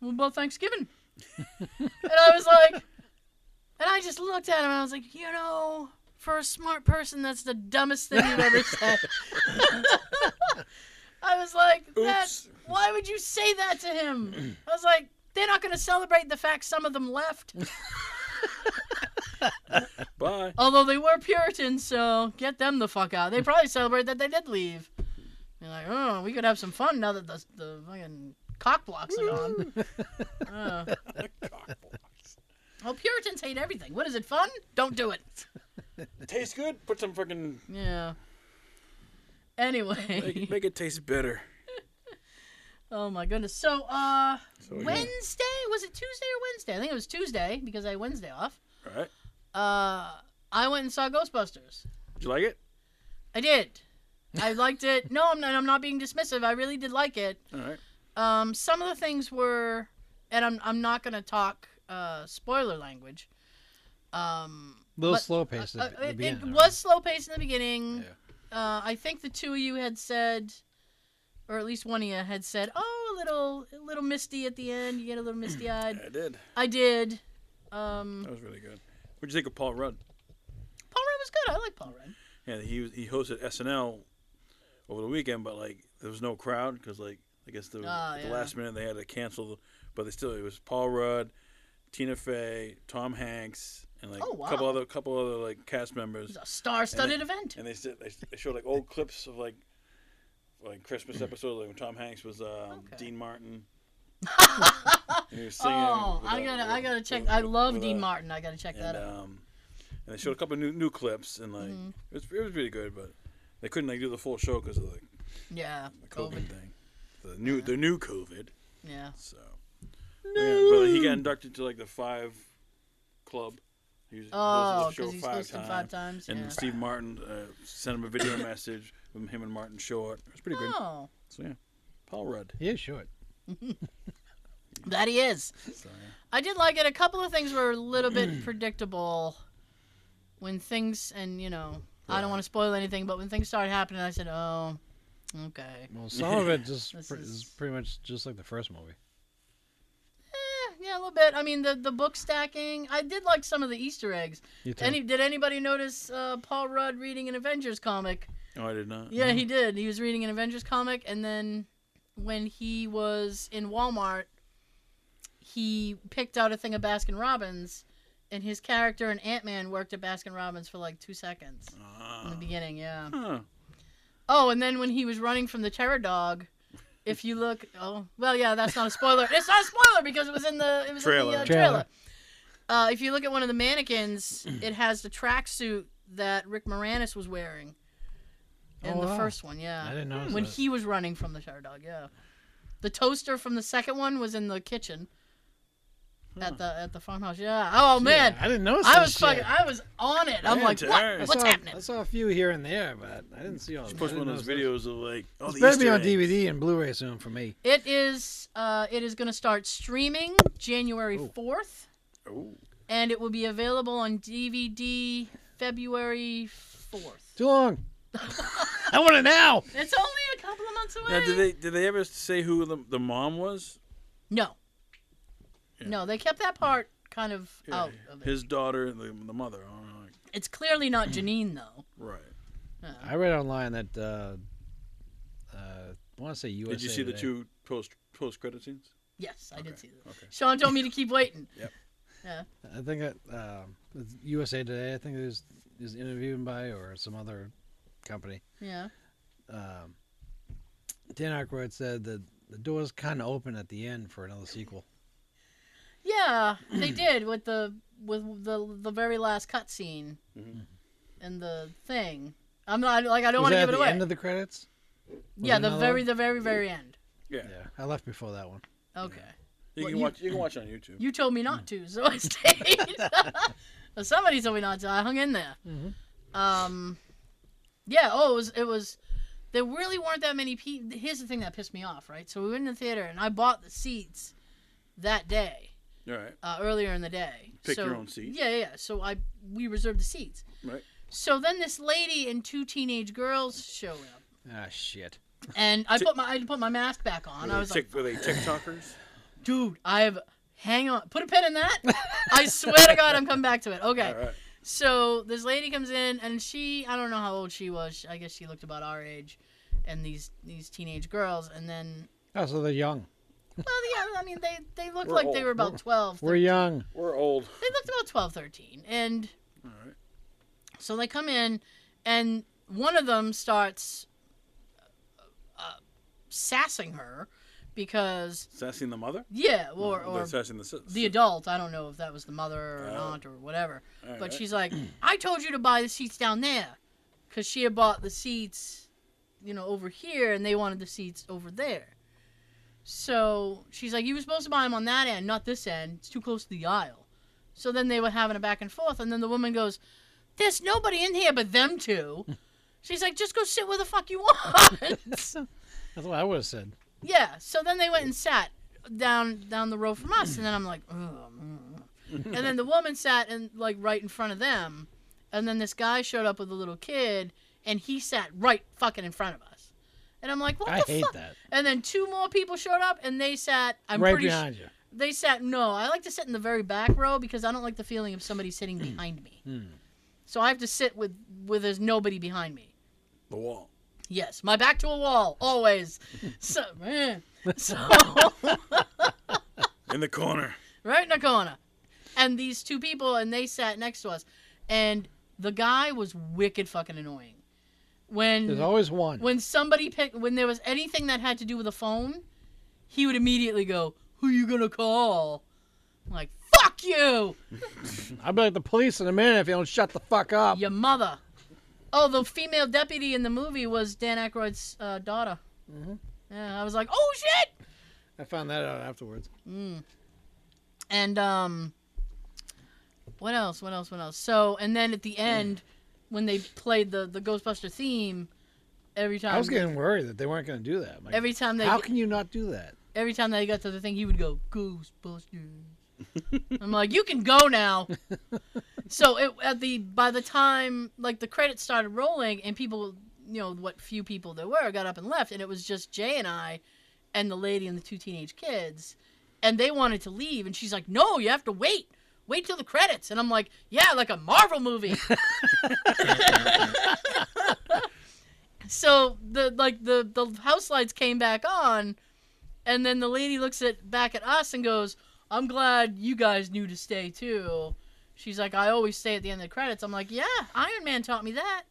Speaker 2: "What about Thanksgiving?" and I was like, and I just looked at him and I was like, you know, for a smart person, that's the dumbest thing you've ever said. I was like, that,
Speaker 3: Oops.
Speaker 2: why would you say that to him? I was like, they're not going to celebrate the fact some of them left.
Speaker 3: Bye.
Speaker 2: Although they were Puritans, so get them the fuck out. They probably celebrate that they did leave. You're like, oh, we could have some fun now that the, the fucking cock blocks are gone. Uh. Well, Puritans hate everything. What is it, fun? Don't do it.
Speaker 3: Tastes good. Put some freaking
Speaker 2: Yeah.
Speaker 3: make,
Speaker 2: Anyway,
Speaker 3: make it taste better.
Speaker 2: Oh my goodness. So, uh,
Speaker 3: So we-
Speaker 2: Wednesday was it Tuesday or Wednesday? I think it was Tuesday because I had Wednesday off.
Speaker 3: All right.
Speaker 2: Uh, I went and saw Ghostbusters.
Speaker 3: Did you like it?
Speaker 2: I did. I liked it. No, I'm not. I'm not being dismissive. I really did like it.
Speaker 3: All right.
Speaker 2: Um, some of the things were, and I'm I'm not gonna talk uh, spoiler language. Um,
Speaker 4: A little
Speaker 2: But-
Speaker 4: slow paced.
Speaker 2: Uh,
Speaker 4: at the
Speaker 2: it, it
Speaker 4: beginning,
Speaker 2: was slow paced in the beginning. Uh, I think the two of you had said, or at least one of you had said, "Oh, a little, a little misty at the end. You get a little misty eyed."
Speaker 3: Yeah, I did.
Speaker 2: I did. Um,
Speaker 3: That was really good. What'd you think of Paul Rudd?
Speaker 2: Paul Rudd was good. I like Paul Rudd.
Speaker 3: Yeah, he was, he hosted SNL over the weekend, but like there was no crowd because like I guess the,
Speaker 2: Ah,
Speaker 3: the
Speaker 2: yeah.
Speaker 3: last minute they had to cancel, but they still it was Paul Rudd, Tina Fey, Tom Hanks, and like
Speaker 2: Oh,
Speaker 3: a couple
Speaker 2: wow.
Speaker 3: other couple other like cast
Speaker 2: It
Speaker 3: members,
Speaker 2: was a star-studded
Speaker 3: And
Speaker 2: event.
Speaker 3: and they said they, they showed like old clips of like like Christmas episodes, like when Tom Hanks was um,
Speaker 2: Okay.
Speaker 3: Dean Martin. and he was singing
Speaker 2: oh,
Speaker 3: with
Speaker 2: I
Speaker 3: a-
Speaker 2: gotta, I
Speaker 3: with-
Speaker 2: gotta check.
Speaker 3: with-
Speaker 2: I love
Speaker 3: with uh,
Speaker 2: Dean
Speaker 3: a-
Speaker 2: Martin. I gotta check that
Speaker 3: and
Speaker 2: out.
Speaker 3: um, and they showed a couple of new new clips, and like
Speaker 2: Mhm.
Speaker 3: it was it was pretty good, but they couldn't like do the full show because of like
Speaker 2: Yeah,
Speaker 3: the COVID,
Speaker 2: COVID.
Speaker 3: thing, the new the new COVID.
Speaker 2: Yeah.
Speaker 3: So, yeah, but he got inducted to like the five club. He was he
Speaker 2: Oh,
Speaker 3: hosted the
Speaker 2: because
Speaker 3: show
Speaker 2: he's
Speaker 3: five
Speaker 2: hosted
Speaker 3: times,
Speaker 2: five times.
Speaker 3: and
Speaker 2: yeah.
Speaker 3: Steve Martin uh, sent him a video message from him and Martin Short. It was pretty good.
Speaker 2: Oh,
Speaker 3: So yeah, Paul Rudd.
Speaker 4: yeah, short.
Speaker 2: that he is.
Speaker 3: So, yeah.
Speaker 2: I did like it. A couple of things were a little bit predictable when things, and you know, I don't want to spoil anything, but when things started happening, I said, oh, okay.
Speaker 4: Well, some of it just
Speaker 2: This
Speaker 4: pr-
Speaker 2: is-
Speaker 4: is... pretty much just like the first movie.
Speaker 2: Eh, yeah, a little bit. I mean, the, the book stacking, I did like some of the Easter eggs.
Speaker 4: You too.
Speaker 2: Any, did anybody notice uh, Paul Rudd reading an Avengers comic?
Speaker 3: No, I did not.
Speaker 2: Yeah, he did. He was reading an Avengers comic, and then when he was in Walmart, he picked out a thing of Baskin Robbins, and his character and Ant Man worked at Baskin Robbins for like two seconds in the
Speaker 3: Ah.
Speaker 2: beginning. Yeah.
Speaker 3: Huh.
Speaker 2: Oh, and then when he was running from the terror dog. If you look, oh well, yeah, that's not a spoiler. It's not a spoiler because it was in the it was in
Speaker 3: Trailer.
Speaker 2: the uh,
Speaker 4: Trailer.
Speaker 2: trailer. Uh, if you look at one of the mannequins, it has the tracksuit that Rick Moranis was wearing in
Speaker 4: Oh,
Speaker 2: the
Speaker 4: wow.
Speaker 2: first one. Yeah,
Speaker 4: I didn't notice
Speaker 2: when
Speaker 4: that.
Speaker 2: he was running from the terror dog. Yeah, the toaster from the second one was in the kitchen
Speaker 3: Huh.
Speaker 2: at the at the farmhouse. Yeah. Oh
Speaker 4: Shit,
Speaker 2: man,
Speaker 4: I didn't notice.
Speaker 2: I
Speaker 4: that
Speaker 2: was
Speaker 4: shit.
Speaker 2: fucking. I was on it. I'm
Speaker 3: Man,
Speaker 2: like,
Speaker 3: Terrence.
Speaker 2: what? What's
Speaker 4: I saw,
Speaker 2: happening?
Speaker 4: I saw a few here and there, but I didn't see all.
Speaker 3: She
Speaker 4: of
Speaker 3: posted
Speaker 4: them.
Speaker 3: one
Speaker 4: I
Speaker 3: of those
Speaker 4: didn't notice
Speaker 3: videos of like, oh,
Speaker 4: those.
Speaker 3: the
Speaker 4: It's better be
Speaker 3: Easter
Speaker 4: on
Speaker 3: eggs.
Speaker 4: DVD and Blu-ray soon for me.
Speaker 2: It is. Uh, it is going to start streaming January
Speaker 4: Oh.
Speaker 2: fourth,
Speaker 3: Oh,
Speaker 2: and it will be available on DVD February fourth.
Speaker 4: Too long. I want it now.
Speaker 2: It's only a couple of months away.
Speaker 3: now did they did they ever say who the the mom was?
Speaker 2: No.
Speaker 3: Yeah.
Speaker 2: No, they kept that part kind of
Speaker 3: Yeah,
Speaker 2: out of it.
Speaker 3: his daughter and the, the mother. I don't know, like,
Speaker 2: It's clearly not Janine though. Uh,
Speaker 3: right.
Speaker 2: No.
Speaker 4: I read online that uh, uh, I want to say USA.
Speaker 3: Did you see the
Speaker 4: Today.
Speaker 3: two post post credit scenes?
Speaker 2: Yes, I did
Speaker 3: Okay,
Speaker 2: see that.
Speaker 3: okay.
Speaker 2: Sean told me to keep waiting.
Speaker 4: I think it, um, it's USA Today. I think it was is interviewing by or some other company.
Speaker 2: Yeah.
Speaker 4: Um, Dan Aykroyd said that the door's kind of open at the end for another sequel.
Speaker 2: Yeah, they did with the with the the very last cutscene
Speaker 3: Mhm.
Speaker 2: and the thing. I'm not like I don't
Speaker 4: Mm-hmm. was
Speaker 2: want to
Speaker 4: that
Speaker 2: give
Speaker 4: at
Speaker 2: it
Speaker 4: the
Speaker 2: away.
Speaker 4: end of the credits? Was
Speaker 2: yeah,
Speaker 4: it
Speaker 2: the
Speaker 4: another
Speaker 2: very
Speaker 4: one?
Speaker 2: the very very end.
Speaker 3: Yeah.
Speaker 4: Yeah, I left before that one.
Speaker 2: Okay.
Speaker 3: You
Speaker 2: Well,
Speaker 3: can
Speaker 2: you-
Speaker 3: watch. You can watch it on YouTube.
Speaker 2: You told me
Speaker 4: Mm.
Speaker 2: not to, so I stayed. Well, Somebody told me not to. I hung in there.
Speaker 4: Mhm.
Speaker 2: Um, yeah. Oh, it was. It was. There really weren't that many people. Here's the thing that pissed me off, right? So we went in the theater, and I bought the seats that day,
Speaker 3: All right.
Speaker 2: uh, earlier in the day.
Speaker 3: Pick
Speaker 2: so,
Speaker 3: your own seat.
Speaker 2: Yeah, yeah, yeah. So I we reserved the seats.
Speaker 3: Right.
Speaker 2: So then this lady and two teenage girls show up,
Speaker 4: Ah shit.
Speaker 2: and I
Speaker 3: Ti-
Speaker 2: put my I put my mask back on. I
Speaker 3: were,
Speaker 2: was
Speaker 3: they
Speaker 2: like,
Speaker 3: tick, were they TikTokers?
Speaker 2: dude, I have. Hang on. Put a pin in that. I swear to God, I'm coming back to it. Okay.
Speaker 3: All right.
Speaker 2: So this lady comes in, and she I don't know how old she was. I guess she looked about our age, and these these teenage girls, and then
Speaker 4: Oh, so they're young.
Speaker 2: well, yeah, I mean they they looked
Speaker 3: We're
Speaker 2: like they
Speaker 3: old.
Speaker 2: were about 12
Speaker 4: We're young.
Speaker 3: We're old.
Speaker 2: They looked about 12, 13, and
Speaker 3: All right.
Speaker 2: so they come in, and one of them starts uh, sassing her because
Speaker 3: Sassing the mother.
Speaker 2: yeah, or
Speaker 3: they're
Speaker 2: or
Speaker 3: sassing the sis.
Speaker 2: the adult. I don't know if that was the mother or an
Speaker 3: Oh.
Speaker 2: aunt or whatever.
Speaker 3: All
Speaker 2: But
Speaker 3: right.
Speaker 2: she's like, I told you to buy the seats down there. Because she had bought the seats, you know, over here, and they wanted the seats over there. So she's like, "You were supposed to buy them on that end, not this end. It's too close to the aisle." So then they were having a back and forth, and then the woman goes, "There's nobody in here but them two. She's like, "Just go sit where the fuck you want."
Speaker 4: That's what I would have said.
Speaker 2: Yeah. So then they went and sat down down the row from us, and then I'm like, Ugh. mm." and then the woman sat and like right in front of them, and then this guy showed up with a little kid, and he sat right fucking in front of us, and I'm like, what
Speaker 4: I
Speaker 2: the
Speaker 4: hate
Speaker 2: fuck?
Speaker 4: that.
Speaker 2: And then two more people showed up, and they sat. I'm
Speaker 4: right
Speaker 2: pretty. su-
Speaker 4: behind you.
Speaker 2: they sat. No, I like to sit in the very back row because I don't like the feeling of somebody sitting
Speaker 4: Hmm.
Speaker 2: behind me. So I have to sit with with there's nobody behind me.
Speaker 3: The wall.
Speaker 2: Yes, my back to a wall always. so, eh. so
Speaker 3: In the corner.
Speaker 2: right in the corner. And these two people, and they sat next to us, and the guy was wicked fucking annoying.
Speaker 4: There's
Speaker 2: When
Speaker 4: always one.
Speaker 2: when somebody picked, when there was anything that had to do with a phone, he would immediately go, "Who you gonna call?" I'm like, "Fuck you,
Speaker 4: I'll be like the police in a minute if you don't shut the fuck up.
Speaker 2: your mother." Oh, the female deputy in the movie was Dan Aykroyd's uh, daughter. Yeah, I was like, "Oh shit!"
Speaker 4: I found that out afterwards.
Speaker 2: And um what else? What else? What else? So, and then
Speaker 4: Mm.
Speaker 2: at the end when they played the the Ghostbuster theme every time
Speaker 4: I was getting worried that they weren't going to do that. I'm Like,
Speaker 2: every time they
Speaker 4: how can you not do that?
Speaker 2: every time they got to the thing he would go Ghostbusters. I'm like, "You can go now." so, it, at the by the time like the credits started rolling and people, you know, what few people there were got up and left and it was just Jay and I and the lady and the two teenage kids and they wanted to leave and she's like no you have to wait wait till the credits and i'm like yeah like a marvel movie so the like the the house lights came back on and then the lady looks at back at us and goes i'm glad you guys knew to stay too she's like i always stay at the end of the credits i'm like yeah iron man taught me that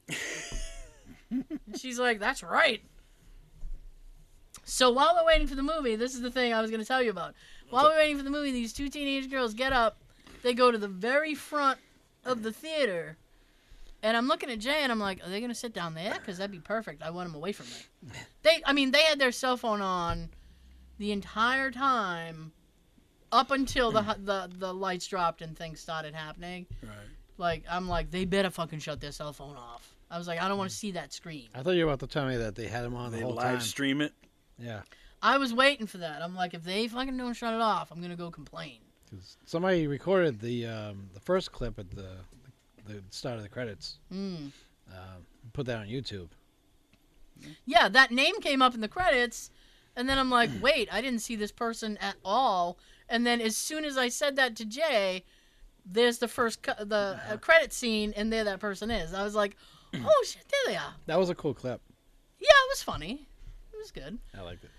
Speaker 2: And she's like that's right so while we're waiting for the movie, this is the thing I was going to tell you about. While we're waiting for the movie, these two teenage girls get up. They go to the very front of the theater. And I'm looking at Jay and I'm like, are they going to sit down there? Because that'd be perfect. I want them away from me. They, I mean, they had their cell phone on the entire time up until the, the, the lights dropped and things started happening.
Speaker 3: Right.
Speaker 2: Like, I'm like, they better fucking shut their cell phone off. I was like, I don't want to see that screen.
Speaker 4: I thought you were about to tell me that they had him on
Speaker 3: They
Speaker 4: the whole
Speaker 3: live
Speaker 4: time.
Speaker 3: stream it.
Speaker 4: Yeah,
Speaker 2: I was waiting for that. I'm like, if they fucking don't shut it off, I'm gonna go complain.
Speaker 4: 'cause somebody recorded the um, the first clip at the the start of the credits.
Speaker 2: Mm.
Speaker 4: Um, put that on YouTube.
Speaker 2: Yeah, that name came up in the credits, and then I'm like, wait, I didn't see this person at all. And then as soon as I said that to Jay, there's the first cu- the uh, credit scene, and there that person is. I was like, oh shit, there they are.
Speaker 4: That was a cool clip.
Speaker 2: Yeah, it was funny. It was good.
Speaker 4: I liked it.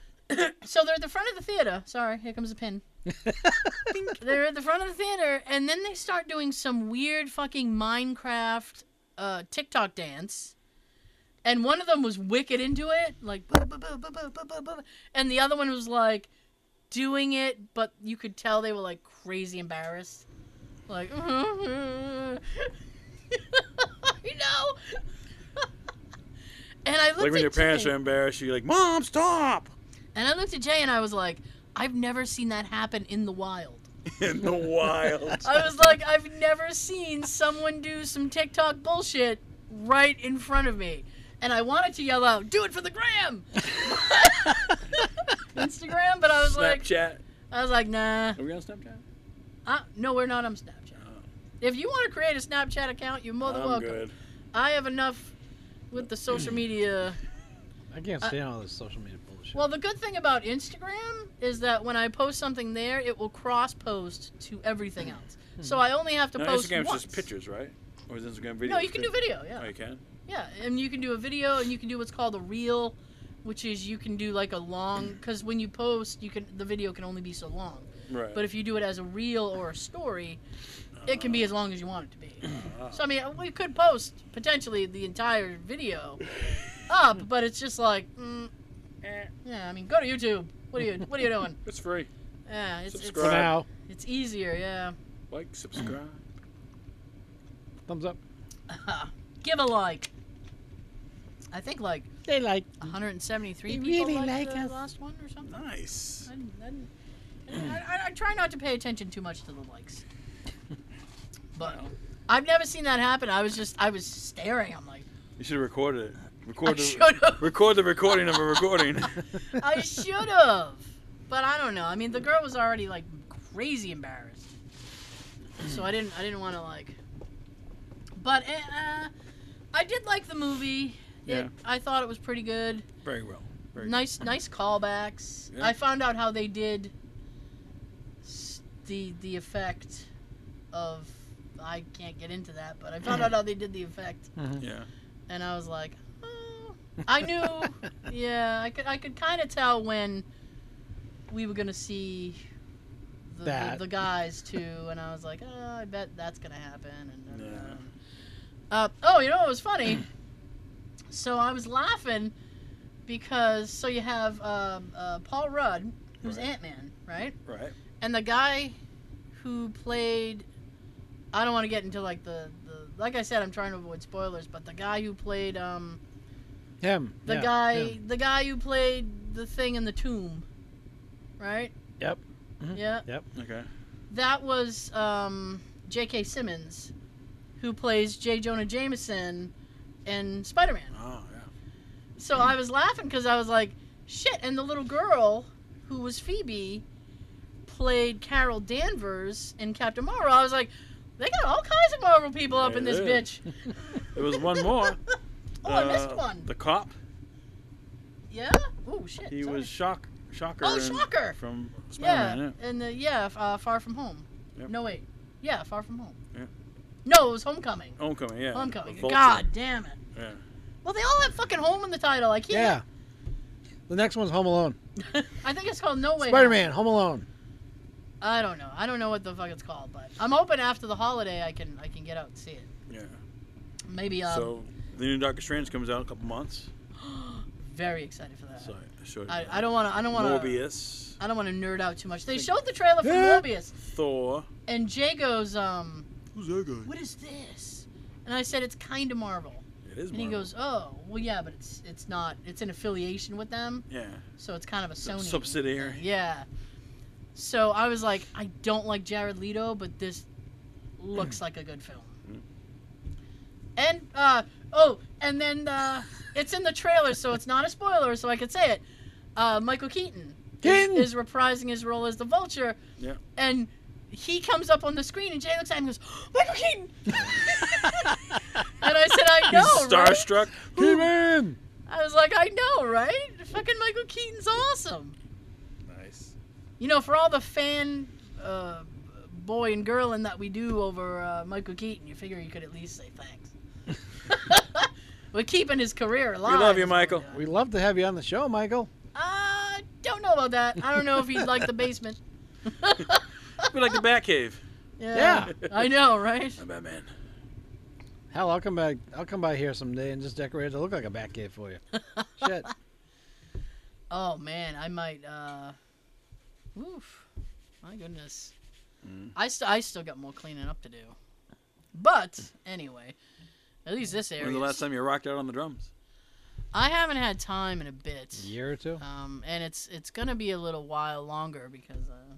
Speaker 2: So they're at the front of the theater. Sorry, here comes a pin. Bink. they're at the front of the theater, and then they start doing some weird fucking Minecraft uh, TikTok dance. And one of them was wicked into it, like, boo, boo, boo, boo, boo, boo, boo, boo. and the other one was like doing it, but you could tell they were like crazy embarrassed. Like, you know? and I looked
Speaker 3: Like when
Speaker 2: at
Speaker 3: your parents
Speaker 2: Jay-
Speaker 3: are embarrassed, you're like, Mom, stop!
Speaker 2: and I looked at Jay and I was like, I've never seen that happen in the wild.
Speaker 3: In the wild.
Speaker 2: I was like, I've never seen someone do some TikTok bullshit right in front of me. And I wanted to yell out, do it for the gram! Instagram, but I was like,
Speaker 3: Snapchat.
Speaker 2: I was like, nah.
Speaker 3: Are we on Snapchat?
Speaker 2: Uh, no, we're not on Snapchat. If you want to create a Snapchat account, you're more than
Speaker 3: I'm
Speaker 2: welcome.
Speaker 3: good.
Speaker 2: I have enough with the social media
Speaker 4: I can't stand all this social media bullshit.
Speaker 2: Uh, Well, the good thing about Instagram is that when I post something there, it will cross post to everything else. So I only have to
Speaker 3: No,
Speaker 2: post
Speaker 3: Instagram's
Speaker 2: once.
Speaker 3: just pictures, right? Or is Instagram video?
Speaker 2: No, you can do video, yeah.
Speaker 3: Oh, you can?
Speaker 2: Yeah, and you can do a video and you can do what's called a reel, which is you can do like a long cuz when you post, you can the video can only be so long.
Speaker 3: Right.
Speaker 2: But if you do it as a reel or a story, it can be as long as you want it to be. So I mean, we could post potentially the entire video up, but it's just like mm, eh, yeah, I mean, go to YouTube. What are you what are you doing?
Speaker 3: it's free.
Speaker 2: Yeah, it's it's,
Speaker 4: for
Speaker 3: Subscribe.
Speaker 4: now,
Speaker 2: it's easier. Yeah,
Speaker 3: Like, subscribe.
Speaker 4: thumbs up.
Speaker 2: give a like. I think like
Speaker 4: They like
Speaker 2: 173
Speaker 4: They
Speaker 2: people
Speaker 4: really
Speaker 2: liked
Speaker 4: like
Speaker 2: the
Speaker 4: us.
Speaker 2: last one or something.
Speaker 3: Nice.
Speaker 2: I, didn't- I, didn't- I didn't- I- I try not to pay attention too much to the likes. But I've never seen that happen. I was just, I was staring. I'm like,
Speaker 3: You should have recorded it.
Speaker 2: I
Speaker 3: Record the,
Speaker 2: should have.
Speaker 3: record the recording of a recording.
Speaker 2: I should have. But I don't know. I mean, the girl was already like crazy embarrassed. So I didn't, I didn't want to like. But eh, uh, I did like the movie. It,
Speaker 3: Yeah.
Speaker 2: I thought it was pretty good.
Speaker 3: Very well. Very good.
Speaker 2: nice nice callbacks.
Speaker 3: Yeah.
Speaker 2: I found out how they did s- the the effect of I can't get into that, but I found out how they did the effect,
Speaker 4: Mm-hmm.
Speaker 3: Yeah.
Speaker 2: and I was like, oh. I knew, yeah, I could I could kind of tell when we were gonna see the, the,
Speaker 4: That.
Speaker 2: the guys too, and I was like, oh, I bet that's gonna happen. And da, da, da.
Speaker 3: Yeah.
Speaker 2: Uh, oh, you know what was funny? so I was laughing because so you have um, uh, Paul Rudd, who's
Speaker 3: Right.
Speaker 2: Ant Man, right?
Speaker 3: Right.
Speaker 2: And the guy who played I don't want to get into like the, the like I said, I'm trying to avoid spoilers, but the guy who played um
Speaker 4: him.
Speaker 2: the
Speaker 4: yeah,
Speaker 2: guy
Speaker 4: him.
Speaker 2: the guy who played the thing in the tomb, right?
Speaker 4: Mm-hmm. Yep. Hmm.
Speaker 2: Yeah,
Speaker 3: Okay.
Speaker 2: that was um, J.K. Simmons, who plays J. Jonah Jameson in Spider Man.
Speaker 3: Oh
Speaker 2: So I was laughing because I was like, shit. And the little girl who was Phoebe played Carol Danvers in Captain Marvel. I was like, they got all kinds of Marvel people up in
Speaker 3: They
Speaker 2: this
Speaker 3: do.
Speaker 2: bitch.
Speaker 3: yeah. There was one more.
Speaker 2: Oh, I missed
Speaker 3: Uh,
Speaker 2: one.
Speaker 3: The cop.
Speaker 2: Yeah? Oh, shit.
Speaker 3: He
Speaker 2: sorry.
Speaker 3: was shock shocker.
Speaker 2: Oh,
Speaker 3: in-
Speaker 2: Shocker!
Speaker 3: From
Speaker 2: Yeah,
Speaker 3: Spider-Man.
Speaker 2: and the, yeah, f- uh, Far From Home.
Speaker 3: Yep.
Speaker 2: No, wait. Yeah, Far From Home.
Speaker 3: Yeah.
Speaker 2: No, it was Homecoming.
Speaker 3: Yeah. Homecoming. Yeah.
Speaker 2: Homecoming.
Speaker 3: The Vulture.
Speaker 2: God damn it.
Speaker 3: Yeah.
Speaker 2: Well, they all have fucking home in the title. I
Speaker 4: Yeah.
Speaker 2: can't.
Speaker 4: The next one's Home Alone.
Speaker 2: I think it's called No Way. Home.
Speaker 4: Spider Man, Home Alone.
Speaker 2: I don't know. I don't know what the fuck it's called, but I'm hoping after the holiday I can I can get out and see it.
Speaker 3: Yeah.
Speaker 2: Maybe um
Speaker 3: so the new Doctor Strange comes out in a couple months.
Speaker 2: very excited for that.
Speaker 3: So I showed you
Speaker 2: I,
Speaker 3: that.
Speaker 2: I don't want to I don't want to
Speaker 3: Morbius,
Speaker 2: I don't want to nerd out too much. They
Speaker 3: Think-
Speaker 2: showed the trailer for
Speaker 4: Yeah.
Speaker 2: Morbius
Speaker 3: Thor.
Speaker 2: and Jay goes um
Speaker 1: Who's that guy?
Speaker 2: what is this? And I said it's kind of Marvel.
Speaker 3: It is.
Speaker 2: And he
Speaker 3: Marvel.
Speaker 2: goes, "Oh, well yeah, but it's it's not it's in affiliation with them,
Speaker 3: Yeah.
Speaker 2: so it's kind of a
Speaker 3: Sub-
Speaker 2: Sony
Speaker 3: subsidiary.
Speaker 2: thing." Yeah. So I was like, I don't like Jared Leto, but this looks like a good film.
Speaker 3: Mm.
Speaker 2: And uh oh, and then uh it's in the trailer, so it's not a spoiler, so I could say it. Uh, Michael Keaton is,
Speaker 4: Keaton!
Speaker 2: is reprising his role as the Vulture.
Speaker 3: Yeah.
Speaker 2: And he comes up on the screen, and Jay looks at him and goes, "Michael Keaton." and I said, "I know."
Speaker 3: He's
Speaker 2: right?"
Speaker 3: starstruck.
Speaker 4: He Man!
Speaker 2: I was like, I know, right? Fucking Michael Keaton's awesome.
Speaker 3: Nice.
Speaker 2: You know, for all the fan uh, boy and girling that we do over uh, Michael Keaton, you figure you could at least say thanks. We're keeping his career alive.
Speaker 3: love you,
Speaker 2: is what we're
Speaker 3: Michael.
Speaker 2: doing.
Speaker 4: We'd love to have you on the show, Michael.
Speaker 2: I Uh, don't know about that. I don't know if he'd like the basement.
Speaker 3: We like the Batcave.
Speaker 2: yeah,
Speaker 4: Yeah.
Speaker 2: I know, right?
Speaker 3: I'm Batman.
Speaker 4: Hell, I'll come back. I'll come by here someday and just decorate it to look like a bat cave for you. Shit.
Speaker 2: Oh man, I might. uh Oof, my goodness.
Speaker 3: Mm.
Speaker 2: I st- I still got more cleaning up to do. But anyway, at least this area.
Speaker 3: When was the last time you rocked out on the drums?
Speaker 2: I haven't had time in a bit.
Speaker 4: A year or two.
Speaker 2: Um, and it's it's gonna be a little while longer because uh,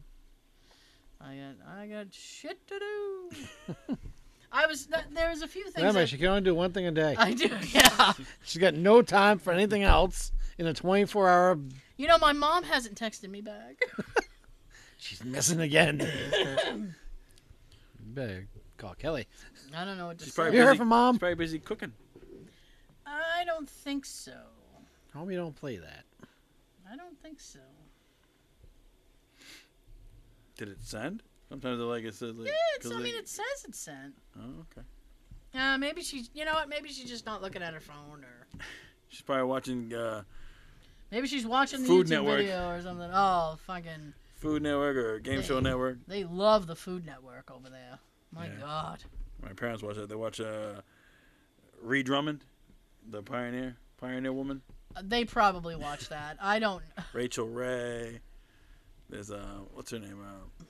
Speaker 2: I got I got shit to do. I was th- there was a few things.
Speaker 4: Remember,
Speaker 2: that-
Speaker 4: she can only do one thing a day.
Speaker 2: I do, yeah.
Speaker 4: She's got no time for anything else in a 24 hour.
Speaker 2: You know, my mom hasn't texted me back.
Speaker 4: She's missing again. Better call Kelly.
Speaker 2: I don't know what to
Speaker 3: She's
Speaker 2: say.
Speaker 3: probably
Speaker 4: You heard
Speaker 3: busy-
Speaker 4: from mom?
Speaker 3: She's probably busy cooking.
Speaker 2: I don't think so.
Speaker 4: Hope you don't play that.
Speaker 2: I don't think so.
Speaker 3: Did it send? Sometimes I like it says like.
Speaker 2: Yeah, it's,
Speaker 3: 'cause
Speaker 2: I mean,
Speaker 3: they-
Speaker 2: it says it sent.
Speaker 3: Oh, okay.
Speaker 2: Uh, maybe she's, you know what? Maybe she's just not looking at her phone, or
Speaker 3: She's probably watching uh,
Speaker 2: maybe she's watching the
Speaker 3: Food
Speaker 2: YouTube
Speaker 3: Network.
Speaker 2: video or something. Oh, fucking!
Speaker 3: Food Network or Game Show
Speaker 2: Hey.
Speaker 3: Network.
Speaker 2: They love the Food Network over there. My
Speaker 3: Yeah.
Speaker 2: God.
Speaker 3: My parents watch that. They watch uh, Ree Drummond, the pioneer, pioneer woman.
Speaker 2: Uh, They probably watch that. I don't.
Speaker 3: Rachel Ray. There's uh, what's her name? Uh,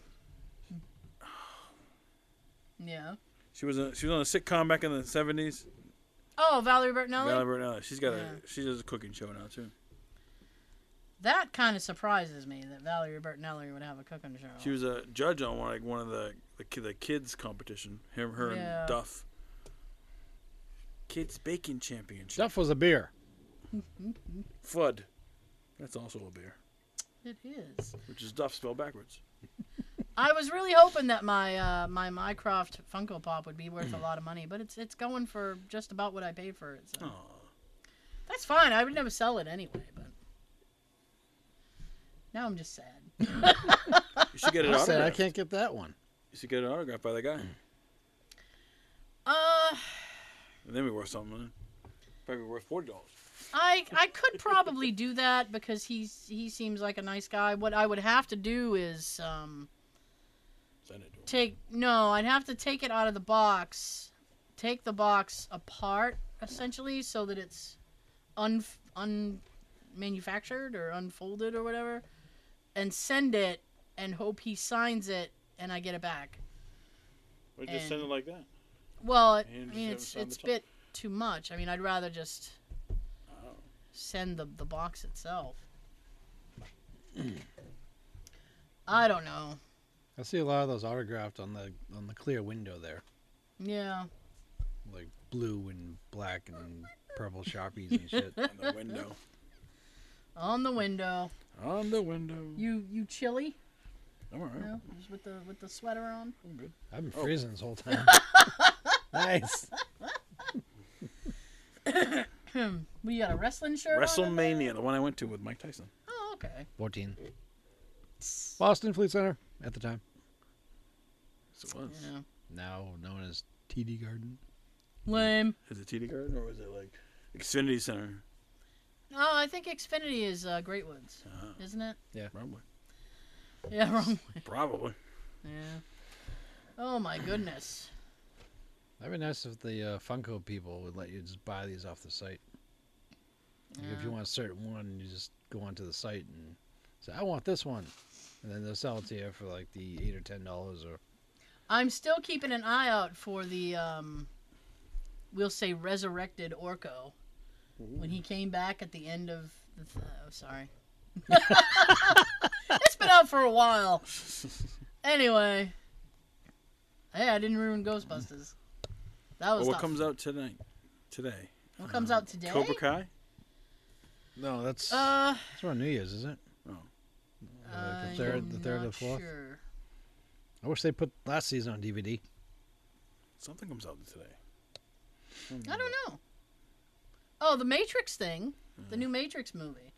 Speaker 2: Yeah.
Speaker 3: she was a, she was on a sitcom back in the '70s.
Speaker 2: Oh, Valerie Bertinelli.
Speaker 3: Valerie Bertinelli. She's got
Speaker 2: Yeah.
Speaker 3: a she does a cooking show now too.
Speaker 2: That kind of surprises me that Valerie Bertinelli would have a cooking show.
Speaker 3: She was a judge on one like one of the the, ki- the kids competition. Him, her,
Speaker 2: Yeah.
Speaker 3: and Duff. Kids baking championship.
Speaker 4: Stuff was a beer.
Speaker 3: Flood. That's also a beer,
Speaker 2: It is.
Speaker 3: which is Duff spelled backwards.
Speaker 2: I was really hoping that my uh, my Minecraft Funko Pop would be worth a lot of money, but it's it's going for just about what I paid for it. So
Speaker 3: Oh,
Speaker 2: that's fine. I would never sell it anyway. But now I'm just sad.
Speaker 3: you should get it
Speaker 4: I
Speaker 3: autographed.
Speaker 4: said I can't get that one.
Speaker 3: You should get it autographed by the guy,
Speaker 2: Uh,
Speaker 3: and then we worth something. Probably worth forty dollars.
Speaker 2: I I could probably do that because he's he seems like a nice guy. What I would have to do is um.
Speaker 3: Send it to him.
Speaker 2: take no i'd have to take it out of the box take the box apart essentially so that it's un unmanufactured or unfolded or whatever and send it and hope he signs it and i get it back
Speaker 3: Or just send it like that.
Speaker 2: well it,
Speaker 3: And
Speaker 2: i mean
Speaker 3: just
Speaker 2: it's
Speaker 3: have it
Speaker 2: it's a
Speaker 3: signed.
Speaker 2: bit too much i mean i'd rather just
Speaker 3: Oh.
Speaker 2: send the, the box itself i don't know
Speaker 4: I see a lot of those autographed on the on the clear window there,
Speaker 2: yeah
Speaker 4: like blue and black and purple sharpies and shit.
Speaker 3: On the window.
Speaker 2: on the window
Speaker 3: On the window.
Speaker 2: you you chilly
Speaker 3: I'm alright.
Speaker 2: No, just with the with the sweater on.
Speaker 3: I'm good.
Speaker 4: I've been
Speaker 3: Oh.
Speaker 4: freezing this whole time. nice.
Speaker 2: We Hmm. got a wrestling shirt. on in there?
Speaker 3: WrestleMania, the one I went to with Mike Tyson.
Speaker 2: Oh, okay.
Speaker 4: 14. Boston Fleet Center at the time.
Speaker 3: Yes, it was.
Speaker 2: Yeah.
Speaker 4: Now known as TD Garden.
Speaker 2: Lame.
Speaker 3: Is it TD Garden or was it like Xfinity Center?
Speaker 2: Oh, I think Xfinity is uh, Great Woods,
Speaker 3: Ah.
Speaker 2: isn't it?
Speaker 3: Probably.
Speaker 2: Yeah, wrong way.
Speaker 3: Probably.
Speaker 2: Yeah. Oh my goodness.
Speaker 4: That'd be nice if the uh, Funko people would let you just buy these off the site. Like If
Speaker 2: Yeah.
Speaker 4: you want a certain one, you just go onto the site and say, "I want this one," and then they'll sell it to you for like the eight or ten dollars or
Speaker 2: I'm still keeping an eye out for the um, we'll say resurrected Orko when he came back at the end of. The th- oh, sorry. it's been out for a while. Anyway, hey, I didn't ruin Ghostbusters. That was
Speaker 3: Well, what
Speaker 2: tough.
Speaker 3: comes out tonight? Today.
Speaker 2: What comes out today?
Speaker 3: Cobra Kai?
Speaker 4: no, that's
Speaker 2: Uh,
Speaker 4: that's around New Year's, isn't it?
Speaker 3: Oh.
Speaker 4: Uh, the
Speaker 2: I'm
Speaker 4: third, the third, or
Speaker 2: not
Speaker 4: the fourth.
Speaker 2: Sure.
Speaker 4: I wish they put last season on DVD.
Speaker 3: Something comes out today.
Speaker 2: I don't know. Oh, the Matrix thing,
Speaker 4: Mm.
Speaker 2: the new Matrix movie,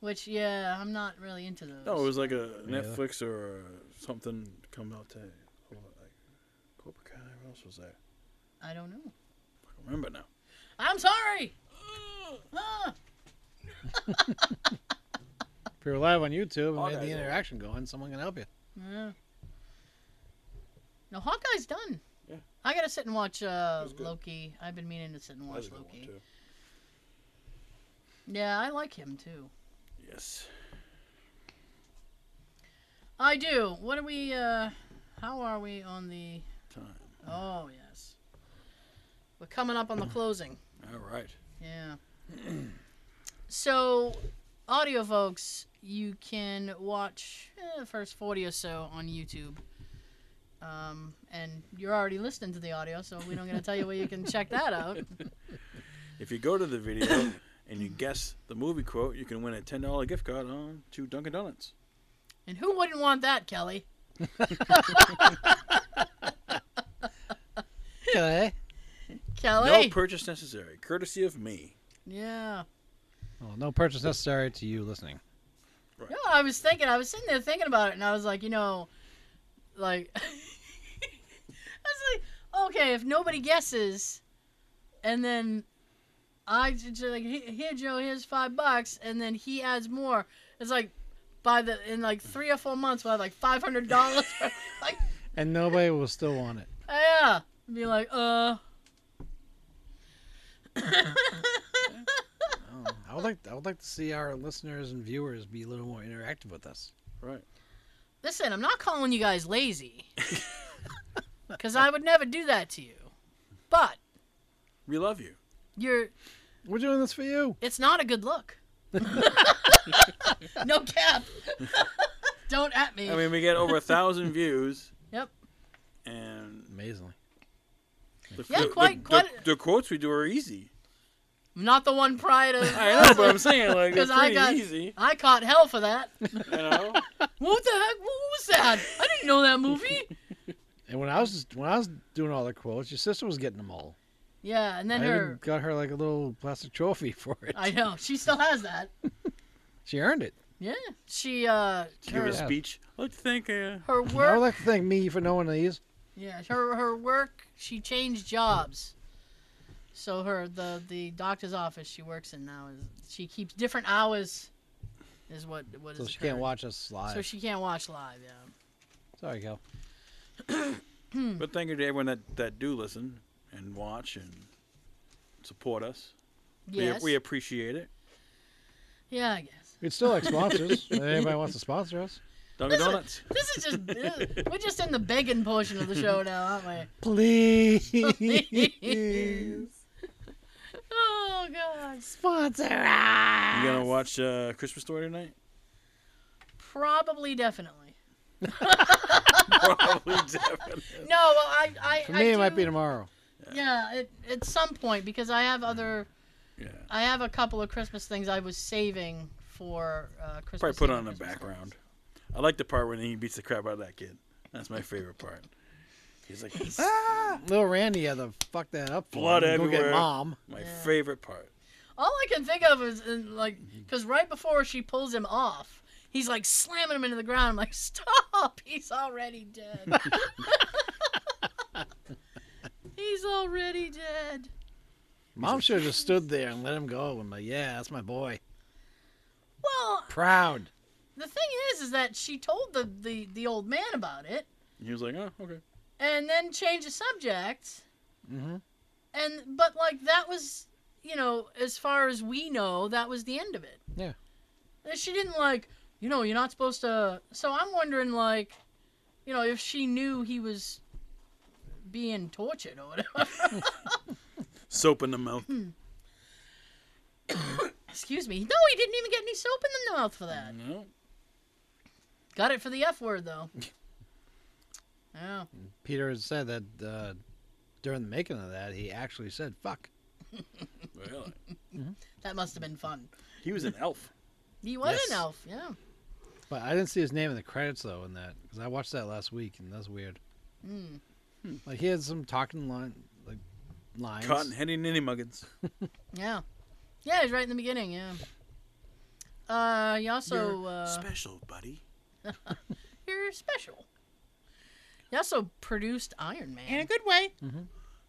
Speaker 2: which yeah, I'm not really into those.
Speaker 3: No, Oh, it was like a
Speaker 4: Yeah.
Speaker 3: Netflix or something come out today. Hold on, like, Cobra Kai, what else was there?
Speaker 2: I don't know.
Speaker 3: I don't remember now.
Speaker 2: I'm sorry. Ah,
Speaker 4: If you're live on
Speaker 3: Oh,
Speaker 4: YouTube and made
Speaker 3: guys,
Speaker 4: the
Speaker 3: yeah.
Speaker 4: interaction going, someone can help you.
Speaker 2: yeah. No, Hawkeye's done.
Speaker 3: Yeah.
Speaker 2: I gotta sit and watch uh,
Speaker 3: was good.
Speaker 2: Loki. I've been meaning to sit and
Speaker 3: That was
Speaker 2: watch
Speaker 3: a good one,
Speaker 2: Loki.
Speaker 3: too.
Speaker 2: Yeah, I like him too.
Speaker 3: Yes.
Speaker 2: I do. What are we? uh How are we on the?
Speaker 3: Time.
Speaker 2: Oh yes. We're coming up on the closing.
Speaker 3: All right.
Speaker 2: Yeah. so, audio folks, you can watch eh, the first 40 or so on YouTube. Um, and you're already listening to the audio, so we don't going to tell you where you can check that out.
Speaker 3: If you go to the video and you guess the movie quote, you can win a ten dollar gift card on to Dunkin' Donuts.
Speaker 2: And who wouldn't want that, Kelly?
Speaker 4: Okay.
Speaker 2: Kelly?
Speaker 3: No purchase necessary, courtesy of me.
Speaker 2: yeah.
Speaker 4: Well, no purchase necessary to you listening.
Speaker 2: No, I was thinking, I was sitting there thinking about it, and I was like, you know, like, I was like, okay, if nobody guesses, and then I j- j- like, "He- here, Joe, here's five bucks, and then he adds more. It's like, by the in like three or four months, we'll have like five hundred dollars. like,
Speaker 4: And nobody will still want it.
Speaker 2: yeah, be like, uh,
Speaker 4: Oh, I would like I would like to see our listeners and viewers be a little more interactive with us.
Speaker 3: Right.
Speaker 2: listen, I'm not calling you guys lazy, because I would never do that to you, but
Speaker 3: We love you.
Speaker 2: You're.
Speaker 4: We're doing this for you.
Speaker 2: It's not a good look. no cap. Don't at me.
Speaker 3: I mean, we get over a thousand views.
Speaker 2: Yep.
Speaker 3: And
Speaker 4: Amazingly.
Speaker 3: the,
Speaker 2: Yeah,
Speaker 3: the-
Speaker 2: quite-
Speaker 3: the-
Speaker 2: quite-
Speaker 3: The, the quotes we do are easy.
Speaker 2: not the one prior to.
Speaker 3: I know, but I'm saying like they're
Speaker 2: 'Cause I
Speaker 3: pretty
Speaker 2: got-
Speaker 3: easy.
Speaker 2: I caught hell for that.
Speaker 3: You know.
Speaker 2: What the heck? What was that? I didn't know that movie.
Speaker 4: And when I was when I was doing all the quotes, your sister was getting them all.
Speaker 2: Yeah, and then
Speaker 4: I even
Speaker 2: her.
Speaker 4: got her like a little plastic trophy for it.
Speaker 2: I know she still has that.
Speaker 4: She earned it.
Speaker 2: Yeah, she uh
Speaker 3: Give
Speaker 2: her,
Speaker 3: a speech. I'd like to thank uh,
Speaker 2: her
Speaker 4: I would
Speaker 2: work.
Speaker 4: like to thank me for knowing these.
Speaker 2: Yeah, her her work. She changed jobs. So her the the doctor's office she works in now is she keeps different hours. Is what what
Speaker 4: So
Speaker 2: is
Speaker 4: she can't
Speaker 2: occurring.
Speaker 4: watch us live.
Speaker 2: So she can't watch live. Yeah.
Speaker 4: Sorry, Cal.
Speaker 2: Hmm.
Speaker 3: But thank you to everyone that, that do listen and watch and support us.
Speaker 2: Yes.
Speaker 3: We, we appreciate it.
Speaker 2: yeah, I guess.
Speaker 4: We'd still like sponsors. if anybody wants to sponsor us,
Speaker 3: Dunkin'
Speaker 2: Listen.
Speaker 3: Donuts.
Speaker 2: This is just we're just in the begging portion of the show now, aren't we?
Speaker 4: please
Speaker 2: Oh God.
Speaker 4: sponsor us.
Speaker 3: You gonna watch uh, Christmas Story tonight?
Speaker 2: Probably, definitely.
Speaker 3: Probably, definitely.
Speaker 2: No, well, I I
Speaker 4: For
Speaker 2: I
Speaker 4: me, it might
Speaker 2: do-
Speaker 4: be tomorrow.
Speaker 2: Yeah, it, at some point because I have other.
Speaker 3: Yeah.
Speaker 2: I have a couple of Christmas things I was saving for uh, Christmas.
Speaker 3: Probably put
Speaker 2: Eve
Speaker 3: on
Speaker 2: and
Speaker 3: the
Speaker 2: Christmas
Speaker 3: background. I like the part when he beats the crap out of that kid. That's my favorite part. He's like, ah!
Speaker 4: Little Randy had to fuck that up. for
Speaker 3: Blood
Speaker 4: him. Go
Speaker 3: everywhere.
Speaker 4: get mom.
Speaker 3: My
Speaker 2: Yeah.
Speaker 3: favorite part.
Speaker 2: Eve. All I can think of is in, like, because right before she pulls him off, he's like slamming him into the ground. I'm like, stop! He's already dead. he's already dead.
Speaker 4: Mom should have just stood there and let him go. And like, yeah, that's my boy.
Speaker 2: Well,
Speaker 4: Proud.
Speaker 2: the thing is, is that she told the the, the old man about it,
Speaker 3: And he was like, oh, okay.
Speaker 2: and then changed the subject.
Speaker 4: Mm-hmm.
Speaker 2: And but like that was, you know, as far as we know, that was the end of it.
Speaker 4: Yeah.
Speaker 2: And She didn't like, you know, you're not supposed to. So I'm wondering like, you know, if she knew he was being tortured or whatever.
Speaker 3: Soap in the mouth.
Speaker 2: Hmm. Excuse me. No, he didn't even get any soap in the mouth for that.
Speaker 3: no.
Speaker 2: Got it for the F word though. Oh.
Speaker 4: Peter had said that uh, during the making of that, he actually said "fuck."
Speaker 3: Really.
Speaker 2: That must have been fun.
Speaker 3: He was an elf.
Speaker 2: He was
Speaker 4: Yes.
Speaker 2: an elf, yeah.
Speaker 4: But I didn't see his name in the credits though. In that, because I watched that last week, and that's weird.
Speaker 2: Mm.
Speaker 4: Like he had some talking line, like lines.
Speaker 3: Cotton heady ninny muggins.
Speaker 2: Yeah. Yeah, he's right in the beginning, yeah. Uh, he also
Speaker 3: You're
Speaker 2: uh,
Speaker 3: special, buddy.
Speaker 2: you're special. He also produced Iron Man. In a good way.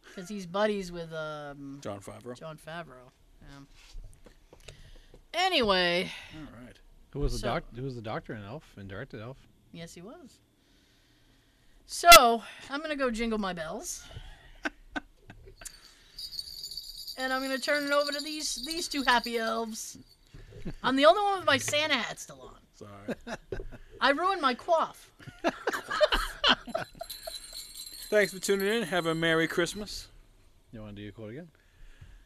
Speaker 2: Because he's buddies with um,
Speaker 3: John Favreau.
Speaker 2: John Favreau. Yeah. Anyway,
Speaker 3: All right.
Speaker 4: Who was the
Speaker 2: So-
Speaker 4: doc? Who was the doctor in Elf and directed Elf?
Speaker 2: yes, he was. So, I'm going to go jingle my bells. and I'm going to turn it over to these, these two happy elves. I'm the only one with my Santa hat still on.
Speaker 3: Sorry.
Speaker 2: I ruined my quaff.
Speaker 3: Thanks for tuning in. Have a Merry Christmas.
Speaker 4: You want to do your quote again?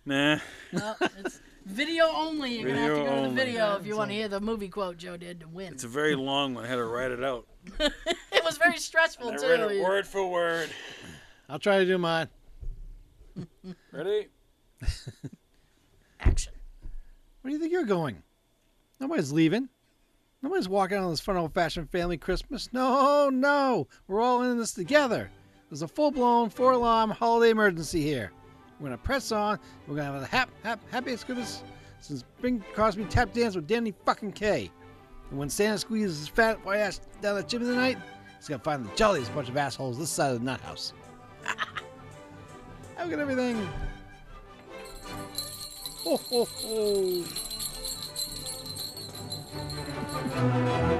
Speaker 3: Nah.
Speaker 2: Well, it's video only. You're going to have to
Speaker 3: Video
Speaker 2: go to the
Speaker 3: only.
Speaker 2: video if you want to hear the movie quote Joe did to win.
Speaker 3: It's a very long one. I had to write it out.
Speaker 2: It was very stressful
Speaker 3: I
Speaker 2: too.
Speaker 3: read it word for word.
Speaker 4: I'll try to do mine.
Speaker 3: Ready?
Speaker 2: Action.
Speaker 4: Where do you think you're going? Nobody's leaving. Nobody's walking on this fun old fashioned family Christmas. No, no. We're all in this together. There's a full blown, four alarm holiday emergency here. We're going to press on. We're going to have a hap, hap, happiest Christmas since Bing Crosby tap dance with Danny fucking K. And when Santa squeezes his fat white ass down that chimney tonight, he's going to find the jolliest bunch of assholes this side of the nut house. I've got everything. Ho, ho, ho.